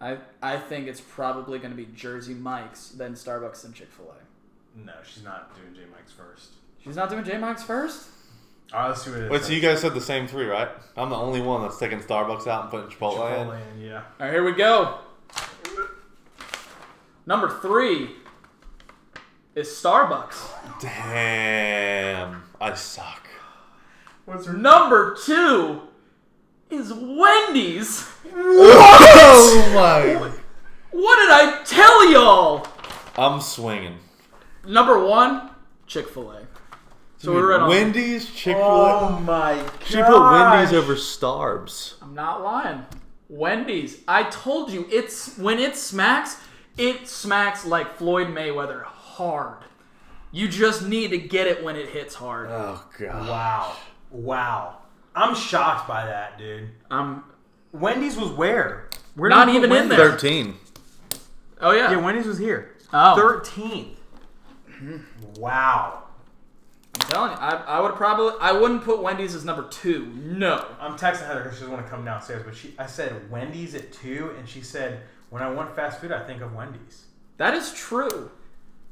[SPEAKER 1] I I think it's probably going to be Jersey Mike's, then Starbucks, and Chick Fil A.
[SPEAKER 2] No, she's not doing J Mike's first.
[SPEAKER 1] She's not doing J Mike's first.
[SPEAKER 2] All right, let's see what it is.
[SPEAKER 3] Wait, so you guys said the same three, right? I'm the only one that's taking Starbucks out and putting Chipotle, in.
[SPEAKER 2] Chipotle, yeah.
[SPEAKER 1] All right, here we go. Number three is Starbucks.
[SPEAKER 3] Damn, I suck.
[SPEAKER 2] What's her
[SPEAKER 1] Number two is Wendy's.
[SPEAKER 3] Oh my!
[SPEAKER 1] What did I tell y'all?
[SPEAKER 3] (laughs) I'm swinging.
[SPEAKER 1] Number one, Chick Fil A. So we're right on.
[SPEAKER 3] Wendy's, Chick Fil A.
[SPEAKER 2] Oh my god.
[SPEAKER 3] she put Wendy's over Starbs.
[SPEAKER 1] I'm not lying. Wendy's. I told you, it's when it smacks, it smacks like Floyd Mayweather hard. You just need to get it when it hits hard.
[SPEAKER 3] Oh god.
[SPEAKER 2] Wow. Wow. I'm shocked by that, dude.
[SPEAKER 1] Um.
[SPEAKER 2] Wendy's was where? We're
[SPEAKER 1] Not even in there.
[SPEAKER 3] Thirteen.
[SPEAKER 1] Oh yeah.
[SPEAKER 2] Yeah, Wendy's was here.
[SPEAKER 1] oh,
[SPEAKER 2] 13th. Wow.
[SPEAKER 1] I'm telling you, I, I would probably, I wouldn't put Wendy's as number two. No.
[SPEAKER 2] I'm texting Heather because she doesn't want to come downstairs, but she I said Wendy's at 2, and she said, when I want fast food, I think of Wendy's.
[SPEAKER 1] That is true.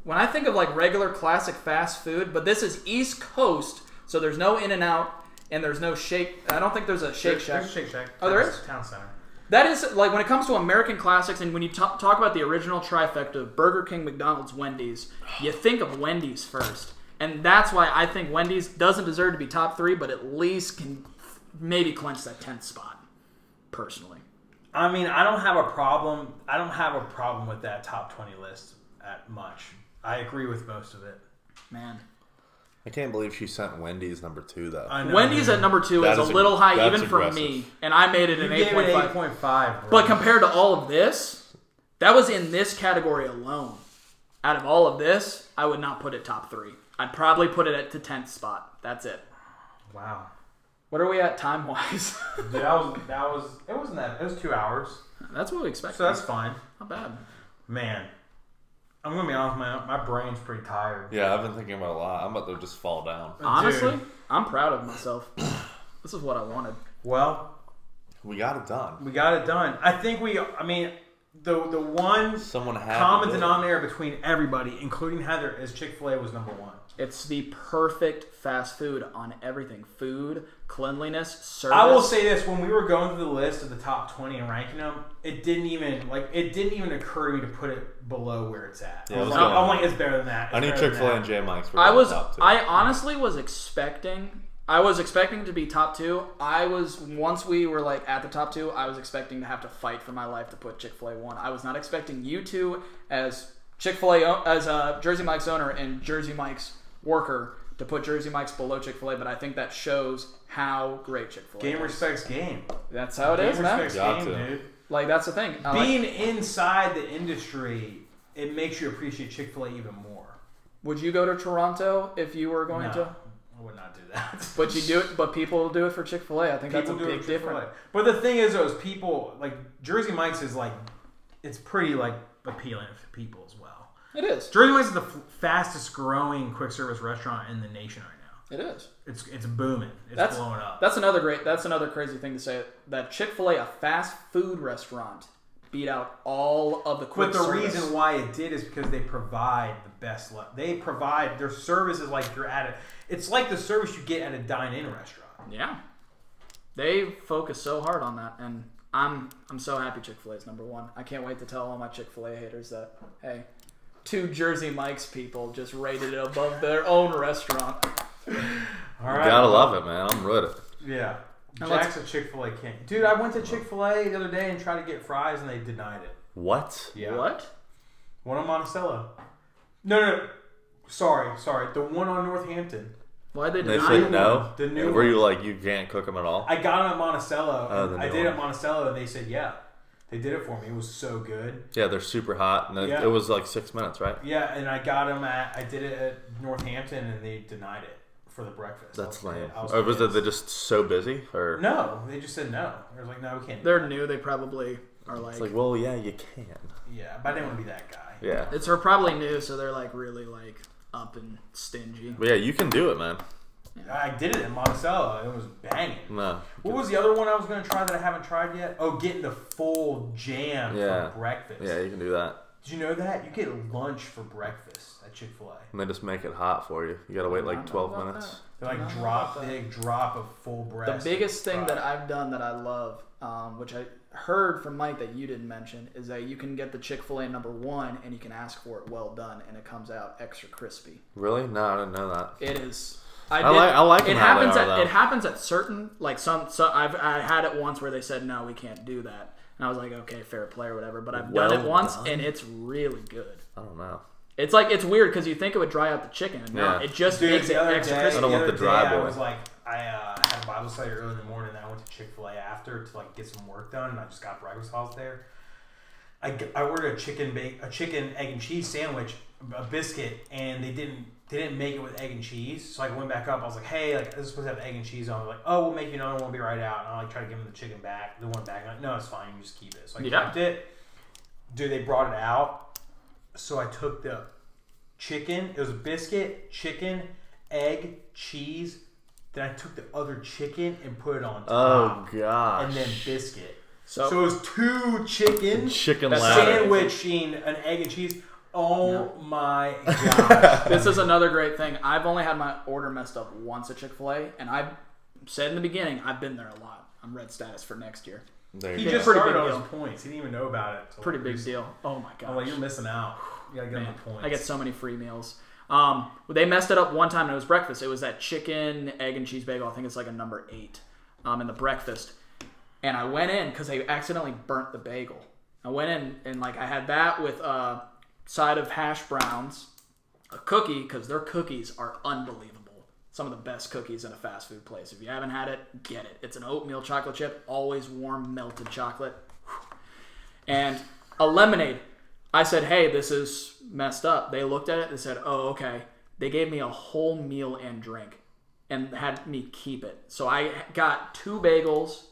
[SPEAKER 1] When I think of like regular classic fast food, but this is East Coast, so there's no In and Out and there's no Shake. I don't think there's a Shake Shack.
[SPEAKER 2] There's a Shake Shack.
[SPEAKER 1] Oh, there
[SPEAKER 2] Town-
[SPEAKER 1] is?
[SPEAKER 2] Town Center.
[SPEAKER 1] That is like when it comes to American classics, and when you ta talk about the original trifecta of Burger King, McDonald's, Wendy's, you think of Wendy's first, and that's why I think Wendy's doesn't deserve to be top three, but at least can maybe clinch that tenth spot. Personally,
[SPEAKER 2] I mean, I don't have a problem. I don't have a problem with that top 20 list at much. I agree with most of it.
[SPEAKER 1] man,
[SPEAKER 3] I can't believe she sent Wendy's number two though.
[SPEAKER 2] I know.
[SPEAKER 1] Wendy's at number two
[SPEAKER 3] That
[SPEAKER 1] is a
[SPEAKER 3] is ag-
[SPEAKER 1] little high
[SPEAKER 3] that's
[SPEAKER 1] even for me,
[SPEAKER 3] aggressive.
[SPEAKER 1] and I made it an
[SPEAKER 2] You gave
[SPEAKER 1] eight point
[SPEAKER 2] it
[SPEAKER 1] five.
[SPEAKER 2] 8.5. bro.
[SPEAKER 1] But compared to all of this, that was in this category alone. Out of all of this, I would not put it top three. I'd probably put it at the tenth spot. That's it.
[SPEAKER 2] wow.
[SPEAKER 1] What are we at time wise?
[SPEAKER 2] Dude, that was that was it wasn't that it was two hours,
[SPEAKER 1] (laughs) that's what we expected.
[SPEAKER 2] so that's fine.
[SPEAKER 1] not bad.
[SPEAKER 2] Man, I'm gonna be honest, man. My brain's pretty tired.
[SPEAKER 3] yeah, I've been thinking about it a lot. I'm about to just fall down.
[SPEAKER 1] Honestly,
[SPEAKER 2] Dude.
[SPEAKER 1] I'm proud of myself. (clears throat) this is what I wanted.
[SPEAKER 2] Well,
[SPEAKER 3] We got it done.
[SPEAKER 2] we got it done. I think we. I mean, the the one
[SPEAKER 3] Someone had
[SPEAKER 2] common
[SPEAKER 3] to do it.
[SPEAKER 2] denominator between everybody, including Heather, is Chick Fil A was number one.
[SPEAKER 1] It's the perfect fast food on everything: food, cleanliness, service.
[SPEAKER 2] I will say this: when we were going through the list of the top twenty and ranking them, it didn't even like it didn't even occur to me to put it below where it's at.
[SPEAKER 3] Yeah,
[SPEAKER 2] I was
[SPEAKER 3] let's
[SPEAKER 2] like,
[SPEAKER 3] go.
[SPEAKER 2] I'm like, it's better than that.
[SPEAKER 3] I
[SPEAKER 2] It's
[SPEAKER 3] need
[SPEAKER 2] better
[SPEAKER 3] Chick
[SPEAKER 2] than
[SPEAKER 3] Fil A
[SPEAKER 2] that.
[SPEAKER 3] and J Mike's.
[SPEAKER 1] I was.
[SPEAKER 3] Top two.
[SPEAKER 1] I honestly was expecting. I was expecting to be top two. I was once we were like at the top two. I was expecting to have to fight for my life to put Chick Fil A one. I was not expecting you two as Chick Fil A as a Jersey Mike's owner and Jersey Mike's worker to put Jersey Mike's below Chick Fil A. But I think that shows how great Chick Fil A.
[SPEAKER 2] Game respects game.
[SPEAKER 1] That's how it
[SPEAKER 2] Game
[SPEAKER 1] is, man.
[SPEAKER 2] respects
[SPEAKER 3] Got
[SPEAKER 2] game,
[SPEAKER 3] to.
[SPEAKER 2] dude.
[SPEAKER 1] Like that's the thing. Uh, I like-
[SPEAKER 2] Being inside the industry, it makes you appreciate Chick Fil A even more.
[SPEAKER 1] would you go to Toronto if you were going
[SPEAKER 2] No,
[SPEAKER 1] to?
[SPEAKER 2] I would not do that.
[SPEAKER 1] (laughs) But you do it. But people do it for Chick Fil A. I think that's a
[SPEAKER 2] People do it
[SPEAKER 1] big
[SPEAKER 2] for Chick-fil-A.
[SPEAKER 1] difference.
[SPEAKER 2] But the thing is, those people like Jersey Mike's is like, it's pretty like appealing to people as well.
[SPEAKER 1] It is.
[SPEAKER 2] Jersey Mike's is the f- fastest growing quick service restaurant in the nation right now.
[SPEAKER 1] It is.
[SPEAKER 2] It's it's booming. It's
[SPEAKER 1] That's-
[SPEAKER 2] blowing up.
[SPEAKER 1] That's another great. That's another crazy thing to say. That Chick Fil A, a fast food restaurant, beat out all of the quick
[SPEAKER 2] But the
[SPEAKER 1] service.
[SPEAKER 2] reason why it did is because they provide the best. Le- they provide their service is like you're at a. It's like the service you get at a dine-in restaurant.
[SPEAKER 1] yeah, they focus so hard on that, and I'm I'm so happy Chick Fil A is number one. I can't wait to tell all my Chick Fil A haters that hey, two Jersey Mike's people just rated it above their own restaurant.
[SPEAKER 2] All right.
[SPEAKER 3] Gotta love it, man. I'm with it.
[SPEAKER 2] Yeah.
[SPEAKER 1] Now let's-
[SPEAKER 2] Jack's a Chick Fil A king, dude. I went to Chick Fil A the other day and tried to get fries, and they denied it.
[SPEAKER 3] What?
[SPEAKER 2] Yeah,
[SPEAKER 1] What?
[SPEAKER 2] One on Monticello. No, no, no. sorry, sorry. The one on Northampton.
[SPEAKER 1] Why they
[SPEAKER 3] And they
[SPEAKER 1] deny
[SPEAKER 3] said
[SPEAKER 1] it?
[SPEAKER 3] no.
[SPEAKER 2] The new
[SPEAKER 3] Were you like you can't cook them at all?
[SPEAKER 2] I got it at Monticello.
[SPEAKER 3] Oh, the
[SPEAKER 2] I
[SPEAKER 3] new
[SPEAKER 2] did it at
[SPEAKER 3] one.
[SPEAKER 2] Monticello, and they said yeah. They did it for me. It was so good.
[SPEAKER 3] Yeah, they're super hot, and it,
[SPEAKER 2] Yeah.
[SPEAKER 3] it was like six minutes, right?
[SPEAKER 2] Yeah, and I got them at. I did it at Northampton, and they denied it for the breakfast.
[SPEAKER 3] That's
[SPEAKER 2] I was-
[SPEAKER 3] lame.
[SPEAKER 2] I
[SPEAKER 3] Or was it
[SPEAKER 2] pissed.
[SPEAKER 3] they're just so busy? Or
[SPEAKER 2] No, they just said no. They were like, no, we can't. do
[SPEAKER 1] They're new. They probably are like.
[SPEAKER 3] it's like, well, yeah, you can.
[SPEAKER 2] that." Yeah, but I didn't want to be that guy.
[SPEAKER 3] Yeah,
[SPEAKER 1] It's are probably new, so they're like really like up and stingy.
[SPEAKER 3] but yeah, you can do it, man.
[SPEAKER 2] I did it in Monticello. and It was banging.
[SPEAKER 3] No,
[SPEAKER 2] What was the other one I was going to try that I haven't tried yet? Oh, getting the full jam
[SPEAKER 3] Yeah.
[SPEAKER 2] for breakfast.
[SPEAKER 3] yeah, you can do that,
[SPEAKER 2] Did you know that you get lunch for breakfast at Chick Fil A?
[SPEAKER 3] and they just make it hot for you. You gotta wait
[SPEAKER 1] I
[SPEAKER 3] like
[SPEAKER 1] don't
[SPEAKER 3] twelve
[SPEAKER 1] know about
[SPEAKER 3] minutes.
[SPEAKER 2] They like
[SPEAKER 1] No,
[SPEAKER 2] drop
[SPEAKER 1] I thought-
[SPEAKER 2] big drop of full
[SPEAKER 1] The
[SPEAKER 2] breast.
[SPEAKER 1] biggest thing
[SPEAKER 2] fries.
[SPEAKER 1] that I've done that I love, um, which I heard from Mike that you didn't mention, is that you can get the Chick Fil A number one and you can ask for it well done, and it comes out extra crispy.
[SPEAKER 3] Really? No, I didn't know that.
[SPEAKER 1] It is. I,
[SPEAKER 3] I like- I like
[SPEAKER 1] It
[SPEAKER 3] them how they
[SPEAKER 1] happens
[SPEAKER 3] are,
[SPEAKER 1] at
[SPEAKER 3] though.
[SPEAKER 1] it happens at certain like some. So I've I had it once where they said no, we can't do that, and I was like, okay, fair play or whatever. But I've done
[SPEAKER 3] Well
[SPEAKER 1] it once
[SPEAKER 3] done.
[SPEAKER 1] and it's really good.
[SPEAKER 3] I don't know.
[SPEAKER 1] It's like it's weird because you think it would dry out the chicken, and no,
[SPEAKER 3] Yeah.
[SPEAKER 1] it just
[SPEAKER 2] Dude,
[SPEAKER 1] makes it
[SPEAKER 2] the other
[SPEAKER 1] extra
[SPEAKER 2] day,
[SPEAKER 1] crispy.
[SPEAKER 3] I don't want
[SPEAKER 2] other
[SPEAKER 3] the dry
[SPEAKER 2] day, I
[SPEAKER 3] boy.
[SPEAKER 2] was like, I uh, had a Bible study early in the morning. And I went to Chick Fil A after to like get some work done, and I just got breakfast house there. I, g- I ordered a chicken bake, a chicken egg and cheese sandwich, a biscuit, and they didn't they didn't make it with egg and cheese. So I went back up. I was like, hey, like this is supposed to have egg and cheese on. They're like, oh, we'll make you another one. We'll be right out. And I like try to give them the chicken back, the one back. I'm like, no, it's fine. You just keep it. So I
[SPEAKER 1] Yeah.
[SPEAKER 2] kept it. Dude, they brought it out. So I took the chicken. It was biscuit, chicken, egg, cheese. Then I took the other chicken and put it on
[SPEAKER 3] Oh
[SPEAKER 2] top,
[SPEAKER 3] gosh.
[SPEAKER 2] and then biscuit.
[SPEAKER 1] So-
[SPEAKER 2] So, it was two chicken
[SPEAKER 3] Chicken
[SPEAKER 1] That's
[SPEAKER 3] ladder.
[SPEAKER 2] sandwiching an egg and cheese. Oh my
[SPEAKER 3] (laughs)
[SPEAKER 2] gosh!
[SPEAKER 1] This is another great thing. I've only had my order messed up once at Chick Fil A, and I said in the beginning I've been there a lot. I'm red status for next year.
[SPEAKER 3] There
[SPEAKER 2] he
[SPEAKER 3] you
[SPEAKER 2] just
[SPEAKER 3] go.
[SPEAKER 1] Pretty
[SPEAKER 2] started
[SPEAKER 1] big deal.
[SPEAKER 2] on his points. He didn't even know about it. till
[SPEAKER 1] Pretty big
[SPEAKER 2] recently.
[SPEAKER 1] deal. Oh my
[SPEAKER 2] I'm like,
[SPEAKER 1] gosh,
[SPEAKER 2] you're missing out. You gotta get him
[SPEAKER 1] man.
[SPEAKER 2] the points.
[SPEAKER 1] I get so many free meals. Um, they messed it up one time, and it was breakfast. It was that chicken, egg, and cheese bagel. I think it's like a number eight um, in the breakfast. And I went in because they accidentally burnt the bagel. I went in and like I had that with a side of hash browns, a cookie because their cookies are unbelievable. Some of the best cookies in a fast food place. If you haven't had it, get it. It's an oatmeal chocolate chip, always warm, melted chocolate. And a lemonade. I said, hey, this is messed up. They looked at it. They said, oh, okay. They gave me a whole meal and drink and had me keep it. So I got two bagels.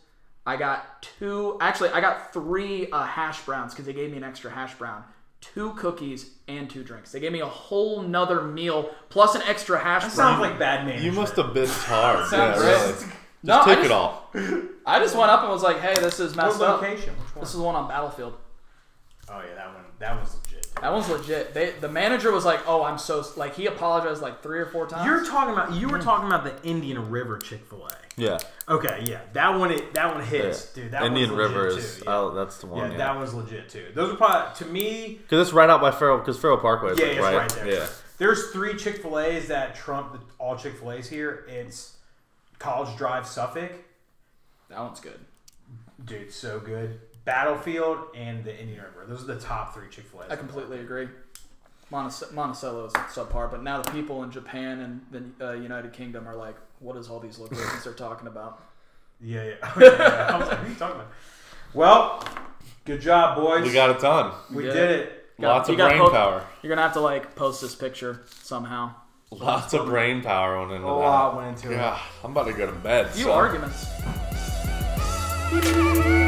[SPEAKER 1] I got two, actually, I got three uh, hash browns because they gave me an extra hash brown, two cookies, and two drinks. They gave me a whole nother meal plus an extra hash
[SPEAKER 2] That
[SPEAKER 1] brown.
[SPEAKER 2] sounds like bad management.
[SPEAKER 3] You must
[SPEAKER 2] (laughs)
[SPEAKER 3] have been hard. yeah,
[SPEAKER 1] Sounds
[SPEAKER 3] really.
[SPEAKER 1] right.
[SPEAKER 3] Just
[SPEAKER 1] No, I
[SPEAKER 3] take
[SPEAKER 1] just-
[SPEAKER 3] it all.
[SPEAKER 1] I just went up and was like, hey, this is
[SPEAKER 2] What
[SPEAKER 1] messed up.
[SPEAKER 2] location? Which one?
[SPEAKER 1] This is the one on Battlefield.
[SPEAKER 2] Oh yeah, that one. That one's legit.
[SPEAKER 1] That one's legit. They, the manager was like, "Oh, I'm so like." He apologized like three or four times.
[SPEAKER 2] You're talking about. You were
[SPEAKER 3] Mm.
[SPEAKER 2] talking about the Indian River Chick Fil A.
[SPEAKER 3] Yeah.
[SPEAKER 2] Okay, yeah, that one. It, that one hits,
[SPEAKER 3] yeah.
[SPEAKER 2] dude. That
[SPEAKER 3] Indian
[SPEAKER 2] one's legit
[SPEAKER 3] River
[SPEAKER 2] too,
[SPEAKER 3] is.
[SPEAKER 2] yeah.
[SPEAKER 3] Oh, that's the
[SPEAKER 2] yeah,
[SPEAKER 3] one. Yeah.
[SPEAKER 2] that one's legit too. Those are probably to me.
[SPEAKER 3] Because it's right out by Farrell. Because Farrell Parkway is
[SPEAKER 2] Yeah,
[SPEAKER 3] like,
[SPEAKER 2] it's right,
[SPEAKER 3] right,
[SPEAKER 2] there.
[SPEAKER 3] Yeah.
[SPEAKER 2] There's three Chick Fil A's that trump the, all Chick Fil A's here. It's College Drive, Suffolk,
[SPEAKER 1] that one's good.
[SPEAKER 2] dude, so good. Battlefield and the Indian River. Those are the top three Chick Fil A's.
[SPEAKER 1] I completely agree. Montice- Monticello is subpar, but now the people in Japan and the uh, United Kingdom are like, "What is all these locations they're talking about?"
[SPEAKER 2] Yeah, yeah. (laughs) I was like, what are you talking about? Well, good job, boys.
[SPEAKER 3] We got a ton.
[SPEAKER 2] We
[SPEAKER 1] Yeah.
[SPEAKER 2] did it.
[SPEAKER 1] Got-
[SPEAKER 3] Lots
[SPEAKER 1] you
[SPEAKER 3] of
[SPEAKER 1] got
[SPEAKER 3] brain
[SPEAKER 1] hooked.
[SPEAKER 3] power.
[SPEAKER 1] You're gonna have to like post this picture somehow.
[SPEAKER 3] Lots of brain power went into
[SPEAKER 2] A
[SPEAKER 3] that.
[SPEAKER 2] lot went into it.
[SPEAKER 3] Yeah, I'm about to go to bed.
[SPEAKER 1] Few
[SPEAKER 3] son.
[SPEAKER 1] arguments.